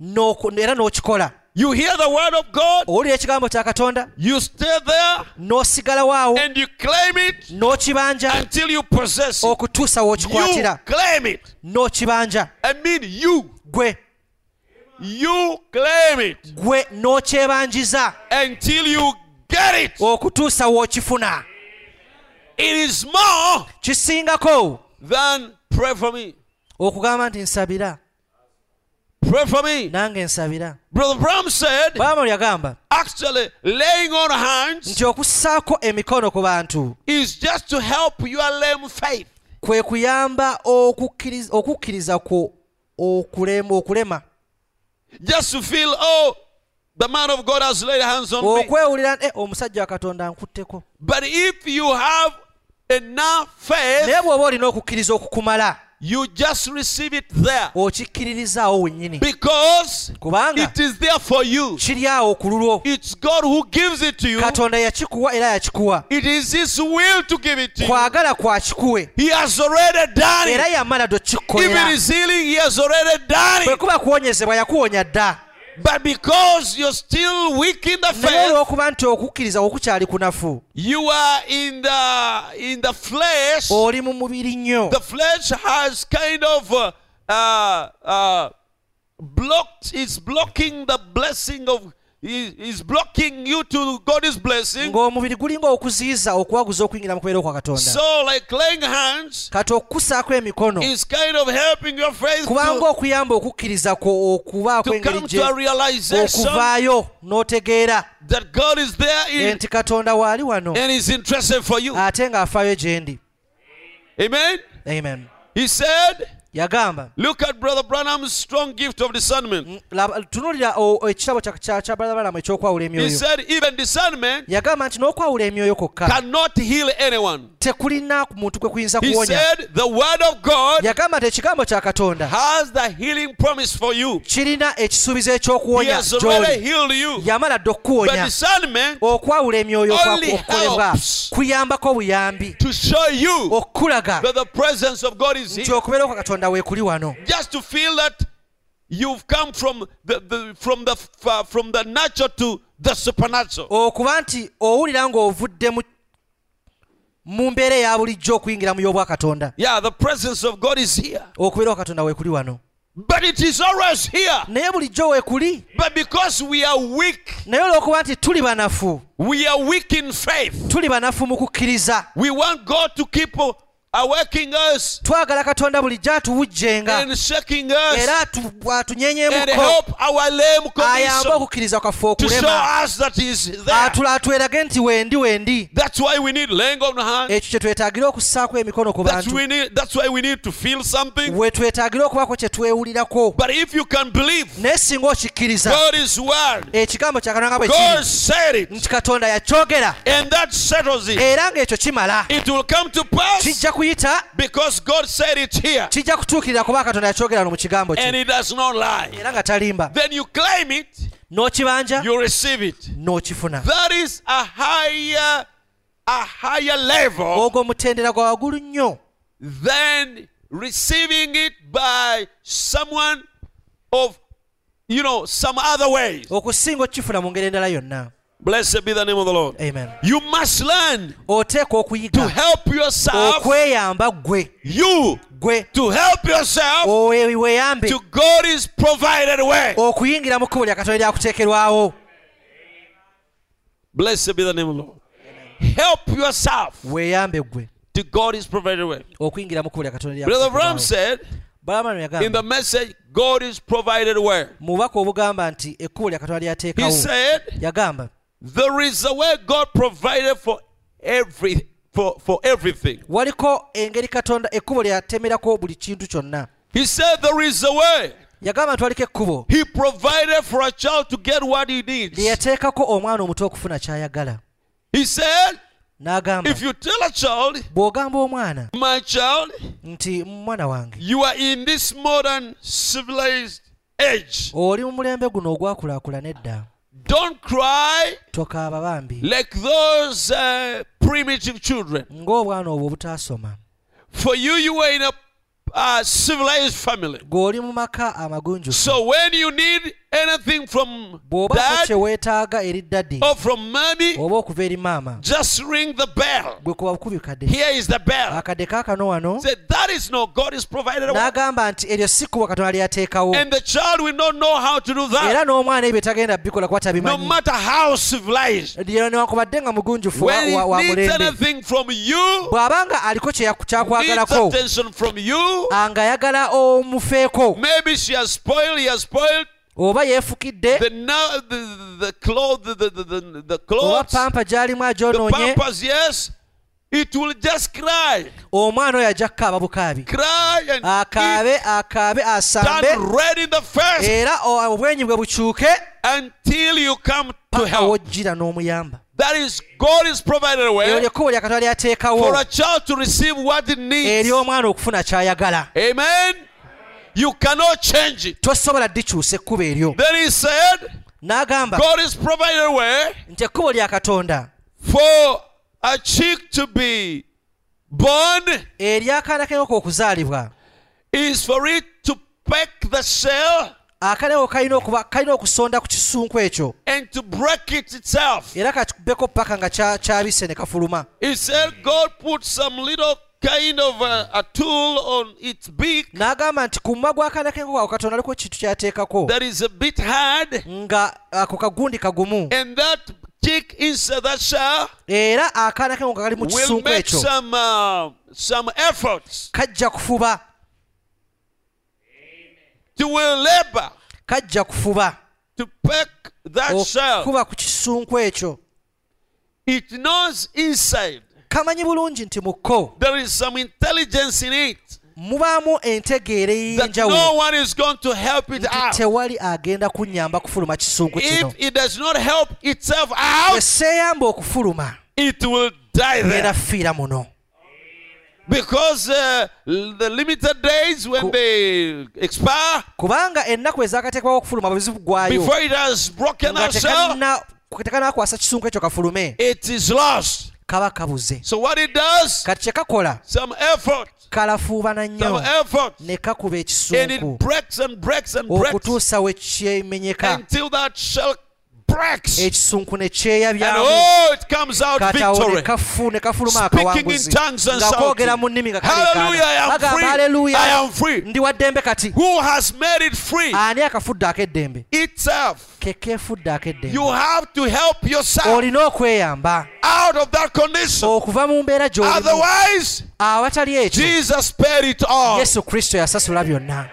[SPEAKER 2] n'oku- era n'okikola
[SPEAKER 1] you hear the word of God,
[SPEAKER 2] owulira ekigambo kya katonda
[SPEAKER 1] you stay there,
[SPEAKER 2] n'osigalawo awo
[SPEAKER 1] and you claim it
[SPEAKER 2] n'okibanja
[SPEAKER 1] until you possess it.
[SPEAKER 2] okutuusa
[SPEAKER 1] You
[SPEAKER 2] w'okikwatira
[SPEAKER 1] claim it.
[SPEAKER 2] n'okibanja
[SPEAKER 1] I mean, you,
[SPEAKER 2] gwe
[SPEAKER 1] you claim it
[SPEAKER 2] gwe n'okyebanjiza
[SPEAKER 1] until you get it.
[SPEAKER 2] okutuusa w'okifuna
[SPEAKER 1] It is more
[SPEAKER 2] kisingako
[SPEAKER 1] than pray for me.
[SPEAKER 2] okugamba nti nsabira
[SPEAKER 1] Pray for me.
[SPEAKER 2] nange nsabira
[SPEAKER 1] Brother Bram said,
[SPEAKER 2] bamuli yagamba
[SPEAKER 1] actually, laying on hands
[SPEAKER 2] nti okussaako emikono ku bantu
[SPEAKER 1] is just to help your lame faith.
[SPEAKER 2] kwe kuyamba okukkiriz- okukkiriza kwo okulema okulema
[SPEAKER 1] just to feel, oh, the man of God has laid hands on me.
[SPEAKER 2] okwewulira nti "Eh, omusajja wa katonda ankutteko
[SPEAKER 1] But if you have enough faith,
[SPEAKER 2] naye bw'oba olina okukkiriza okukumala
[SPEAKER 1] you just receive it there
[SPEAKER 2] okikkiririzaawo wennyini
[SPEAKER 1] because
[SPEAKER 2] kubanga
[SPEAKER 1] it is there for you.
[SPEAKER 2] kiri awo ku lulwo
[SPEAKER 1] It's God who gives it to you.
[SPEAKER 2] katonda yakikuwa era yakikuwa
[SPEAKER 1] It is His will to give it to you.
[SPEAKER 2] kwagala kwa kikuwe
[SPEAKER 1] He has already done
[SPEAKER 2] era
[SPEAKER 1] it.
[SPEAKER 2] yamala
[SPEAKER 1] If
[SPEAKER 2] dokikukolera
[SPEAKER 1] it is healing, He has already done
[SPEAKER 2] bwe
[SPEAKER 1] it.
[SPEAKER 2] kuba kuwonyezebwa yakuwonya dda
[SPEAKER 1] But because you're still weak in the
[SPEAKER 2] naye
[SPEAKER 1] faith,
[SPEAKER 2] olw'okuba nti okukkiriza kwo kukyali kunafu
[SPEAKER 1] you are in the in the flesh.
[SPEAKER 2] oli mu mubiri nnyo
[SPEAKER 1] the flesh has kind of uh, uh, uh, blocked it's blocking the blessing of is is blocking you to god's blessing
[SPEAKER 2] ng'omubiri gulinga okuziyiza okuwaguza okuyingira mu kubeera okwa katonda
[SPEAKER 1] so like laying hands
[SPEAKER 2] kati okukusaako emikono
[SPEAKER 1] is kind of helping your faith
[SPEAKER 2] kubanga
[SPEAKER 1] to,
[SPEAKER 2] okuyamba okukkiriza kwo okubaako
[SPEAKER 1] to
[SPEAKER 2] engeri
[SPEAKER 1] come
[SPEAKER 2] gye
[SPEAKER 1] to a realization
[SPEAKER 2] okuvaayo n'otegeera
[SPEAKER 1] that god is there in,
[SPEAKER 2] nti katonda waali wano
[SPEAKER 1] and is interested for you
[SPEAKER 2] ate ng'afaayo gye ndi
[SPEAKER 1] amen
[SPEAKER 2] amen
[SPEAKER 1] he said
[SPEAKER 2] yagamba
[SPEAKER 1] look at brother branham's strong gift of
[SPEAKER 2] Mm,
[SPEAKER 1] discernment
[SPEAKER 2] laba- tunulira o- ekirabo kya- kya kya balabalama ekyokwawula
[SPEAKER 1] he
[SPEAKER 2] emyoyo
[SPEAKER 1] said even discernment
[SPEAKER 2] yagamba nti n'okwawula emyoyo kwokka
[SPEAKER 1] cannot heal anyone
[SPEAKER 2] tekulina ku muntu kwe kuyinza
[SPEAKER 1] He
[SPEAKER 2] kuwonya
[SPEAKER 1] said, The word of God
[SPEAKER 2] yagamba nti ekigambo kya katonda
[SPEAKER 1] has the healing promise for you.
[SPEAKER 2] kirina ekisuubizo
[SPEAKER 1] He
[SPEAKER 2] ekyokuwonya
[SPEAKER 1] has already
[SPEAKER 2] gy'oli
[SPEAKER 1] healed you.
[SPEAKER 2] yamala dda
[SPEAKER 1] But
[SPEAKER 2] okukuwonya Oh,
[SPEAKER 1] discernment
[SPEAKER 2] okwawula emyoyo kwa-
[SPEAKER 1] only
[SPEAKER 2] okukolebwa
[SPEAKER 1] helps.
[SPEAKER 2] kuyambako buyambi
[SPEAKER 1] to show you
[SPEAKER 2] Oh, okukulaga
[SPEAKER 1] that the presence of God is
[SPEAKER 2] nti
[SPEAKER 1] here.
[SPEAKER 2] okubeera kwa katonda weekuli wano
[SPEAKER 1] Just to feel that you've come from the, the from the uh, from the natural to the supernatural.
[SPEAKER 2] okuba nti owulira ng'ovudde mu- mu mbeera eya bulijjo okuyingira mu y'obwakatonda
[SPEAKER 1] Yeah, the presence of God is here.
[SPEAKER 2] okubeera kwa katonda weekuli wano
[SPEAKER 1] but it is always here.
[SPEAKER 2] naye bulijjo weekuli
[SPEAKER 1] But because we are weak,
[SPEAKER 2] naye olw'okuba nti tuli banafu
[SPEAKER 1] we are weak in faith.
[SPEAKER 2] tuli banafu mu kukkiriza
[SPEAKER 1] We want God to keep uh, awaking us
[SPEAKER 2] twagala katonda bulijjo atuwujjenga
[SPEAKER 1] and shaking us
[SPEAKER 2] era atu-
[SPEAKER 1] and
[SPEAKER 2] atunyeenyemuko
[SPEAKER 1] help our lame
[SPEAKER 2] ayambe
[SPEAKER 1] condition
[SPEAKER 2] okukkiriza kwaffe
[SPEAKER 1] to show
[SPEAKER 2] okulema
[SPEAKER 1] us that He is there.
[SPEAKER 2] atula atwerage nti wendi wendi
[SPEAKER 1] That's why we need laying on hand.
[SPEAKER 2] ekyo kye twetaagira okussaako emikono ku
[SPEAKER 1] That's,
[SPEAKER 2] bantu
[SPEAKER 1] we need, that's why we need to feel something.
[SPEAKER 2] we twetaagira okubako kye twewulirako
[SPEAKER 1] But if you can believe
[SPEAKER 2] naye singa okikkiriza
[SPEAKER 1] God's word,
[SPEAKER 2] ekigambo kyakananga bwe
[SPEAKER 1] God
[SPEAKER 2] kiri
[SPEAKER 1] said it,
[SPEAKER 2] nti katonda yakyogera
[SPEAKER 1] and that settles it.
[SPEAKER 2] era ng'ekyo kimala
[SPEAKER 1] It will come to pass
[SPEAKER 2] kijja kuyita
[SPEAKER 1] because God said it here,
[SPEAKER 2] kijja kutuukirira kuba katonda yakyogera wano mu kigambo
[SPEAKER 1] and
[SPEAKER 2] kye
[SPEAKER 1] it does not lie.
[SPEAKER 2] era nga talimba
[SPEAKER 1] Then you claim it,
[SPEAKER 2] n'okibanja
[SPEAKER 1] you receive it.
[SPEAKER 2] n'okifuna
[SPEAKER 1] That is a higher, a higher level
[SPEAKER 2] ogwo mutendera gwa waggulu nnyo
[SPEAKER 1] than receiving it by someone of, you know, some other ways.
[SPEAKER 2] Oh. okusinga okukifuna mu ngeri endala yonna
[SPEAKER 1] Blessed be the name of the Lord.
[SPEAKER 2] amen
[SPEAKER 1] You must learn
[SPEAKER 2] oteeka
[SPEAKER 1] to
[SPEAKER 2] okuyiga
[SPEAKER 1] help yourself,
[SPEAKER 2] okweyamba ggwe
[SPEAKER 1] you
[SPEAKER 2] gwe
[SPEAKER 1] to help yourself
[SPEAKER 2] owe- weeyambe
[SPEAKER 1] to God is provided way.
[SPEAKER 2] Oh. okuyingira mu kkubo lya katonda eryakuteekerwawo
[SPEAKER 1] Blessed be the name of the Lord. Help yourself
[SPEAKER 2] weeyambe ggwe
[SPEAKER 1] to God is provided way.
[SPEAKER 2] okuyingira mu kkubo lya katonda
[SPEAKER 1] Brother Bram
[SPEAKER 2] eryakuteekerwawo
[SPEAKER 1] said
[SPEAKER 2] balamano
[SPEAKER 1] in the
[SPEAKER 2] yagamba
[SPEAKER 1] message, God is provided way.
[SPEAKER 2] mubaka obugamba nti ekkubo lya katonda
[SPEAKER 1] He
[SPEAKER 2] lyateekawo
[SPEAKER 1] said,
[SPEAKER 2] yagamba
[SPEAKER 1] There is a way God provided for every for, for everything.
[SPEAKER 2] waliko engeri katonda ekkubo lyatemerako buli kintu kyonna
[SPEAKER 1] He said there is a way.
[SPEAKER 2] yagamba nti waliko ekkubo
[SPEAKER 1] He provided for a child to get what he
[SPEAKER 2] lye
[SPEAKER 1] needs.
[SPEAKER 2] yateekako omwana omuto okufuna ky'ayagala
[SPEAKER 1] He said,
[SPEAKER 2] n'agamba
[SPEAKER 1] if you tell a child,
[SPEAKER 2] bw'ogamba omwana
[SPEAKER 1] my child,
[SPEAKER 2] nti mwana wange
[SPEAKER 1] you are in this modern civilized age.
[SPEAKER 2] oli mu mulembe guno ogwakulaakulana edda
[SPEAKER 1] Don't cry
[SPEAKER 2] tokaaba bambi
[SPEAKER 1] like those uh, primitive children.
[SPEAKER 2] ng'obwana obwo obutaasoma
[SPEAKER 1] For you, you were in a uh, civilized family.
[SPEAKER 2] ng'oli mu maka amagunjufu
[SPEAKER 1] So when you need anything from
[SPEAKER 2] bw'obako
[SPEAKER 1] dad oh,
[SPEAKER 2] kye weetaaga eri daddi
[SPEAKER 1] or from mommy,
[SPEAKER 2] oba okuva eri maama
[SPEAKER 1] just ring the bell.
[SPEAKER 2] gwe kuba bukubi kadde
[SPEAKER 1] Here is the bell.
[SPEAKER 2] akadde kaakano wano
[SPEAKER 1] Say that is no God is provided. a way."
[SPEAKER 2] n'agamba nti eryo si kkubo katonda lyateekawo
[SPEAKER 1] And the child will not know how to do that,
[SPEAKER 2] era n'omwana ebyo tagenda bikola kuba
[SPEAKER 1] no
[SPEAKER 2] tabimanyi
[SPEAKER 1] matter how civilized.
[SPEAKER 2] Lyo newankubadde nga mugunjufu Eh, wa- wa wa
[SPEAKER 1] When he needs
[SPEAKER 2] mulembe
[SPEAKER 1] anything from you,
[SPEAKER 2] bw'abanga aliko kye yaku-
[SPEAKER 1] needs
[SPEAKER 2] kyakwagalako
[SPEAKER 1] attention from you.
[SPEAKER 2] ah, ng'ayagala omufeeko
[SPEAKER 1] Maybe she has spoiled. He has spoiled
[SPEAKER 2] oba yeefukidde
[SPEAKER 1] the now the the clothes the the the, the
[SPEAKER 2] oba
[SPEAKER 1] clothes.
[SPEAKER 2] pampa gy'alimu
[SPEAKER 1] the
[SPEAKER 2] agyonoonye
[SPEAKER 1] pampas, yes, it will just cry,
[SPEAKER 2] omwana oyo ajja kukaaba bukaabi
[SPEAKER 1] cry and
[SPEAKER 2] Ah, akaabe akaabe
[SPEAKER 1] it
[SPEAKER 2] asambe
[SPEAKER 1] turn red in the face
[SPEAKER 2] era o- obwenyi bwe bukyuke
[SPEAKER 1] until you come to
[SPEAKER 2] paka
[SPEAKER 1] help.
[SPEAKER 2] wojjira n'omuyamba
[SPEAKER 1] That is, God is provided a
[SPEAKER 2] eryo
[SPEAKER 1] way
[SPEAKER 2] lyekkubo lya katonda
[SPEAKER 1] Eh? for
[SPEAKER 2] lyateekawo
[SPEAKER 1] a child to receive what it needs.
[SPEAKER 2] ery'omwana okufuna ky'ayagala
[SPEAKER 1] Amen. You cannot change it.
[SPEAKER 2] tosobola ddikyusa ekkubo eryo
[SPEAKER 1] Then he said,
[SPEAKER 2] n'agamba
[SPEAKER 1] God is provided a way
[SPEAKER 2] nti ekkubo lya katonda
[SPEAKER 1] for a chick to be born
[SPEAKER 2] eryakaana kenoko okuzaalibwa
[SPEAKER 1] is for it to peck the shell
[SPEAKER 2] akaneko kalina okuba kalina okusonda ku kisunku ekyo
[SPEAKER 1] and to break it itself.
[SPEAKER 2] era kakikubeko paka nga kya- kyabise ne kafuluma
[SPEAKER 1] He said God put some little kind of a, a tool on its beak
[SPEAKER 2] n'agamba nti ku mumwa gw'akaana kenko ako katonda aliko ekintu kyateekako
[SPEAKER 1] that is a bit hard,
[SPEAKER 2] nga ah, ako kagundi kagumu
[SPEAKER 1] and that chick inside that shell
[SPEAKER 2] era akaana kenko nga kali mu
[SPEAKER 1] will
[SPEAKER 2] kisunku
[SPEAKER 1] make
[SPEAKER 2] ekyo
[SPEAKER 1] some uh, some efforts
[SPEAKER 2] kajja kufuba
[SPEAKER 1] to will labor
[SPEAKER 2] kajja kufuba
[SPEAKER 1] to peck that
[SPEAKER 2] Oh,
[SPEAKER 1] shell.
[SPEAKER 2] okuba ku kisunku ekyo
[SPEAKER 1] It knows inside
[SPEAKER 2] kamanyi bulungi nti mu kko
[SPEAKER 1] there is some intelligence in it
[SPEAKER 2] mubaamu entegeera
[SPEAKER 1] that no
[SPEAKER 2] ey'enjawulo
[SPEAKER 1] one is going to help it
[SPEAKER 2] nti
[SPEAKER 1] out.
[SPEAKER 2] tewali agenda kunnyamba kufuluma kisunku kino
[SPEAKER 1] If it does not help itself out,
[SPEAKER 2] eseeyamba okufuluma
[SPEAKER 1] it will die there.
[SPEAKER 2] ngenda fiira muno
[SPEAKER 1] Because uh, l- the limited days when
[SPEAKER 2] Ku-
[SPEAKER 1] they expire,
[SPEAKER 2] kubanga ennaku ezakateekwawo okufuluma bwe bizibu gwayo
[SPEAKER 1] before it has broken
[SPEAKER 2] nga
[SPEAKER 1] out, so
[SPEAKER 2] tekalina- tekanaakwasa kisunku ekyo kafulume
[SPEAKER 1] it is lost.
[SPEAKER 2] kaba kabuze
[SPEAKER 1] So what it does,
[SPEAKER 2] kati kye kakola
[SPEAKER 1] some effort,
[SPEAKER 2] kalafuubana
[SPEAKER 1] some
[SPEAKER 2] nnyo
[SPEAKER 1] effort,
[SPEAKER 2] ne kakuba
[SPEAKER 1] and
[SPEAKER 2] ekisunku
[SPEAKER 1] it breaks and breaks and breaks
[SPEAKER 2] okutuusa we kyemenyeka
[SPEAKER 1] until that shell breaks.
[SPEAKER 2] ekisunku ne
[SPEAKER 1] And
[SPEAKER 2] kyeyabyamu
[SPEAKER 1] oh, it comes out
[SPEAKER 2] kati awo ne
[SPEAKER 1] victory.
[SPEAKER 2] kafu ne kafuluma
[SPEAKER 1] Speaking in
[SPEAKER 2] akawanguzi
[SPEAKER 1] tongues and
[SPEAKER 2] nga koogera mu nnimi
[SPEAKER 1] shouting.
[SPEAKER 2] nga
[SPEAKER 1] Hallelujah, I am
[SPEAKER 2] kaleekaana."
[SPEAKER 1] free.
[SPEAKER 2] Haleluya,
[SPEAKER 1] I am free.
[SPEAKER 2] ndi wa ddembe kati
[SPEAKER 1] Who has made it free?
[SPEAKER 2] ani akafudde ak'eddembe
[SPEAKER 1] Itself.
[SPEAKER 2] ke keefudde
[SPEAKER 1] You
[SPEAKER 2] ak'eddembe
[SPEAKER 1] have to help yourself
[SPEAKER 2] olina okweyamba
[SPEAKER 1] out of that condition.
[SPEAKER 2] okuva mu mbeera gy'olimu
[SPEAKER 1] Otherwise,
[SPEAKER 2] awatali ekyo
[SPEAKER 1] Jesus paid it all.
[SPEAKER 2] yesu kristo yasasula byonna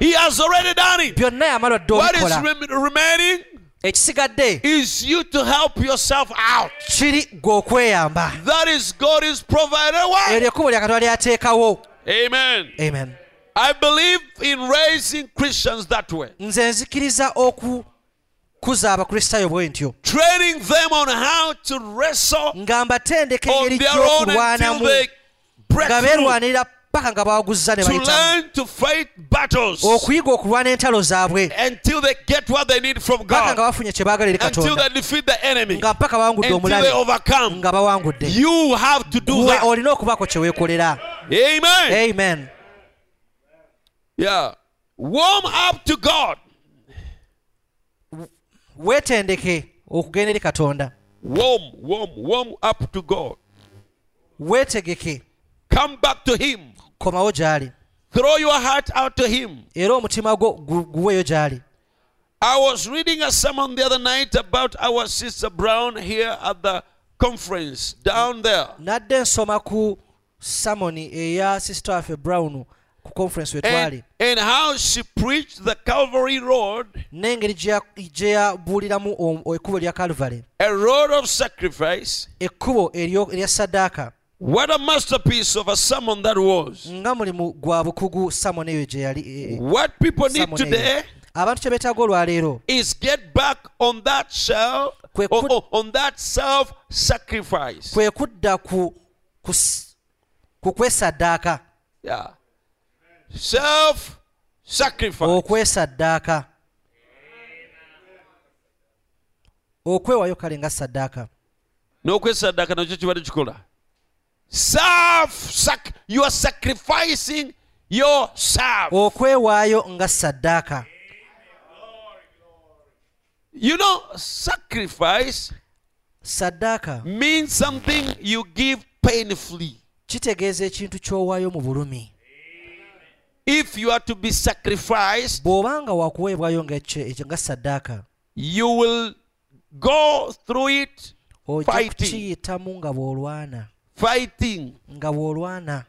[SPEAKER 1] He has already done it.
[SPEAKER 2] byonna yamala dde
[SPEAKER 1] What is
[SPEAKER 2] obikola
[SPEAKER 1] rem- remaining
[SPEAKER 2] ekisigadde
[SPEAKER 1] is you to help yourself out.
[SPEAKER 2] kiri gwe okweyamba
[SPEAKER 1] That is God is provided
[SPEAKER 2] eryo
[SPEAKER 1] way.
[SPEAKER 2] ekkubo lya katonda lyateekawo
[SPEAKER 1] Amen.
[SPEAKER 2] amen
[SPEAKER 1] I believe in raising Christians that way,
[SPEAKER 2] nze nzikiriza okukuza abakristaayo bwe ntyo
[SPEAKER 1] training them on how to wrestle
[SPEAKER 2] nga mbatendeka
[SPEAKER 1] on
[SPEAKER 2] engeri
[SPEAKER 1] their own until
[SPEAKER 2] gy'okulwanamu
[SPEAKER 1] they break
[SPEAKER 2] nga
[SPEAKER 1] through,
[SPEAKER 2] beerwanirira paka nga bawaguzza ne
[SPEAKER 1] to
[SPEAKER 2] bayitamu
[SPEAKER 1] learn to fight battles
[SPEAKER 2] okuyiga okulwana entalo zaabwe
[SPEAKER 1] until they get what they need from
[SPEAKER 2] paka nga
[SPEAKER 1] God,
[SPEAKER 2] bafunye kye baagalire
[SPEAKER 1] until
[SPEAKER 2] katonda
[SPEAKER 1] they defeat the enemy,
[SPEAKER 2] nga paka bawangudde
[SPEAKER 1] until
[SPEAKER 2] omulabe
[SPEAKER 1] they overcome.
[SPEAKER 2] nga bawangudde
[SPEAKER 1] You have to do
[SPEAKER 2] gwe
[SPEAKER 1] that.
[SPEAKER 2] olina okubaako kye weekolera
[SPEAKER 1] Amen.
[SPEAKER 2] amen
[SPEAKER 1] Yeah. Warm up to God.
[SPEAKER 2] weetendeke okugenda eri katonda
[SPEAKER 1] Warm, warm, warm up to God.
[SPEAKER 2] weetegeke
[SPEAKER 1] Come back to Him.
[SPEAKER 2] komawo gy'ali
[SPEAKER 1] Throw your heart out to Him.
[SPEAKER 2] era omutima gwo gu- guweeyo gy'ali
[SPEAKER 1] I was reading a sermon the other night about our sister Brown here at the conference down there.
[SPEAKER 2] nadde nsoma ku samoni eya sister waffe brown ku conference we twali
[SPEAKER 1] And, and how she preached the Calvary Road,
[SPEAKER 2] n'engeri gye ya- gye yabuuliramu om- ekkubo lya calvary
[SPEAKER 1] a road of sacrifice.
[SPEAKER 2] ekkubo eryo- erya saddaaka
[SPEAKER 1] What a masterpiece of a sermon that was.
[SPEAKER 2] nga mulimu gwa bukugu samoni eyo gye yali e- e-
[SPEAKER 1] What people need
[SPEAKER 2] sermon eyo.
[SPEAKER 1] today
[SPEAKER 2] abantu kye beetaaga olwaleero
[SPEAKER 1] is get back on that shell,
[SPEAKER 2] Kwe-
[SPEAKER 1] or- or on that self sacrifice.
[SPEAKER 2] kwe kudda ku ku s- ku kwesaddaaka
[SPEAKER 1] Yeah. Self
[SPEAKER 2] Oh,
[SPEAKER 1] sacrifice.
[SPEAKER 2] okwesaddaaka okwewaayo kale nga saddaaka
[SPEAKER 1] n'okwesaddaka nakyo kibadde kikola Self sac- you are sacrificing yourself
[SPEAKER 2] okwewaayo nga saddaaka
[SPEAKER 1] you know sacrifice
[SPEAKER 2] saddaaka
[SPEAKER 1] means something you give painfully
[SPEAKER 2] kitegeeza ekintu ky'owaayo mu bulumi
[SPEAKER 1] if you are to be sacrificed
[SPEAKER 2] bw'obanga wakuweebwayo nga ekyo- ekyo- nga saddaaka
[SPEAKER 1] you will go through it
[SPEAKER 2] ojja
[SPEAKER 1] fighting
[SPEAKER 2] kukiyitamu nga bw'olwana
[SPEAKER 1] fighting
[SPEAKER 2] nga bw'olwana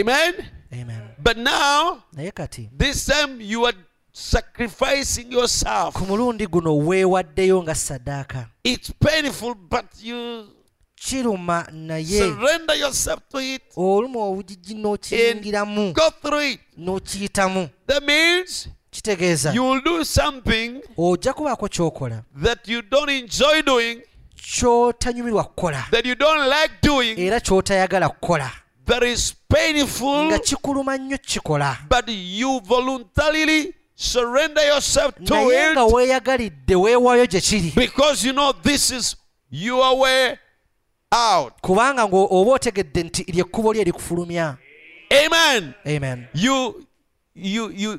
[SPEAKER 1] amen
[SPEAKER 2] amen
[SPEAKER 1] but now
[SPEAKER 2] naye kati
[SPEAKER 1] this time you are sacrificing yourself
[SPEAKER 2] ku mulundi guno weewaddeyo nga saddaaka
[SPEAKER 1] it's painful but you
[SPEAKER 2] kiruma naye
[SPEAKER 1] surrender yourself to it
[SPEAKER 2] oluma obugigi n'okiyingiramu
[SPEAKER 1] go through it.
[SPEAKER 2] n'okiyitamu
[SPEAKER 1] That means
[SPEAKER 2] kitegeeza
[SPEAKER 1] you will do something
[SPEAKER 2] ojja kubaako ky'okola
[SPEAKER 1] that you don't enjoy doing,
[SPEAKER 2] ky'otanyumirwa kukola
[SPEAKER 1] that you don't like doing,
[SPEAKER 2] era ky'otayagala kukola
[SPEAKER 1] that is
[SPEAKER 2] nga
[SPEAKER 1] painful,
[SPEAKER 2] kikuluma nnyo kikola
[SPEAKER 1] but you voluntarily surrender yourself to
[SPEAKER 2] naye nga
[SPEAKER 1] it
[SPEAKER 2] weeyagalidde weewaayo gye kiri
[SPEAKER 1] because you know this is your way out.
[SPEAKER 2] kubanga ngo- oba otegedde nti lyekkubo lye erikufulumya
[SPEAKER 1] Amen.
[SPEAKER 2] amen
[SPEAKER 1] You, you, you,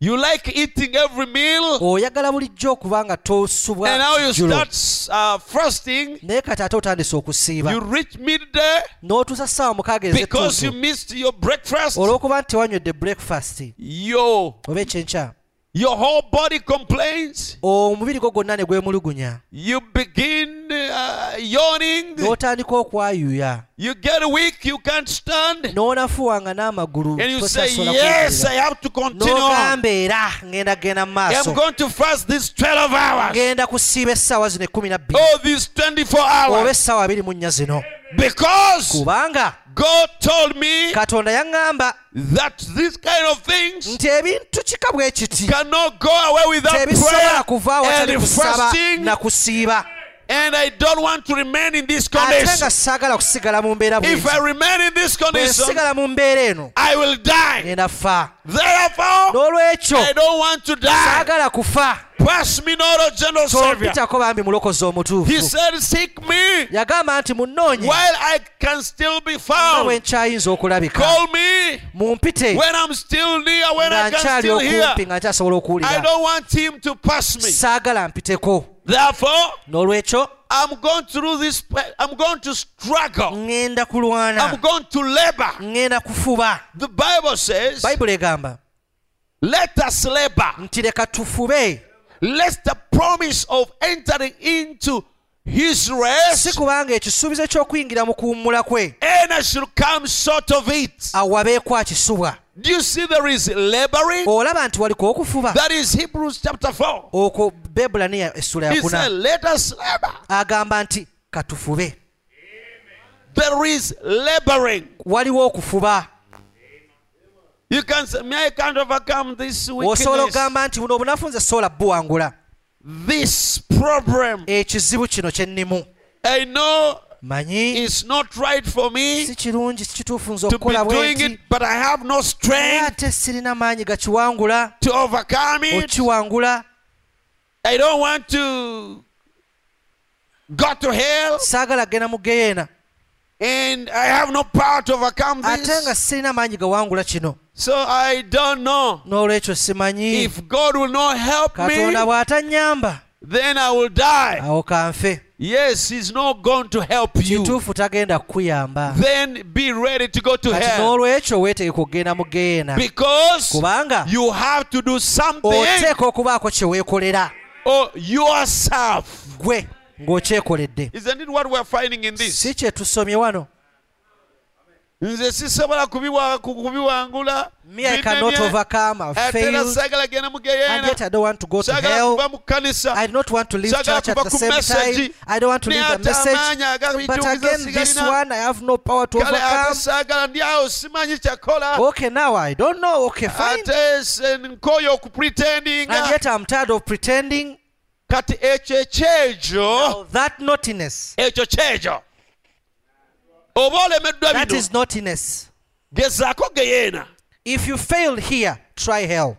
[SPEAKER 1] you like eating every meal,
[SPEAKER 2] oyagala bulijjo okuba nga tosubwa
[SPEAKER 1] and now you
[SPEAKER 2] jjulo.
[SPEAKER 1] start uh, fasting.
[SPEAKER 2] naye kati ate otandise
[SPEAKER 1] You
[SPEAKER 2] okusiiba
[SPEAKER 1] reach midday.
[SPEAKER 2] n'otuusa ssaawa mukaaga
[SPEAKER 1] because you
[SPEAKER 2] ezetuufu
[SPEAKER 1] missed your breakfast
[SPEAKER 2] olw'okuba nti tewanywedde breakfast
[SPEAKER 1] yo
[SPEAKER 2] oba ekyenkya
[SPEAKER 1] your whole body complains
[SPEAKER 2] omubiri gwo gwonna ne gwemulugunya
[SPEAKER 1] you begin uh, yawning
[SPEAKER 2] n'otandika okwayuya
[SPEAKER 1] you get weak you can't stand
[SPEAKER 2] n'onafuwa nga n'amagulu
[SPEAKER 1] and you say
[SPEAKER 2] tosasola
[SPEAKER 1] yes i
[SPEAKER 2] kweggulira."
[SPEAKER 1] have to continue on.
[SPEAKER 2] n'ogamba era ngenda kgenda mu maaso
[SPEAKER 1] i'm going to fast these 12 hours
[SPEAKER 2] ngenda kusiiba essaawa zino ekkumi nabbiri
[SPEAKER 1] oh these 24
[SPEAKER 2] oba
[SPEAKER 1] hours
[SPEAKER 2] essaawa abiri mu nnya zino
[SPEAKER 1] because
[SPEAKER 2] kubanga
[SPEAKER 1] god told me
[SPEAKER 2] katonda yaŋŋamba
[SPEAKER 1] that these kind of things
[SPEAKER 2] nti ebintu kika bwe kiti
[SPEAKER 1] cannot go away without
[SPEAKER 2] tebisobola kuva
[SPEAKER 1] prayer
[SPEAKER 2] awatali
[SPEAKER 1] and
[SPEAKER 2] kusaba
[SPEAKER 1] fasting
[SPEAKER 2] na kusiiba
[SPEAKER 1] and i don't want to remain in this
[SPEAKER 2] ate
[SPEAKER 1] condition
[SPEAKER 2] nga saagala kusigala mu mbeera bwe
[SPEAKER 1] If I remain in this condition,
[SPEAKER 2] nsigala mu mbeera eno
[SPEAKER 1] I will die.
[SPEAKER 2] ngenda fa
[SPEAKER 1] Therefore,
[SPEAKER 2] n'olwekyo
[SPEAKER 1] I don't want to die.
[SPEAKER 2] saagala kufa
[SPEAKER 1] Pass me not, O gentle Savior.
[SPEAKER 2] tompitako bambi mulokozi
[SPEAKER 1] He
[SPEAKER 2] omutuufu
[SPEAKER 1] said, Seek me
[SPEAKER 2] yagamba nti munoonye
[SPEAKER 1] while I can still be
[SPEAKER 2] nga bwe
[SPEAKER 1] found.
[SPEAKER 2] nkyayinza okulabika
[SPEAKER 1] Call me
[SPEAKER 2] mumpite
[SPEAKER 1] when I'm still near, when
[SPEAKER 2] nga
[SPEAKER 1] I can
[SPEAKER 2] nkyali
[SPEAKER 1] still hear.
[SPEAKER 2] okumpi nga nkyasobola
[SPEAKER 1] I
[SPEAKER 2] okuwulira
[SPEAKER 1] don't want him to pass me.
[SPEAKER 2] saagala mpiteko
[SPEAKER 1] Therefore,
[SPEAKER 2] n'olwekyo
[SPEAKER 1] I'm going through this, pa- I'm going to struggle.
[SPEAKER 2] ŋŋenda
[SPEAKER 1] I'm
[SPEAKER 2] kulwana
[SPEAKER 1] going to labor.
[SPEAKER 2] ŋŋenda kufuba
[SPEAKER 1] The Bible says,
[SPEAKER 2] bayibuli egamba
[SPEAKER 1] Let us labor.
[SPEAKER 2] nti leka tufube
[SPEAKER 1] Let the promise of entering into his rest
[SPEAKER 2] si kubanga ekisuubizo ky'okuyingira mu kuwummula kwe
[SPEAKER 1] and I should come short of it.
[SPEAKER 2] awabeeko akisubwa
[SPEAKER 1] Do you see there is laboring?
[SPEAKER 2] olaba nti waliko okufuba
[SPEAKER 1] That is Hebrews chapter 4.
[SPEAKER 2] okwo bebulaniya essula
[SPEAKER 1] He said,
[SPEAKER 2] yakuna
[SPEAKER 1] Let us labor.
[SPEAKER 2] agamba nti katufube
[SPEAKER 1] There is laboring.
[SPEAKER 2] waliwo okufuba
[SPEAKER 1] You can say, "Me, I can't overcome this
[SPEAKER 2] osobola
[SPEAKER 1] weakness,
[SPEAKER 2] okugamba nti buno obunafu nze sobola buwangula
[SPEAKER 1] this problem.
[SPEAKER 2] ekizibu kino kyennimu
[SPEAKER 1] I know
[SPEAKER 2] manyi
[SPEAKER 1] it's not right for me
[SPEAKER 2] si kirungi si kituufu nze
[SPEAKER 1] to be
[SPEAKER 2] okukola
[SPEAKER 1] doing
[SPEAKER 2] bwenti
[SPEAKER 1] it, but I have no
[SPEAKER 2] naye
[SPEAKER 1] strength
[SPEAKER 2] ate sirina maanyi gakiwangula
[SPEAKER 1] to overcome it.
[SPEAKER 2] okiwangula
[SPEAKER 1] I don't want to go to hell,
[SPEAKER 2] saagala genda mu geyeena
[SPEAKER 1] and I have no power to overcome
[SPEAKER 2] ate nga
[SPEAKER 1] this.
[SPEAKER 2] sirina maanyi gawangula kino
[SPEAKER 1] So I don't know.
[SPEAKER 2] n'olwekyo simanyi
[SPEAKER 1] If God will not help me,
[SPEAKER 2] katonda bw'atannyamba
[SPEAKER 1] then I will die.
[SPEAKER 2] awo kanfe
[SPEAKER 1] Yes, He's not going to help you.
[SPEAKER 2] kituufu tagenda kukuyamba
[SPEAKER 1] Then be ready to go to
[SPEAKER 2] kati
[SPEAKER 1] hell
[SPEAKER 2] n'olwekyo weetegeka okugenda mu geyeena
[SPEAKER 1] because
[SPEAKER 2] kubanga
[SPEAKER 1] you have to do something
[SPEAKER 2] oteeka okubaako kye weekolera
[SPEAKER 1] or yourself.
[SPEAKER 2] gwe ng'okyekoledde
[SPEAKER 1] Isn't it what we're finding in
[SPEAKER 2] si
[SPEAKER 1] this?
[SPEAKER 2] kye tusomye wano
[SPEAKER 1] nze sisobola kubiwa- ku- kubiwangula
[SPEAKER 2] me i cannot overcome i
[SPEAKER 1] atera
[SPEAKER 2] failed
[SPEAKER 1] saagala genda mu
[SPEAKER 2] and
[SPEAKER 1] geyeena
[SPEAKER 2] yet i don't want to go to
[SPEAKER 1] saagala
[SPEAKER 2] hell
[SPEAKER 1] kuva mu
[SPEAKER 2] I
[SPEAKER 1] kkanisa
[SPEAKER 2] do not want to leave
[SPEAKER 1] Saagala
[SPEAKER 2] church at
[SPEAKER 1] kuva
[SPEAKER 2] the
[SPEAKER 1] ku
[SPEAKER 2] same
[SPEAKER 1] message,
[SPEAKER 2] time. I don't want to
[SPEAKER 1] naye
[SPEAKER 2] leave the
[SPEAKER 1] ate
[SPEAKER 2] message.
[SPEAKER 1] amaanyi
[SPEAKER 2] But
[SPEAKER 1] agabijjukiza
[SPEAKER 2] again, this
[SPEAKER 1] sigalina
[SPEAKER 2] one I have no power to
[SPEAKER 1] kale ate
[SPEAKER 2] overcome.
[SPEAKER 1] saagala ndyawo simanyi kyakola
[SPEAKER 2] Okay, now I don't know. Okay, fine.
[SPEAKER 1] ate se- nkooye
[SPEAKER 2] And
[SPEAKER 1] okupretendinga
[SPEAKER 2] yet I'm tired of pretending.
[SPEAKER 1] kati ekyo ekyejo
[SPEAKER 2] Now that naughtiness.
[SPEAKER 1] ekyo kyejo oba olemeddwa
[SPEAKER 2] That
[SPEAKER 1] bino
[SPEAKER 2] is naughtiness.
[SPEAKER 1] gezaako geyeena
[SPEAKER 2] If you fail here, try hell.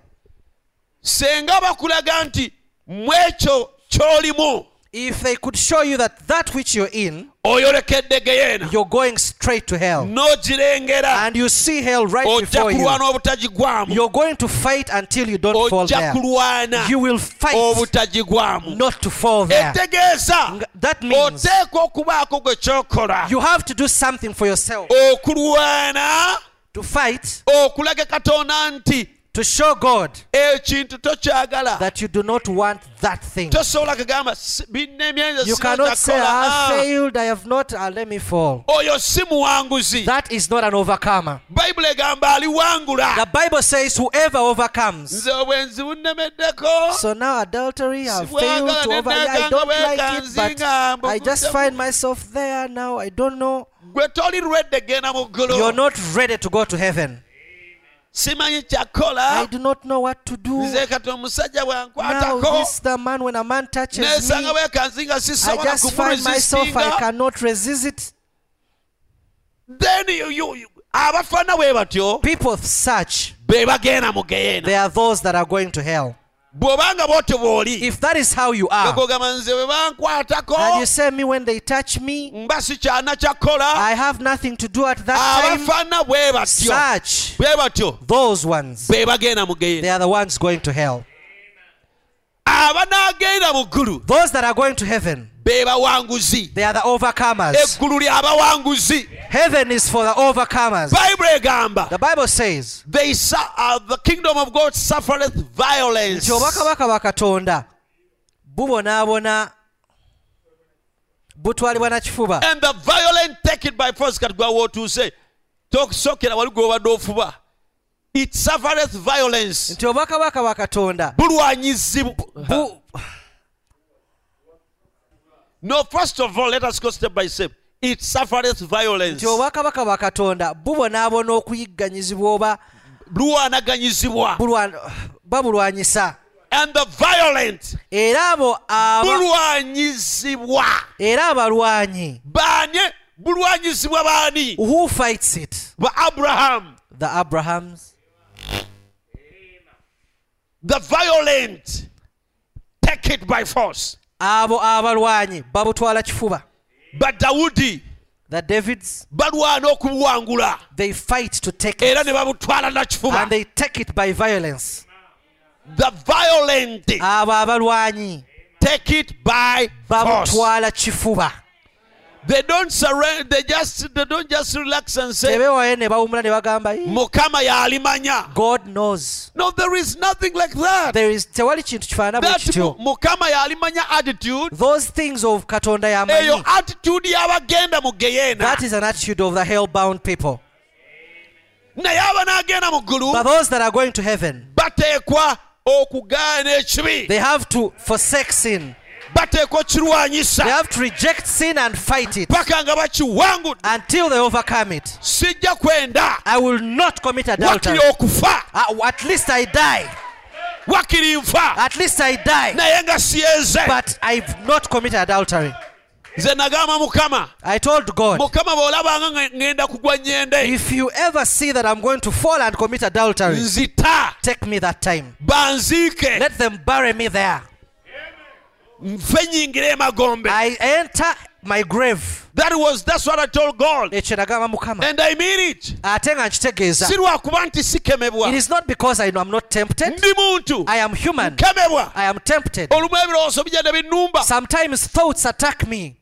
[SPEAKER 1] senga bakulaga nti mu ekyo ky'olimu
[SPEAKER 2] If they could show you that that which you're in,
[SPEAKER 1] oyolekedde geyeena
[SPEAKER 2] you're going straight to hell.
[SPEAKER 1] n'ogirengera
[SPEAKER 2] And you see hell right
[SPEAKER 1] ojja
[SPEAKER 2] before you.
[SPEAKER 1] kulwana obutagigwamu
[SPEAKER 2] You're going to fight until you don't fall
[SPEAKER 1] ojja
[SPEAKER 2] there.
[SPEAKER 1] kulwana
[SPEAKER 2] You will
[SPEAKER 1] Oh,
[SPEAKER 2] fight
[SPEAKER 1] obutagigwamu
[SPEAKER 2] not to fall there.
[SPEAKER 1] Oh, etegeeza
[SPEAKER 2] Nga- That means
[SPEAKER 1] oteekwa okubaako gwe kyokola
[SPEAKER 2] You have to do something for
[SPEAKER 1] Oh.
[SPEAKER 2] yourself
[SPEAKER 1] okulwana
[SPEAKER 2] to fight,
[SPEAKER 1] okulaga katonda nti
[SPEAKER 2] to show God
[SPEAKER 1] ekintu tokyagala
[SPEAKER 2] that you do not want that thing.
[SPEAKER 1] tosobola kugamba "Si- binnemyenze
[SPEAKER 2] You
[SPEAKER 1] singa
[SPEAKER 2] cannot say, I
[SPEAKER 1] kyakola." Ah,
[SPEAKER 2] failed, I have not, ah, let me fall.
[SPEAKER 1] oyo si muwanguzi
[SPEAKER 2] That is not an overcomer.
[SPEAKER 1] bayibuli egamba aliwangula
[SPEAKER 2] The Bible says, whoever overcomes.
[SPEAKER 1] nze obwenzi bunnemeddeko
[SPEAKER 2] So now adultery, I
[SPEAKER 1] Sibwa
[SPEAKER 2] failed
[SPEAKER 1] agala
[SPEAKER 2] to
[SPEAKER 1] ne
[SPEAKER 2] over. yeah, I
[SPEAKER 1] naganga
[SPEAKER 2] don't like it,
[SPEAKER 1] weekanzinga,
[SPEAKER 2] but
[SPEAKER 1] mbu
[SPEAKER 2] I just
[SPEAKER 1] gujja
[SPEAKER 2] find myself there now. I don't know.
[SPEAKER 1] gwe toli lwedde genda mu
[SPEAKER 2] You're
[SPEAKER 1] ggulu
[SPEAKER 2] not ready to go to heaven.
[SPEAKER 1] simanyi
[SPEAKER 2] I
[SPEAKER 1] kyakola
[SPEAKER 2] do not know what to do.
[SPEAKER 1] Ah. nze kati omusajja
[SPEAKER 2] Now
[SPEAKER 1] bwankwatako
[SPEAKER 2] this the man when a man touches me.
[SPEAKER 1] nesanga bwekanzi nga
[SPEAKER 2] I
[SPEAKER 1] sisobola
[SPEAKER 2] just find myself I
[SPEAKER 1] kumuresisinga
[SPEAKER 2] cannot resist it.
[SPEAKER 1] then you- you- you- abafaana bwe batyo
[SPEAKER 2] People of such,
[SPEAKER 1] be bagenda mu geyeena
[SPEAKER 2] they are those that are going to hell.
[SPEAKER 1] bw'obanga bwotyo bw'oli
[SPEAKER 2] If that is how you are,
[SPEAKER 1] okogamba nze bwe bankwatako
[SPEAKER 2] and you say me when they touch me,
[SPEAKER 1] mba sikyana kyakola
[SPEAKER 2] I have nothing to do at
[SPEAKER 1] Ah,
[SPEAKER 2] that time.
[SPEAKER 1] abafaana bwe batyo
[SPEAKER 2] Such
[SPEAKER 1] bwe batyo
[SPEAKER 2] those ones,
[SPEAKER 1] be bagenda mu
[SPEAKER 2] they
[SPEAKER 1] geyeena
[SPEAKER 2] are the ones going to hell.
[SPEAKER 1] abanaagenda mu ggulu
[SPEAKER 2] Those that are going to heaven,
[SPEAKER 1] be bawanguzi
[SPEAKER 2] they are the overcomers.
[SPEAKER 1] eggulu lyabawanguzi
[SPEAKER 2] Heaven is for the overcomers.
[SPEAKER 1] bayibuli egamba
[SPEAKER 2] The Bible says,
[SPEAKER 1] they su- uh, the kingdom of god suffereth violence
[SPEAKER 2] nti obwakabaka bwa katonda bubonaabona butwalibwa na kifuba
[SPEAKER 1] and the violent take it by force kati gwawotuuse tokusokera wali gwobadde ofuba it suffereth violence
[SPEAKER 2] nti obwakabaka bwa katonda
[SPEAKER 1] bulwanyizibwa
[SPEAKER 2] bu,
[SPEAKER 1] no first of all let us go step by step it suffereth violence
[SPEAKER 2] nti obwakabaka bwa katonda bubonaabona okuyigganyizibwa oba
[SPEAKER 1] bulwanaganyizibwa
[SPEAKER 2] bulwa- babulwanyisa
[SPEAKER 1] and the violent
[SPEAKER 2] era abo aba-
[SPEAKER 1] bulwanyizibwa
[SPEAKER 2] era abalwanyi
[SPEAKER 1] baanye bulwanyizibwa baani
[SPEAKER 2] who fights it
[SPEAKER 1] ba abraham
[SPEAKER 2] the abrahams
[SPEAKER 1] the violent take it by force.
[SPEAKER 2] abo abalwanyi babutwala kifuba
[SPEAKER 1] But Dawudi
[SPEAKER 2] the davids
[SPEAKER 1] balwana okubuwangula
[SPEAKER 2] they fight to take it
[SPEAKER 1] era ne babutwala
[SPEAKER 2] and
[SPEAKER 1] nakifuba
[SPEAKER 2] they take it by violence
[SPEAKER 1] the violent
[SPEAKER 2] abo abalwanyi
[SPEAKER 1] take it by force
[SPEAKER 2] babutwala kifuba
[SPEAKER 1] they don't surrender they just they don't just relax and say
[SPEAKER 2] tebeewayo ne bawumula ne bagamba "Ii,
[SPEAKER 1] mukama yalimanya
[SPEAKER 2] god knows
[SPEAKER 1] no there is nothing like that
[SPEAKER 2] there is tewali kintu kifaanana bwe
[SPEAKER 1] that
[SPEAKER 2] kityo
[SPEAKER 1] mu- mukama yalimanya attitude
[SPEAKER 2] those things of katonda yamanyi
[SPEAKER 1] eyo attitude y'abagenda mu geyena
[SPEAKER 2] that is an attitude of the hell bound people
[SPEAKER 1] naye abanaagenda mu
[SPEAKER 2] but
[SPEAKER 1] ggulu
[SPEAKER 2] those that are going to heaven
[SPEAKER 1] bateekwa okugaana ekibi
[SPEAKER 2] they have to forsake sin
[SPEAKER 1] bateekwa
[SPEAKER 2] they
[SPEAKER 1] okukirwanyisa
[SPEAKER 2] have to reject sin and fight it
[SPEAKER 1] paka nga bakiwangudde
[SPEAKER 2] until they overcome it
[SPEAKER 1] sijja kwenda
[SPEAKER 2] i will not commit adultery
[SPEAKER 1] wakiri okufa
[SPEAKER 2] Uh, at least i die
[SPEAKER 1] wakiri nfa
[SPEAKER 2] at least i die
[SPEAKER 1] naye nga siyeze
[SPEAKER 2] Ah. but i've not committed adultery
[SPEAKER 1] nze nagamba mukama
[SPEAKER 2] i told god
[SPEAKER 1] mukama bw'olabanga nga- ŋŋenda kugwa nyende
[SPEAKER 2] if you ever see that i'm going to fall and commit adultery
[SPEAKER 1] nzita
[SPEAKER 2] take me that time
[SPEAKER 1] banziike
[SPEAKER 2] let them bury me there
[SPEAKER 1] nfe nyingire emagombe
[SPEAKER 2] i enter my grave
[SPEAKER 1] that was that's what i told god
[SPEAKER 2] ekyo nagamba mukama
[SPEAKER 1] and i mean it
[SPEAKER 2] ate nga nkitegeeza
[SPEAKER 1] si lwakuba nti sikemebwa
[SPEAKER 2] it is not because i know i'm not tempted
[SPEAKER 1] ndi muntu
[SPEAKER 2] i am human
[SPEAKER 1] nkemebwa
[SPEAKER 2] i am tempted
[SPEAKER 1] olumu ebirowoozo bijja ne binnumba
[SPEAKER 2] sometimes thoughts attack me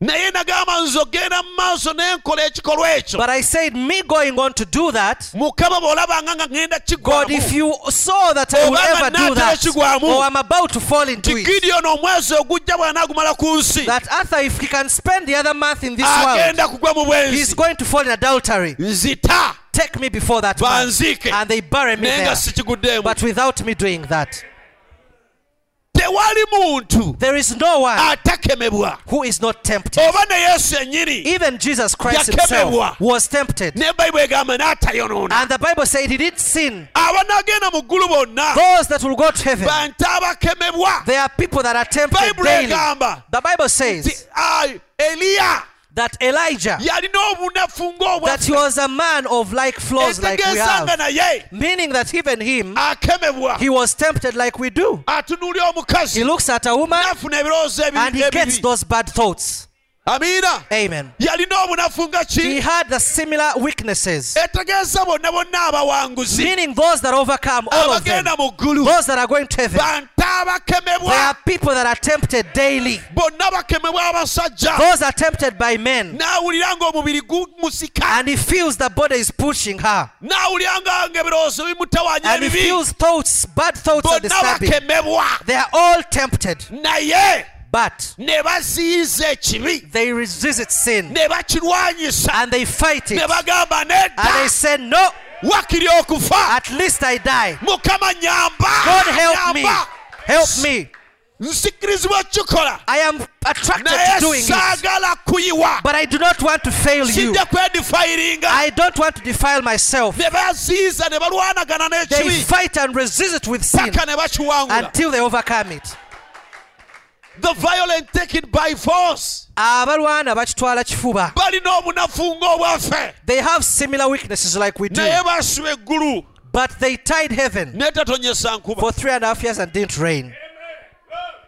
[SPEAKER 1] naye nagamba nze ogenda mu maaso n'enkola ekikolwa ekyo
[SPEAKER 2] but i said me going on to do that
[SPEAKER 1] mukama bw'olabanga nga ŋŋenda
[SPEAKER 2] god if
[SPEAKER 1] kigwamu
[SPEAKER 2] you saw that i will
[SPEAKER 1] Obanga
[SPEAKER 2] ever do that
[SPEAKER 1] naaterekigwamu.
[SPEAKER 2] or i'm about to fall into
[SPEAKER 1] ti
[SPEAKER 2] it
[SPEAKER 1] gideoni omwezi ogujja bw'anaagumala ku nsi
[SPEAKER 2] that arthur if he can spend the other month in this world
[SPEAKER 1] agenda kugwa mu
[SPEAKER 2] he's
[SPEAKER 1] bwenzi
[SPEAKER 2] going to fall in adultery
[SPEAKER 1] nzita
[SPEAKER 2] take me before that month,
[SPEAKER 1] Banzike.
[SPEAKER 2] and they bury me
[SPEAKER 1] naye nga
[SPEAKER 2] there
[SPEAKER 1] sikiguddeemu
[SPEAKER 2] but without me doing that
[SPEAKER 1] tewali muntu
[SPEAKER 2] there is no
[SPEAKER 1] Ah.
[SPEAKER 2] one
[SPEAKER 1] atakemebwa
[SPEAKER 2] who is not tempted
[SPEAKER 1] oba ne yesu ennyini
[SPEAKER 2] even jesus christ
[SPEAKER 1] Yakemebwa.
[SPEAKER 2] himself was tempted
[SPEAKER 1] ne bayibuli egamba n'atayonoona
[SPEAKER 2] and the bible said he did sin
[SPEAKER 1] abanaagenda mu ggulu bonna
[SPEAKER 2] those that will go to heaven
[SPEAKER 1] bantu abakemebwa
[SPEAKER 2] there are people that are tempted
[SPEAKER 1] bayibuli
[SPEAKER 2] daily
[SPEAKER 1] egamba
[SPEAKER 2] the bible
[SPEAKER 1] nti
[SPEAKER 2] says
[SPEAKER 1] ah, eriya
[SPEAKER 2] that elijah
[SPEAKER 1] yalina obunafu
[SPEAKER 2] that he
[SPEAKER 1] ng'obwaffe
[SPEAKER 2] was a man of like flaws like we
[SPEAKER 1] etegeezanga
[SPEAKER 2] have
[SPEAKER 1] naye
[SPEAKER 2] meaning that even him
[SPEAKER 1] Ah. akemebwa
[SPEAKER 2] he was tempted like we do
[SPEAKER 1] atunuulya
[SPEAKER 2] he
[SPEAKER 1] omukazi
[SPEAKER 2] looks at a woman
[SPEAKER 1] afuna ebirowoozo ebi-
[SPEAKER 2] and he gets
[SPEAKER 1] ebibi
[SPEAKER 2] those bad thoughts
[SPEAKER 1] amiina
[SPEAKER 2] amen
[SPEAKER 1] yalina obunafu nga
[SPEAKER 2] he
[SPEAKER 1] ki
[SPEAKER 2] had the similar weaknesses
[SPEAKER 1] etegeeza bonna bonna abawanguzi
[SPEAKER 2] meaning those that overcome all of them
[SPEAKER 1] abagenda mu ggulu
[SPEAKER 2] those that are going to heaven
[SPEAKER 1] bantu
[SPEAKER 2] there
[SPEAKER 1] abakemebwa
[SPEAKER 2] are people that are tempted daily
[SPEAKER 1] bonna bakemebwa abasajja
[SPEAKER 2] those are tempted by men
[SPEAKER 1] n'awulira ng'omubiri gumusika
[SPEAKER 2] and he feels the body is pushing her
[SPEAKER 1] n'awulira nga ngaebirowoozo bimutawanya
[SPEAKER 2] and he
[SPEAKER 1] ebibi
[SPEAKER 2] feels thoughts bad thoughts
[SPEAKER 1] bonna
[SPEAKER 2] are disturbing
[SPEAKER 1] bakemebwa
[SPEAKER 2] they are all tempted
[SPEAKER 1] naye
[SPEAKER 2] but
[SPEAKER 1] ne baziyiza ekibi
[SPEAKER 2] they resist sin
[SPEAKER 1] ne bakirwanyisa
[SPEAKER 2] and they fight it
[SPEAKER 1] ne
[SPEAKER 2] and
[SPEAKER 1] bagamba
[SPEAKER 2] they
[SPEAKER 1] nedda
[SPEAKER 2] say no
[SPEAKER 1] wakiri okufa
[SPEAKER 2] at least I die
[SPEAKER 1] mukama nyamba
[SPEAKER 2] God help me
[SPEAKER 1] Nyamba.
[SPEAKER 2] help me
[SPEAKER 1] nsikirizibwa kukikola
[SPEAKER 2] I am attracted to
[SPEAKER 1] naye
[SPEAKER 2] doing it
[SPEAKER 1] saagala kuyiwa
[SPEAKER 2] but I do not want to fail you
[SPEAKER 1] sijja kwedifayiringa
[SPEAKER 2] I don't want to defile myself
[SPEAKER 1] ne baziyiza ne balwanagana
[SPEAKER 2] they
[SPEAKER 1] n'ekibi
[SPEAKER 2] fight and resist it with sin
[SPEAKER 1] paka ne bakiwangula
[SPEAKER 2] until they overcome it
[SPEAKER 1] the violent take it by force
[SPEAKER 2] abalwana bakitwala kifuba
[SPEAKER 1] balina obunafu ng'obwaffe
[SPEAKER 2] they have similar weaknesses like we do
[SPEAKER 1] naye basuba eggulu
[SPEAKER 2] but they tied heaven
[SPEAKER 1] netatonyesa nkuba
[SPEAKER 2] for three and a half years and didn't rain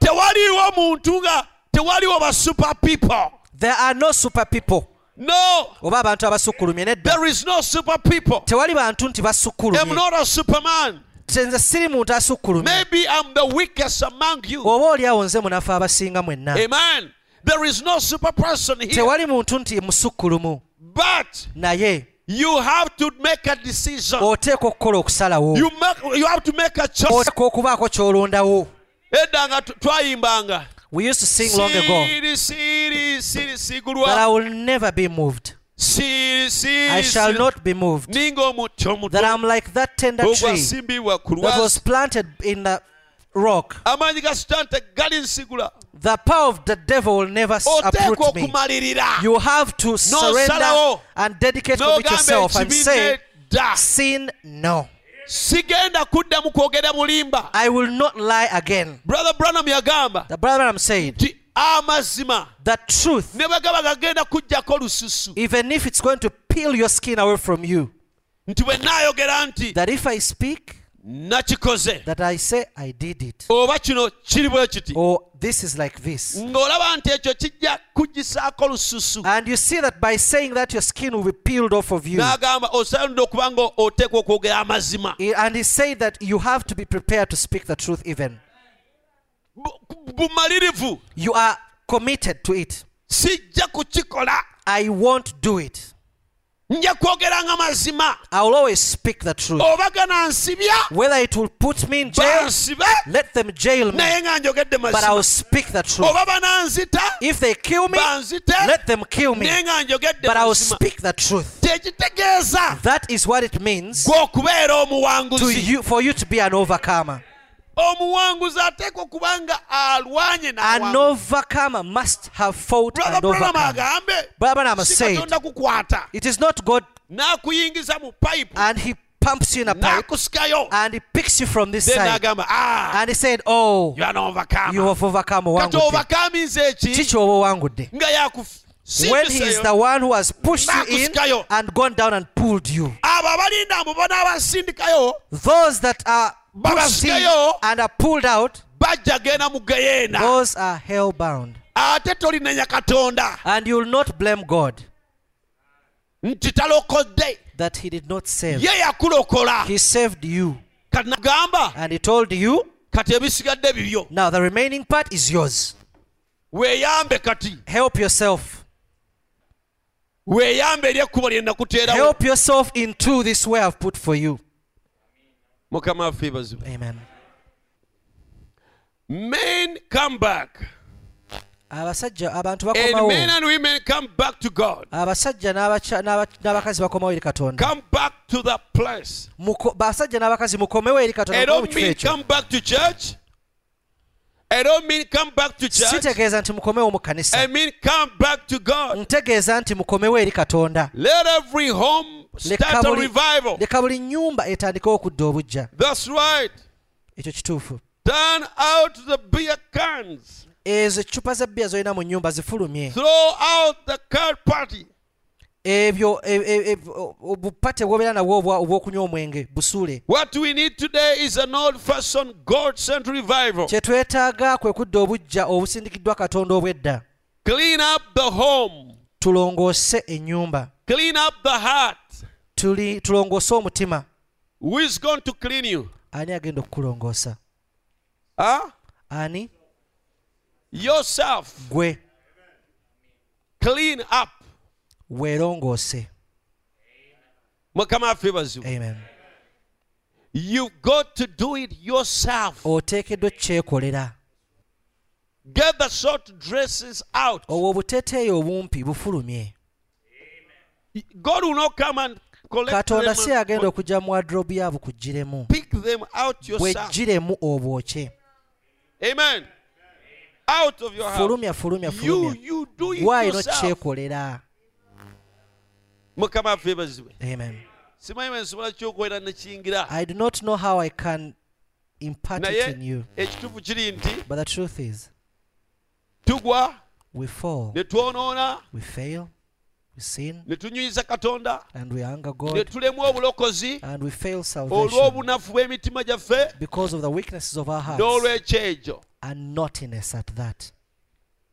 [SPEAKER 1] tewaliwo muntu nga tewaliwo ba super people
[SPEAKER 2] there are no super people
[SPEAKER 1] no
[SPEAKER 2] oba abantu abasukkulumye nedda
[SPEAKER 1] there is no super people
[SPEAKER 2] tewali bantu nti
[SPEAKER 1] i'm
[SPEAKER 2] basukkulumye
[SPEAKER 1] not a superman
[SPEAKER 2] nze siri muntu asukkulumye
[SPEAKER 1] maybe i'm the weakest among you
[SPEAKER 2] oba oliawo nze munafu abasinga mwenna
[SPEAKER 1] amen there is no super person here
[SPEAKER 2] tewali muntu nti musukkulumu
[SPEAKER 1] but
[SPEAKER 2] naye
[SPEAKER 1] you have to make a decision
[SPEAKER 2] oteekwa okukola okusalawo
[SPEAKER 1] you make you have to make a choice
[SPEAKER 2] oteekwa okubaako ky'olondawo
[SPEAKER 1] edda nga tu- twayimbanga
[SPEAKER 2] we used to sing long ago
[SPEAKER 1] Siri, siri, siri,
[SPEAKER 2] that
[SPEAKER 1] sigulwa
[SPEAKER 2] i will never be moved
[SPEAKER 1] siri
[SPEAKER 2] i
[SPEAKER 1] siri
[SPEAKER 2] shall
[SPEAKER 1] siri
[SPEAKER 2] not be moved
[SPEAKER 1] ninga omuti
[SPEAKER 2] that
[SPEAKER 1] omuto
[SPEAKER 2] i'm like that tender tree
[SPEAKER 1] ogwasimbibwa ku
[SPEAKER 2] that
[SPEAKER 1] lwazi
[SPEAKER 2] was planted in the rock,
[SPEAKER 1] amaanyi ga sitaani tegali nsigula
[SPEAKER 2] the power of the devil will never s-
[SPEAKER 1] oteekwa
[SPEAKER 2] uproot me.
[SPEAKER 1] okumalirira
[SPEAKER 2] You have to surrender
[SPEAKER 1] salawo.
[SPEAKER 2] and dedicate commit
[SPEAKER 1] n'ogamba
[SPEAKER 2] yourself and
[SPEAKER 1] ekibi
[SPEAKER 2] say,
[SPEAKER 1] nedda
[SPEAKER 2] Sin, no.
[SPEAKER 1] sigenda kuddamu kwogera bulimba
[SPEAKER 2] I will not lie again.
[SPEAKER 1] brother branham yagamba
[SPEAKER 2] The brother I'm saying,
[SPEAKER 1] nti amazima
[SPEAKER 2] the truth,
[SPEAKER 1] ne bwe gaba gagenda kuggyako lususu
[SPEAKER 2] even if it's going to peel your skin away from you,
[SPEAKER 1] nti bwe naayogera nti
[SPEAKER 2] that if I speak,
[SPEAKER 1] nakikoze
[SPEAKER 2] that I say I did it,
[SPEAKER 1] oba kino kiri bwe kiti
[SPEAKER 2] or Oh, this is like this.
[SPEAKER 1] ng'olaba nti ekyo kijja kugisaako lususu
[SPEAKER 2] And you see that by saying that, your skin will be peeled off of you.
[SPEAKER 1] n'agamba osaanidde okuba nga oteekwa okwogera amazima
[SPEAKER 2] He- And he said that you have to be prepared to speak the truth, even.
[SPEAKER 1] Bu- bumalirivu
[SPEAKER 2] You are committed to it.
[SPEAKER 1] sijja kukikola
[SPEAKER 2] I won't do it.
[SPEAKER 1] nja kwogeranga mazima
[SPEAKER 2] I will always speak the truth.
[SPEAKER 1] oba gana nsibya
[SPEAKER 2] Whether it will put me in jail,
[SPEAKER 1] bansibe
[SPEAKER 2] let them jail me,
[SPEAKER 1] naye nga njogedde
[SPEAKER 2] but I will
[SPEAKER 1] mazima
[SPEAKER 2] speak the truth.
[SPEAKER 1] oba bananzita
[SPEAKER 2] If they kill me,
[SPEAKER 1] banzite
[SPEAKER 2] let them kill me,
[SPEAKER 1] naye nga njogedde
[SPEAKER 2] but I will
[SPEAKER 1] mazima
[SPEAKER 2] speak the truth.
[SPEAKER 1] tekitegeeza
[SPEAKER 2] That is what it means
[SPEAKER 1] gwe okubeera
[SPEAKER 2] to
[SPEAKER 1] omuwanguzi
[SPEAKER 2] you, for you to be an overcomer.
[SPEAKER 1] omuwanguzi ateekwa okuba nga alwanye
[SPEAKER 2] An
[SPEAKER 1] n'awanguzi.
[SPEAKER 2] overcomer must have fought
[SPEAKER 1] um, Brother
[SPEAKER 2] and
[SPEAKER 1] Branham
[SPEAKER 2] overcome.
[SPEAKER 1] agambe
[SPEAKER 2] Brother Branham
[SPEAKER 1] si
[SPEAKER 2] said,
[SPEAKER 1] katonda kukwata
[SPEAKER 2] It is not God,
[SPEAKER 1] n'akuyingiza mu payipu
[SPEAKER 2] and He pumps you in a pipe,
[SPEAKER 1] n'akusikayo
[SPEAKER 2] and He picks you from this
[SPEAKER 1] then
[SPEAKER 2] side.
[SPEAKER 1] n'agamba "Ah,
[SPEAKER 2] And He said, Oh,
[SPEAKER 1] you are an
[SPEAKER 2] you
[SPEAKER 1] overcomer."
[SPEAKER 2] have overcome.
[SPEAKER 1] kati
[SPEAKER 2] owangudde.
[SPEAKER 1] obakaminza
[SPEAKER 2] Kiki
[SPEAKER 1] eki
[SPEAKER 2] ky'oba owangudde.
[SPEAKER 1] nga
[SPEAKER 2] when he is the
[SPEAKER 1] yakusiiseyo
[SPEAKER 2] one who has pushed you in
[SPEAKER 1] Nakusikayo.
[SPEAKER 2] and gone down and pulled you.
[SPEAKER 1] abo abalinda amubo n'abasindikayo
[SPEAKER 2] Those that are pushed in
[SPEAKER 1] Babasikayo.
[SPEAKER 2] and are pulled out,
[SPEAKER 1] bajja genda mu geyeena
[SPEAKER 2] those are hell bound.
[SPEAKER 1] ate tolinenya katonda
[SPEAKER 2] And you will not blame God
[SPEAKER 1] nti talokodde
[SPEAKER 2] that he did not save.
[SPEAKER 1] ye yakulokola
[SPEAKER 2] He saved you.
[SPEAKER 1] kati nagamba
[SPEAKER 2] And he told you,
[SPEAKER 1] kati ebisigadde bibyo
[SPEAKER 2] now the remaining part is yours.
[SPEAKER 1] weeyambe kati
[SPEAKER 2] Help yourself.
[SPEAKER 1] weeyambe eri ekkubo lye nakuteerawo
[SPEAKER 2] Help yourself into this way I've put for you.
[SPEAKER 1] mukama waffe bazibu
[SPEAKER 2] Amen.
[SPEAKER 1] men come back
[SPEAKER 2] abasajja abantu
[SPEAKER 1] and men
[SPEAKER 2] bakomawo
[SPEAKER 1] and women come back to god
[SPEAKER 2] abasajja n'abaca- n'aba- n'abakazi bakomawo eri katonda
[SPEAKER 1] come back to the place
[SPEAKER 2] Muko- basajja n'abakazi mukomewo eri katonda
[SPEAKER 1] I
[SPEAKER 2] mukomewo mu
[SPEAKER 1] don't
[SPEAKER 2] kifo
[SPEAKER 1] mean
[SPEAKER 2] ekyo
[SPEAKER 1] come back to church. I don't mean come back to church.
[SPEAKER 2] sitegeeza nti mukomewo mu kanisa
[SPEAKER 1] I mean come back to God.
[SPEAKER 2] ntegeeza nti mukomewo eri katonda
[SPEAKER 1] Let every home
[SPEAKER 2] Leka
[SPEAKER 1] start a
[SPEAKER 2] buli-
[SPEAKER 1] revival.
[SPEAKER 2] leka buli nyumba etandikewo okudda obujja
[SPEAKER 1] That's right.
[SPEAKER 2] ekyo kituufu
[SPEAKER 1] Turn out the beer cans.
[SPEAKER 2] ezo eccupa z'ebbiya zolina mu nyumba zifulumye
[SPEAKER 1] Throw out the card party.
[SPEAKER 2] ebyo e- e- e- o- obupate bwobeera nabwo obwa- obw'okunywa omwenge busule
[SPEAKER 1] What we need today is an old fashioned God sent revival.
[SPEAKER 2] kye twetaaga kwe kudda obujja obusindikiddwa katonda obw'edda
[SPEAKER 1] Clean up the home.
[SPEAKER 2] tulongoose ennyumba
[SPEAKER 1] Clean up the heart.
[SPEAKER 2] Tuli- tulongoose omutima
[SPEAKER 1] Who is going to clean you?
[SPEAKER 2] ani agenda okukulongoosa
[SPEAKER 1] Huh?
[SPEAKER 2] ani
[SPEAKER 1] Yourself.
[SPEAKER 2] gwe
[SPEAKER 1] Clean up.
[SPEAKER 2] weerongoose
[SPEAKER 1] Mukama waffe bazibu.
[SPEAKER 2] amen
[SPEAKER 1] You've got to do it yourself.
[SPEAKER 2] Oh. oteekeddwa okukyekolera
[SPEAKER 1] Get the short dresses out.
[SPEAKER 2] obwo obuteteeyi obumpi bufulumye
[SPEAKER 1] God will not come and collect them.
[SPEAKER 2] katonda si
[SPEAKER 1] and
[SPEAKER 2] yagenda okujja mu wadrobe yaabwe kugiremu
[SPEAKER 1] pick them out yourself.
[SPEAKER 2] bwegiremu obwokye
[SPEAKER 1] Amen. Out of your house.
[SPEAKER 2] fulumya fulumya
[SPEAKER 1] You,
[SPEAKER 2] fulumya
[SPEAKER 1] you do it
[SPEAKER 2] gwalina
[SPEAKER 1] yourself.
[SPEAKER 2] okukyekolera
[SPEAKER 1] Mukama waffe bazibe.
[SPEAKER 2] amen
[SPEAKER 1] Simanyi bwe nsobola ky'okwera ne kiyingira.
[SPEAKER 2] i do not know how i can impart it
[SPEAKER 1] Naye
[SPEAKER 2] in you
[SPEAKER 1] ekituufu kiri nti
[SPEAKER 2] but the truth is
[SPEAKER 1] tugwa
[SPEAKER 2] we fall
[SPEAKER 1] ne twonoona
[SPEAKER 2] we fail we sin
[SPEAKER 1] ne tunyiza Katonda
[SPEAKER 2] and we anger
[SPEAKER 1] ne
[SPEAKER 2] god
[SPEAKER 1] tulemu obulokozi
[SPEAKER 2] and we fail salvation
[SPEAKER 1] olw'obunafu bw'emitima gyaffe
[SPEAKER 2] because of the weaknesses of our hearts
[SPEAKER 1] n'olw'ekyejo.
[SPEAKER 2] and naughtiness at that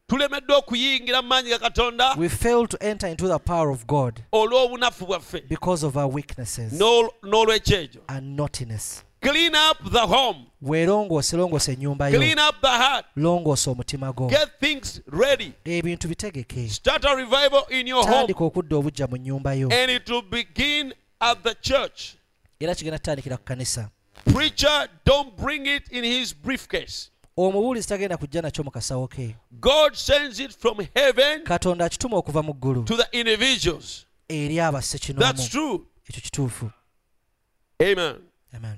[SPEAKER 1] tulemeddwa okuyingira mu maanyi ga katonda
[SPEAKER 2] we fail to enter into the power of god
[SPEAKER 1] olw'obunafu bwaffe
[SPEAKER 2] because of our weaknesses
[SPEAKER 1] N'ol- n'olw'ekyejo
[SPEAKER 2] and naughtiness
[SPEAKER 1] clean up the home
[SPEAKER 2] weerongoose longoosa ennyumba yo
[SPEAKER 1] clean up the heart
[SPEAKER 2] longoosa omutima gwo
[SPEAKER 1] get things ready
[SPEAKER 2] Eh, ebintu bitegeke
[SPEAKER 1] start a revival in your home Eh.
[SPEAKER 2] tandika okudda obujja mu nnyumba yo
[SPEAKER 1] and it will begin at the church
[SPEAKER 2] era kigenda tutandikira ku kanisa
[SPEAKER 1] preacher don't bring it in his briefcase
[SPEAKER 2] omubuulizi tagenda kujja nakyo mu kasawo ke
[SPEAKER 1] god sends it from heaven
[SPEAKER 2] katonda akituma okuva mu ggulu
[SPEAKER 1] to the individuals
[SPEAKER 2] eri abasekinoomu
[SPEAKER 1] that's true
[SPEAKER 2] ekyo kituufu
[SPEAKER 1] amen
[SPEAKER 2] amen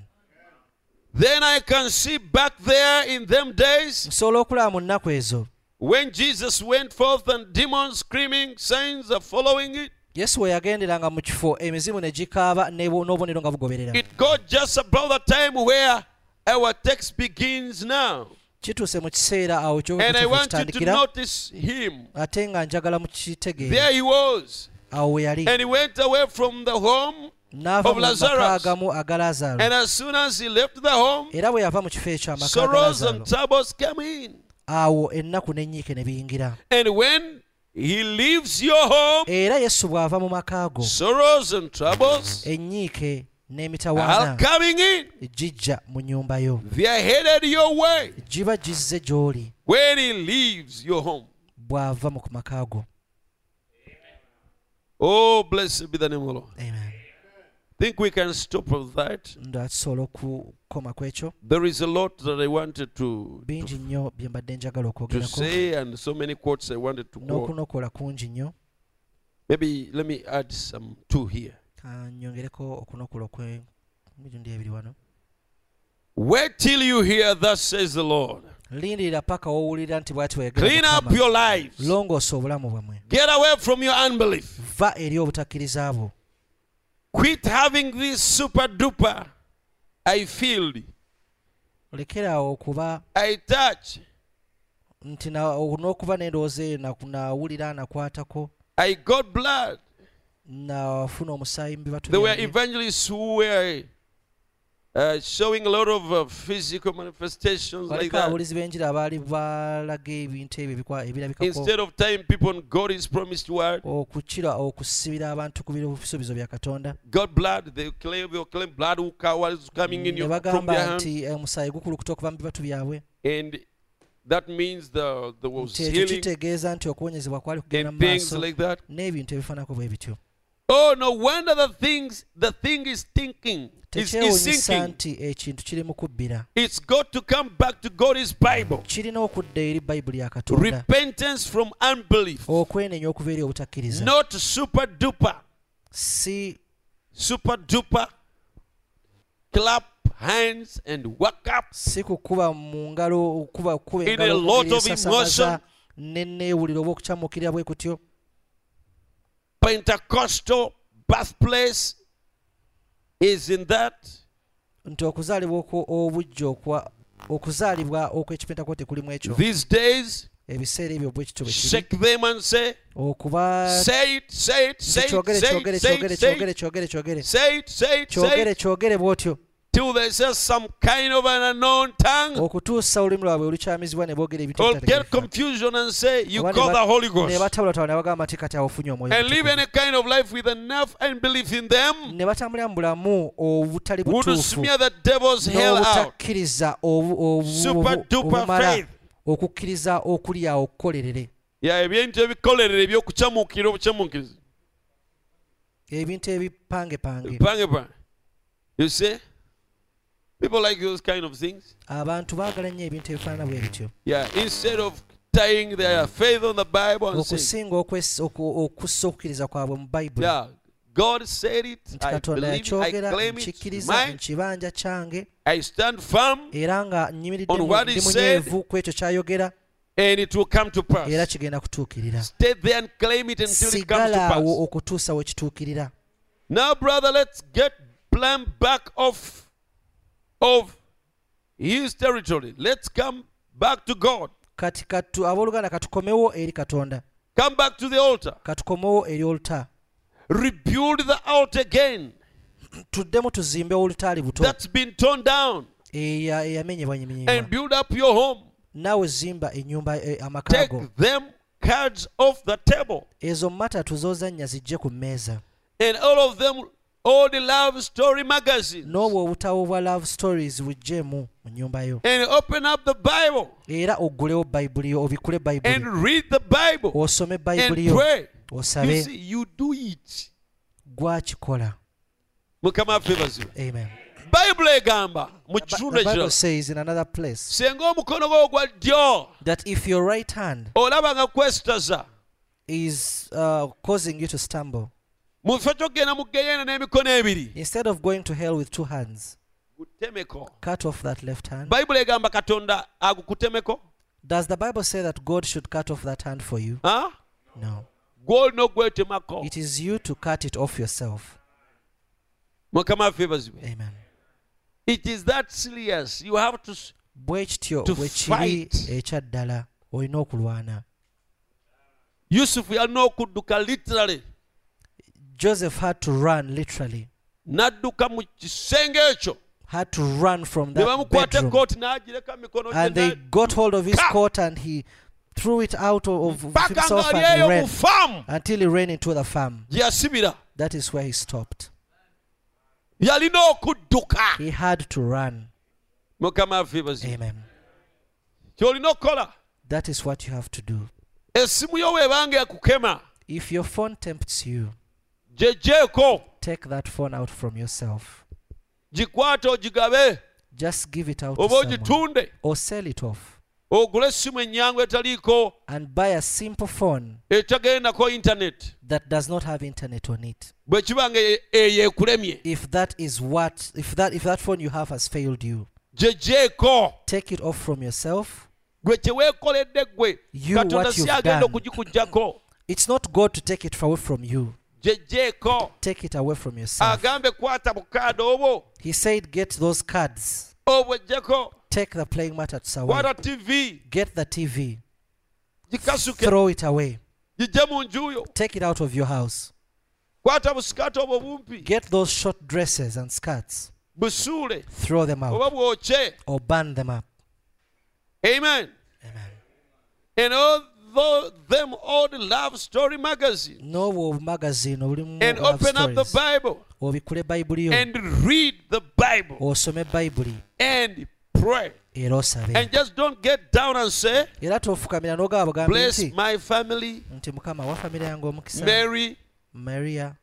[SPEAKER 1] then i can see back there in them days
[SPEAKER 2] nsobola okulaba mu nnaku ezo
[SPEAKER 1] when jesus went forth and demons screaming signs are following it
[SPEAKER 2] yesu we yagenderanga mu kifo emizimu ne gikaaba ne bu- n'obubonero nga bugoberera
[SPEAKER 1] It got just about the time where our text begins now.
[SPEAKER 2] kituuse mu kiseera awo
[SPEAKER 1] And I want you to
[SPEAKER 2] kyokitandikira
[SPEAKER 1] notice him.
[SPEAKER 2] ate nga njagala
[SPEAKER 1] There
[SPEAKER 2] mukitegeere
[SPEAKER 1] he was.
[SPEAKER 2] awo we yali
[SPEAKER 1] And he went away from the home
[SPEAKER 2] n'ava
[SPEAKER 1] Of
[SPEAKER 2] mu
[SPEAKER 1] Lazarus.
[SPEAKER 2] maka agamu aga
[SPEAKER 1] And
[SPEAKER 2] laazaalo
[SPEAKER 1] as soon as he left the home,
[SPEAKER 2] era bwe yava mu kifo ekyo amaka aga
[SPEAKER 1] sorrows and
[SPEAKER 2] laazaalo
[SPEAKER 1] troubles came in.
[SPEAKER 2] awo ennaku n'ennyiike ne biyingira
[SPEAKER 1] And when he leaves your home,
[SPEAKER 2] era yesu bw'ava mu maka go
[SPEAKER 1] sorrows and troubles
[SPEAKER 2] ennyiike n'emitawaana
[SPEAKER 1] are coming in.
[SPEAKER 2] gijja mu nnyumba yo
[SPEAKER 1] They are headed your way
[SPEAKER 2] giba gizze gy'oli
[SPEAKER 1] when he leaves your home.
[SPEAKER 2] bw'ava mu maka go
[SPEAKER 1] Oh, blessed be the name of the Lord.
[SPEAKER 2] amen
[SPEAKER 1] Think we can stop with that.
[SPEAKER 2] ndo tusobola okukoma ku ekyo
[SPEAKER 1] There is a lot that I wanted to,
[SPEAKER 2] bingi nnyo bye mbadde njagala
[SPEAKER 1] to
[SPEAKER 2] okwogerako
[SPEAKER 1] say, and so many quotes I wanted to quote.
[SPEAKER 2] n'okunokola kungi nnyo
[SPEAKER 1] Maybe let me add some two here.
[SPEAKER 2] Ka nyongereko okunokola okwemirundi ebiri wano
[SPEAKER 1] Wait till you hear, thus says the Lord.
[SPEAKER 2] lindirira paka woowulira nti bw'ati
[SPEAKER 1] Clean up your lives.
[SPEAKER 2] longoosa obulamu bwammwe
[SPEAKER 1] Get away from your unbelief.
[SPEAKER 2] va eri obutakkiriza bwo
[SPEAKER 1] Quit having this super duper. I feel,
[SPEAKER 2] lekeraawo okuba
[SPEAKER 1] I touch,
[SPEAKER 2] nti na- n'okuba n'endowooza eyo na- naawulira nakwatako
[SPEAKER 1] I got blood.
[SPEAKER 2] nafuna omusaayi mu bibatu
[SPEAKER 1] There were
[SPEAKER 2] byange.
[SPEAKER 1] evangelists who were uh, showing a lot of uh, physical manifestations like
[SPEAKER 2] waliko
[SPEAKER 1] that.
[SPEAKER 2] ababulizi b'enjiri abaali balaga ebintu ebyo ebikwa- ebirabikako
[SPEAKER 1] Instead of telling people on God's promised word,
[SPEAKER 2] Oh. okukira okusibira abantu ku bisuubizo bya katonda
[SPEAKER 1] God blood, they claim, they claim blood who co- what is coming in
[SPEAKER 2] ne
[SPEAKER 1] your, from
[SPEAKER 2] bagamba
[SPEAKER 1] their hand.
[SPEAKER 2] nti eh, omusaayi gukulukuta okuva mu bibatu byabwe
[SPEAKER 1] And that means the, there was
[SPEAKER 2] nti ekyo
[SPEAKER 1] healing
[SPEAKER 2] kitegeeza nti okuwonyezebwa kwali kugenda mu
[SPEAKER 1] and things
[SPEAKER 2] maaso
[SPEAKER 1] like that.
[SPEAKER 2] n'ebintu ebifaanako bwe bityo
[SPEAKER 1] Oh, no wonder the things the thing is thinking. It's, it's
[SPEAKER 2] tekyewunyisa
[SPEAKER 1] sinking.
[SPEAKER 2] nti ekintu kiri mu kubbira
[SPEAKER 1] It's got to come back to God's Bible.
[SPEAKER 2] kirina okudda eri bayibuli ya katonda
[SPEAKER 1] Repentance from unbelief.
[SPEAKER 2] Oh, okwenenya okuva eri obutakkiriza
[SPEAKER 1] Not super duper.
[SPEAKER 2] si
[SPEAKER 1] Super duper. Clap hands and walk up.
[SPEAKER 2] si kukuba mu ngalo kuba kuba
[SPEAKER 1] In a
[SPEAKER 2] engalo
[SPEAKER 1] lot of
[SPEAKER 2] eyeesasamaza ne neewulira oba okukyamukirira bwe kutyo
[SPEAKER 1] Pentecostal birthplace is in that.
[SPEAKER 2] nti okuzaalibwa okwo obujja okwa okuzaalibwa okw'ekipentakoote kulimu ekyo
[SPEAKER 1] These days,
[SPEAKER 2] ebiseera ebyo bwekityo bwe kiri
[SPEAKER 1] shake them and say,
[SPEAKER 2] okuba
[SPEAKER 1] say it, say it, say it, say
[SPEAKER 2] kyogere
[SPEAKER 1] it, say
[SPEAKER 2] kyogere
[SPEAKER 1] it, say
[SPEAKER 2] kyogere
[SPEAKER 1] it,
[SPEAKER 2] kyogere kyogere kyogere
[SPEAKER 1] say it, say it, say
[SPEAKER 2] kyogere
[SPEAKER 1] it,
[SPEAKER 2] kyogere bw'otyo
[SPEAKER 1] till there's just some kind of an unknown
[SPEAKER 2] Oh,
[SPEAKER 1] tongue.
[SPEAKER 2] okutuusa olulimi lwabwe olukyamizibwa ne boogera ebintu
[SPEAKER 1] or get
[SPEAKER 2] ebitategeerekeka.
[SPEAKER 1] confusion and say you
[SPEAKER 2] Oba ne
[SPEAKER 1] call
[SPEAKER 2] ba-
[SPEAKER 1] the Holy
[SPEAKER 2] ne
[SPEAKER 1] Ghost
[SPEAKER 2] batabulatabula ne bagamba nti kati awo ofunye omwoyo
[SPEAKER 1] and live
[SPEAKER 2] Omutukuvu.
[SPEAKER 1] any kind of life with enough unbelief in them
[SPEAKER 2] ne batambulira mu bulamu obutali
[SPEAKER 1] would
[SPEAKER 2] butuufu
[SPEAKER 1] smear the devil's hell out.
[SPEAKER 2] n'obutakkiriza obu- obu-
[SPEAKER 1] Super
[SPEAKER 2] obu-
[SPEAKER 1] duper
[SPEAKER 2] obumala
[SPEAKER 1] faith.
[SPEAKER 2] okukkiriza okuli awo okukolerere
[SPEAKER 1] Ya ebintu ebikolerera ebyokukyamukira obukyamukirizi
[SPEAKER 2] ebintu ebipangepange
[SPEAKER 1] pange pange you see people like those kind of things
[SPEAKER 2] abantu baagala nnyo ebintu ebifaanana bwe bityo
[SPEAKER 1] yeah instead of tying their faith on the bible and saying
[SPEAKER 2] okusinga okwes- oku- okussa okukkiriza kwabwe mu bayibuli
[SPEAKER 1] yeah god said it
[SPEAKER 2] nti
[SPEAKER 1] i
[SPEAKER 2] katonda
[SPEAKER 1] believe it i
[SPEAKER 2] yakyogera
[SPEAKER 1] claim it It's
[SPEAKER 2] nkikkiriza
[SPEAKER 1] mine
[SPEAKER 2] nkibanja kyange
[SPEAKER 1] i stand firm
[SPEAKER 2] era nga nyimiridde
[SPEAKER 1] On
[SPEAKER 2] mu-
[SPEAKER 1] what
[SPEAKER 2] ndi
[SPEAKER 1] he said.
[SPEAKER 2] munyeevu ku ekyo kyayogera
[SPEAKER 1] and it will come to
[SPEAKER 2] era
[SPEAKER 1] pass
[SPEAKER 2] kigenda kutuukirira
[SPEAKER 1] stay there and claim it until it comes to
[SPEAKER 2] sigala awo
[SPEAKER 1] pass
[SPEAKER 2] okutuusa we kituukirira
[SPEAKER 1] Now, brother, let's get plan back off of his territory. Let's come back to God.
[SPEAKER 2] kati katu- abooluganda katukomewo eri katonda
[SPEAKER 1] Come back to the altar.
[SPEAKER 2] katukomewo eri oluta
[SPEAKER 1] Rebuild the altar again
[SPEAKER 2] tuddemu tuzimbe olutaali buto
[SPEAKER 1] that's been torn down
[SPEAKER 2] eya- eyamenyebwamenyebwa
[SPEAKER 1] and build up your home.
[SPEAKER 2] naawe zimba ennyumba eh, amaka
[SPEAKER 1] Take
[SPEAKER 2] go
[SPEAKER 1] them cards off the table
[SPEAKER 2] ezo matatu z'ozannya zijje ku mmeeza
[SPEAKER 1] and all of them, all the love story magazines,
[SPEAKER 2] n'obwo obutawo bwa love stories bujjeemu mu nnyumba yo
[SPEAKER 1] and open up the Bible
[SPEAKER 2] era oggulewo bayibuli yo obikule bayibuli
[SPEAKER 1] and read the Bible
[SPEAKER 2] osome
[SPEAKER 1] and
[SPEAKER 2] bayibuli yo
[SPEAKER 1] pray. You see,
[SPEAKER 2] osabe
[SPEAKER 1] you do it.
[SPEAKER 2] gwakikola
[SPEAKER 1] Mukama favors you.
[SPEAKER 2] amen
[SPEAKER 1] bayibuli egamba mu
[SPEAKER 2] But
[SPEAKER 1] kitundu
[SPEAKER 2] the Bible
[SPEAKER 1] ekirala
[SPEAKER 2] says in another place
[SPEAKER 1] singa omukono gwe ogwa ddyo
[SPEAKER 2] that if your right hand
[SPEAKER 1] olabanga kwesitaza
[SPEAKER 2] is uh, causing you to stumble,
[SPEAKER 1] mu kifo kyogenda mu geyena n'emikono ebiri
[SPEAKER 2] instead of going to hell with two hands,
[SPEAKER 1] gutemeko
[SPEAKER 2] cut off that left hand.
[SPEAKER 1] bayibuli egamba katonda agukutemeko
[SPEAKER 2] Does the Bible say that God should cut off that hand for you?
[SPEAKER 1] ha?
[SPEAKER 2] No.
[SPEAKER 1] gwolina ogwetemako
[SPEAKER 2] It is you to cut it off yourself.
[SPEAKER 1] mukama waffe bazibe
[SPEAKER 2] Amen.
[SPEAKER 1] it is that serious you have to s-
[SPEAKER 2] bwe kityo
[SPEAKER 1] To
[SPEAKER 2] bwe kiri
[SPEAKER 1] fight.
[SPEAKER 2] ekyaddala olina okulwana
[SPEAKER 1] yusufu yalina okudduka literally
[SPEAKER 2] joseph had to run literally
[SPEAKER 1] n'adduka mu kisenge ekyo
[SPEAKER 2] had to run from
[SPEAKER 1] ne
[SPEAKER 2] that
[SPEAKER 1] bamukwata
[SPEAKER 2] bedroom.
[SPEAKER 1] ekooti n'agireka mu mikono gye
[SPEAKER 2] And they
[SPEAKER 1] na-
[SPEAKER 2] got hold of his
[SPEAKER 1] Ka!
[SPEAKER 2] coat and he threw it out of, of
[SPEAKER 1] paka
[SPEAKER 2] himself and
[SPEAKER 1] ng'ali
[SPEAKER 2] he
[SPEAKER 1] eyo mu
[SPEAKER 2] ran
[SPEAKER 1] faamu
[SPEAKER 2] until he ran into the farm.
[SPEAKER 1] gye yasibira
[SPEAKER 2] That is where he stopped.
[SPEAKER 1] yalina okudduka
[SPEAKER 2] He had to run.
[SPEAKER 1] mukama affe bazi
[SPEAKER 2] Amen.
[SPEAKER 1] kyolina okukola
[SPEAKER 2] That is what you have to do.
[SPEAKER 1] essimu E yo weebanga ekukema
[SPEAKER 2] If your phone tempts you,
[SPEAKER 1] gyejeeko
[SPEAKER 2] take that phone out from yourself.
[SPEAKER 1] gikwate ogigabe
[SPEAKER 2] Just give it out to
[SPEAKER 1] oba
[SPEAKER 2] someone
[SPEAKER 1] ogitunde
[SPEAKER 2] or sell it off
[SPEAKER 1] ogule essimu ennyangu etaliiko
[SPEAKER 2] and buy a simple phone
[SPEAKER 1] E etagendako intaneti
[SPEAKER 2] that does not have internet on it.
[SPEAKER 1] bwe kiba nga eyo- eyo ekulemye
[SPEAKER 2] If that is what if that if that phone you have has failed you,
[SPEAKER 1] gyejeeko
[SPEAKER 2] take it off from yourself.
[SPEAKER 1] gwe kyeweekoledde ggwe
[SPEAKER 2] You,
[SPEAKER 1] katonda
[SPEAKER 2] what
[SPEAKER 1] si
[SPEAKER 2] you've
[SPEAKER 1] agenda
[SPEAKER 2] done.
[SPEAKER 1] okugikugjako
[SPEAKER 2] It's not God to take it away from you.
[SPEAKER 1] gyejeeko
[SPEAKER 2] Take it away from yourself.
[SPEAKER 1] agambe kwata bukaada obwo
[SPEAKER 2] He said, Get those cards.
[SPEAKER 1] obwejjeko
[SPEAKER 2] Take the playing mat at away.
[SPEAKER 1] kwata tivi
[SPEAKER 2] Get the TV.
[SPEAKER 1] gikasuke
[SPEAKER 2] Throw it away.
[SPEAKER 1] gijje mu njuyo
[SPEAKER 2] Take it out of your house.
[SPEAKER 1] kwata busikati obwo bumpi
[SPEAKER 2] Get those short dresses and skirts.
[SPEAKER 1] busuule
[SPEAKER 2] Throw them out
[SPEAKER 1] oba bwokye
[SPEAKER 2] or burn them up.
[SPEAKER 1] amen
[SPEAKER 2] Amen.
[SPEAKER 1] and all tho- them old love story magazine
[SPEAKER 2] n'obwo magazine obulimu
[SPEAKER 1] and
[SPEAKER 2] love
[SPEAKER 1] open up the
[SPEAKER 2] stories.
[SPEAKER 1] bible
[SPEAKER 2] obikule bayibuli yo
[SPEAKER 1] and read the bible
[SPEAKER 2] osome bayibuli
[SPEAKER 1] and pray
[SPEAKER 2] era osabe
[SPEAKER 1] and just don't get down and say
[SPEAKER 2] era tofukamira n'ogaba bugambi
[SPEAKER 1] bless
[SPEAKER 2] nti
[SPEAKER 1] my family
[SPEAKER 2] nti mukama wa famire yange omukisa
[SPEAKER 1] mary
[SPEAKER 2] maria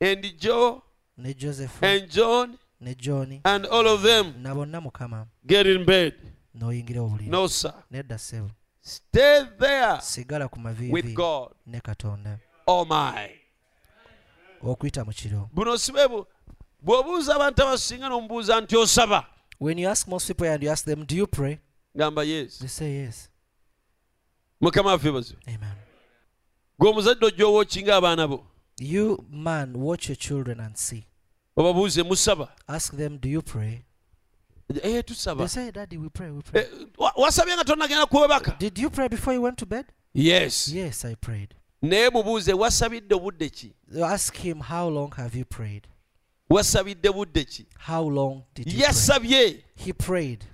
[SPEAKER 1] and joe
[SPEAKER 2] ne joseph
[SPEAKER 1] and john
[SPEAKER 2] ne john
[SPEAKER 1] and all of them
[SPEAKER 2] na bonna mukama
[SPEAKER 1] get in bed
[SPEAKER 2] n'oyingira obuliri
[SPEAKER 1] no sir
[SPEAKER 2] nedda sebo
[SPEAKER 1] stay there
[SPEAKER 2] sigala ku
[SPEAKER 1] with
[SPEAKER 2] maviivi
[SPEAKER 1] god
[SPEAKER 2] ne katonda
[SPEAKER 1] oh my
[SPEAKER 2] okuyita mu kiro
[SPEAKER 1] buno sibebu bw'obuuza abantu abasinga n'omubuuza nti osaba
[SPEAKER 2] when you ask most people and you ask them do you pray
[SPEAKER 1] gamba yes
[SPEAKER 2] they say yes
[SPEAKER 1] mukama waffe bazibu
[SPEAKER 2] amen
[SPEAKER 1] gwe omuzadde ojoowa okinga abaana bo
[SPEAKER 2] you man watch your children and see
[SPEAKER 1] obabuuze musaba
[SPEAKER 2] ask them do you pray
[SPEAKER 1] ee tusaba
[SPEAKER 2] they say daddy we pray we pray
[SPEAKER 1] Eh, wa- wasabye nga tonagenda kuwebaka
[SPEAKER 2] Did you pray before you went to bed?
[SPEAKER 1] yes
[SPEAKER 2] Yes, I prayed.
[SPEAKER 1] naye mubuuze wasabidde budde ki
[SPEAKER 2] You Ask him, How long have you prayed?
[SPEAKER 1] wasabidde budde ki
[SPEAKER 2] How long did you pray?
[SPEAKER 1] yasabye
[SPEAKER 2] He prayed.